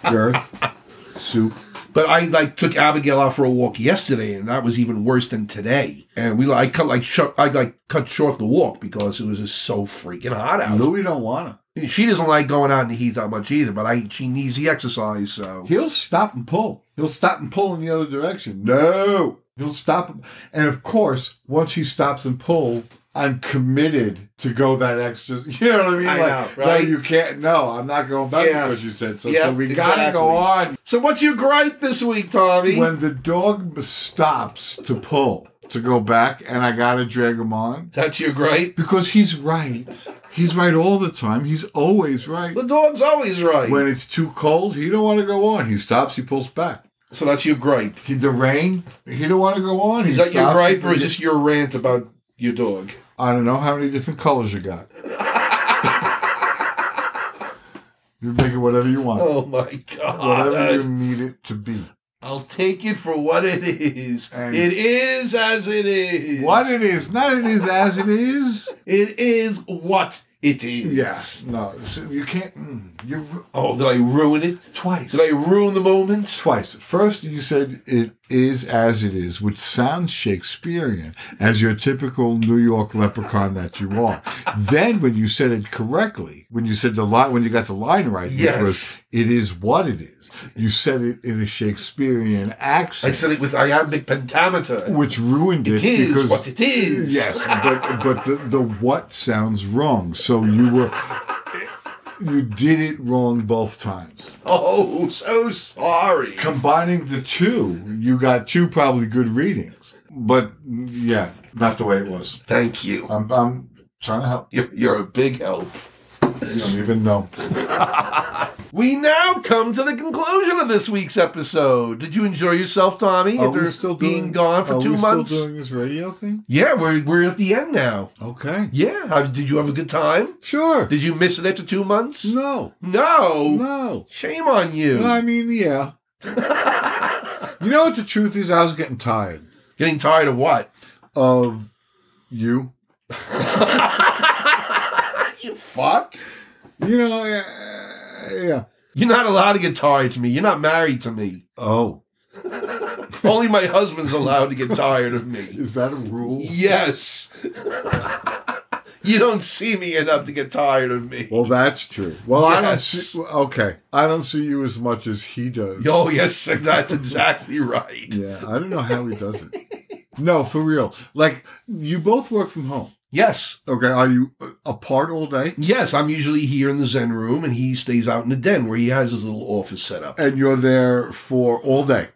Speaker 3: Girth, soup.
Speaker 2: But I like took Abigail out for a walk yesterday, and that was even worse than today. And we like I cut like short, I like cut short the walk because it was just so freaking hot out.
Speaker 3: Louis don't want him.
Speaker 2: She doesn't like going out in the heat that much either, but I she needs the exercise. So
Speaker 3: He'll stop and pull. He'll stop and pull in the other direction. No. He'll stop. And of course, once he stops and pull, I'm committed to go that extra. You know what I mean?
Speaker 2: I know,
Speaker 3: no,
Speaker 2: right?
Speaker 3: you can't. No, I'm not going back
Speaker 2: Yeah.
Speaker 3: because you said so.
Speaker 2: Yeah,
Speaker 3: so we gotta
Speaker 2: exactly.
Speaker 3: go on.
Speaker 2: so what's your gripe this week, Tommy?
Speaker 3: When the dog stops to pull to go back, and I gotta drag him on
Speaker 2: That's your gripe.
Speaker 3: because he's right. He's right all the time. He's always right.
Speaker 2: The dog's always right.
Speaker 3: When it's too cold, he don't want to go on. He stops. He pulls back.
Speaker 2: so that's your gripe.
Speaker 3: He, the rain, he don't want to go on.
Speaker 2: Is
Speaker 3: he
Speaker 2: that your
Speaker 3: stops.
Speaker 2: gripe or is this your rant about your dog?
Speaker 3: I don't know how many different colors you got. you make it whatever you want,
Speaker 2: Oh uh, my god.
Speaker 3: whatever you need it to be.
Speaker 2: I'll take it for what it is.
Speaker 3: And-
Speaker 2: it is as it is.
Speaker 3: What it is, not it is as it is.
Speaker 2: It is what it is.
Speaker 3: Yes, no, so you can't. mm, You ru-
Speaker 2: Oh, did I ruin it?
Speaker 3: twice.
Speaker 2: Did I ruin the moment?
Speaker 3: Twice. First, you said it is as it is, which sounds Shakespearean, as your typical New York leprechaun that you are. then, when you said it correctly, when you said the line, when you got the line right,
Speaker 2: Yes.
Speaker 3: which was It is what it is. You said it in a Shakespearean
Speaker 2: I
Speaker 3: accent,
Speaker 2: said it with iambic pentameter.
Speaker 3: which ruined it,
Speaker 2: It is
Speaker 3: because
Speaker 2: what it is.
Speaker 3: Yes, but but the, the what sounds wrong. So you were you did it wrong both times.
Speaker 2: Oh, so sorry.
Speaker 3: Combining the two, you got two probably good readings. But yeah, not the way it was.
Speaker 2: Thank you.
Speaker 3: I'm I'm trying to help.
Speaker 2: You're, you're a big help.
Speaker 3: You don't even know.
Speaker 2: We now come to the conclusion of this week's episode. Did you enjoy yourself, Tommy?
Speaker 3: Are we
Speaker 2: after
Speaker 3: still doing,
Speaker 2: being gone for
Speaker 3: are
Speaker 2: two
Speaker 3: we
Speaker 2: months.
Speaker 3: Still doing this radio thing?
Speaker 2: yeah, we're we're at the end now.
Speaker 3: Okay.
Speaker 2: Yeah, how, did you have a good time?
Speaker 3: Sure.
Speaker 2: Did you miss it after two months?
Speaker 3: No.
Speaker 2: No.
Speaker 3: No.
Speaker 2: Shame on you.
Speaker 3: I mean, yeah. you know what the truth is? I was getting tired
Speaker 2: Getting tired of what?
Speaker 3: of you.
Speaker 2: You fuck.
Speaker 3: You know, yeah. yeah.
Speaker 2: You're not allowed to get tired to me. You're not married to me.
Speaker 3: Oh,
Speaker 2: Only my husband's allowed to get tired of me.
Speaker 3: is that a rule?
Speaker 2: Yes. you don't see me enough to get tired of me.
Speaker 3: Well, that's true. Well, I don't
Speaker 2: Yes.
Speaker 3: see. well, Okay, I don't see you as much as he does.
Speaker 2: Oh, yes, that's exactly right.
Speaker 3: Yeah, I don't know how he does it. No, for real. Like you both work from home.
Speaker 2: Yes.
Speaker 3: Okay, are you uh, apart all day?
Speaker 2: Yes, I'm usually here in the Zen room, and he stays out in the den where he has his little office set up.
Speaker 3: And you're there for all day.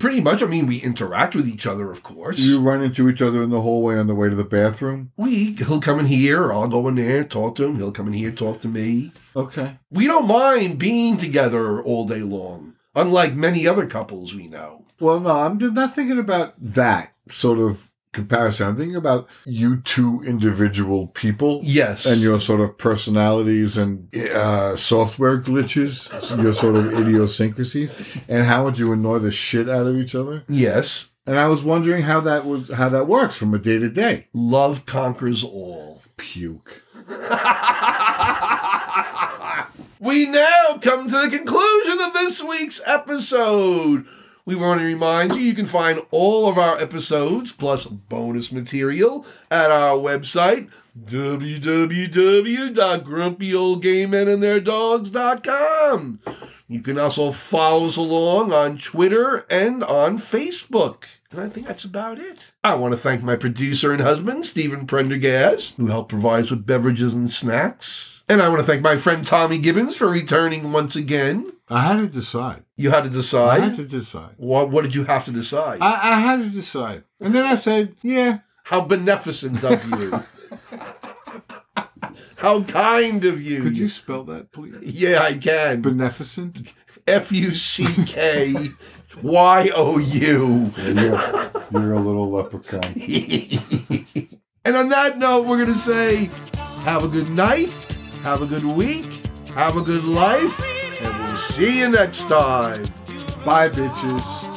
Speaker 2: Pretty much, I mean, we interact with each other, of course.
Speaker 3: You run into each other in the hallway on the way to the bathroom.
Speaker 2: we he'll come in here, I'll go in there, talk to him. He'll come in here, talk to me.
Speaker 3: Okay.
Speaker 2: We don't mind being together all day long, unlike many other couples we know.
Speaker 3: Well, no, I'm just not thinking about that sort of comparison. I'm thinking about you two individual people.
Speaker 2: Yes,
Speaker 3: And your sort of personalities and uh, software glitches, your sort of idiosyncrasies, and how would you annoy the shit out of each other?
Speaker 2: yes,
Speaker 3: And I was wondering how that was how that works from a day to day.
Speaker 2: love conquers all.
Speaker 3: Puke.
Speaker 2: We now come to the conclusion of this week's episode. We want to remind you you can find all of our episodes plus bonus material at our website www.grumpyoldgaymenandtheirdogs.com. You can also follow us along on Twitter and on Facebook. And I think that's about it. I want to thank my producer and husband, Stephen Prendergast, who helped provide us with beverages and snacks. And I want to thank my friend Tommy Gibbons for returning once again.
Speaker 3: I had to decide.
Speaker 2: You had to
Speaker 3: I
Speaker 2: decide.
Speaker 3: had to decide.
Speaker 2: what, what did you have to decide?
Speaker 3: I, I had to decide. And then I said, yeah,
Speaker 2: How beneficent of you. How kind of you.
Speaker 3: could you spell that, please?
Speaker 2: Yeah, I can.
Speaker 3: Beneficent?
Speaker 2: F U C K Y O U.
Speaker 3: You're, you're a little leprechaun.
Speaker 2: And on that note, we're going to say have a good night, have a good week, have a good life, and we'll see you next time.
Speaker 3: Bye, bitches.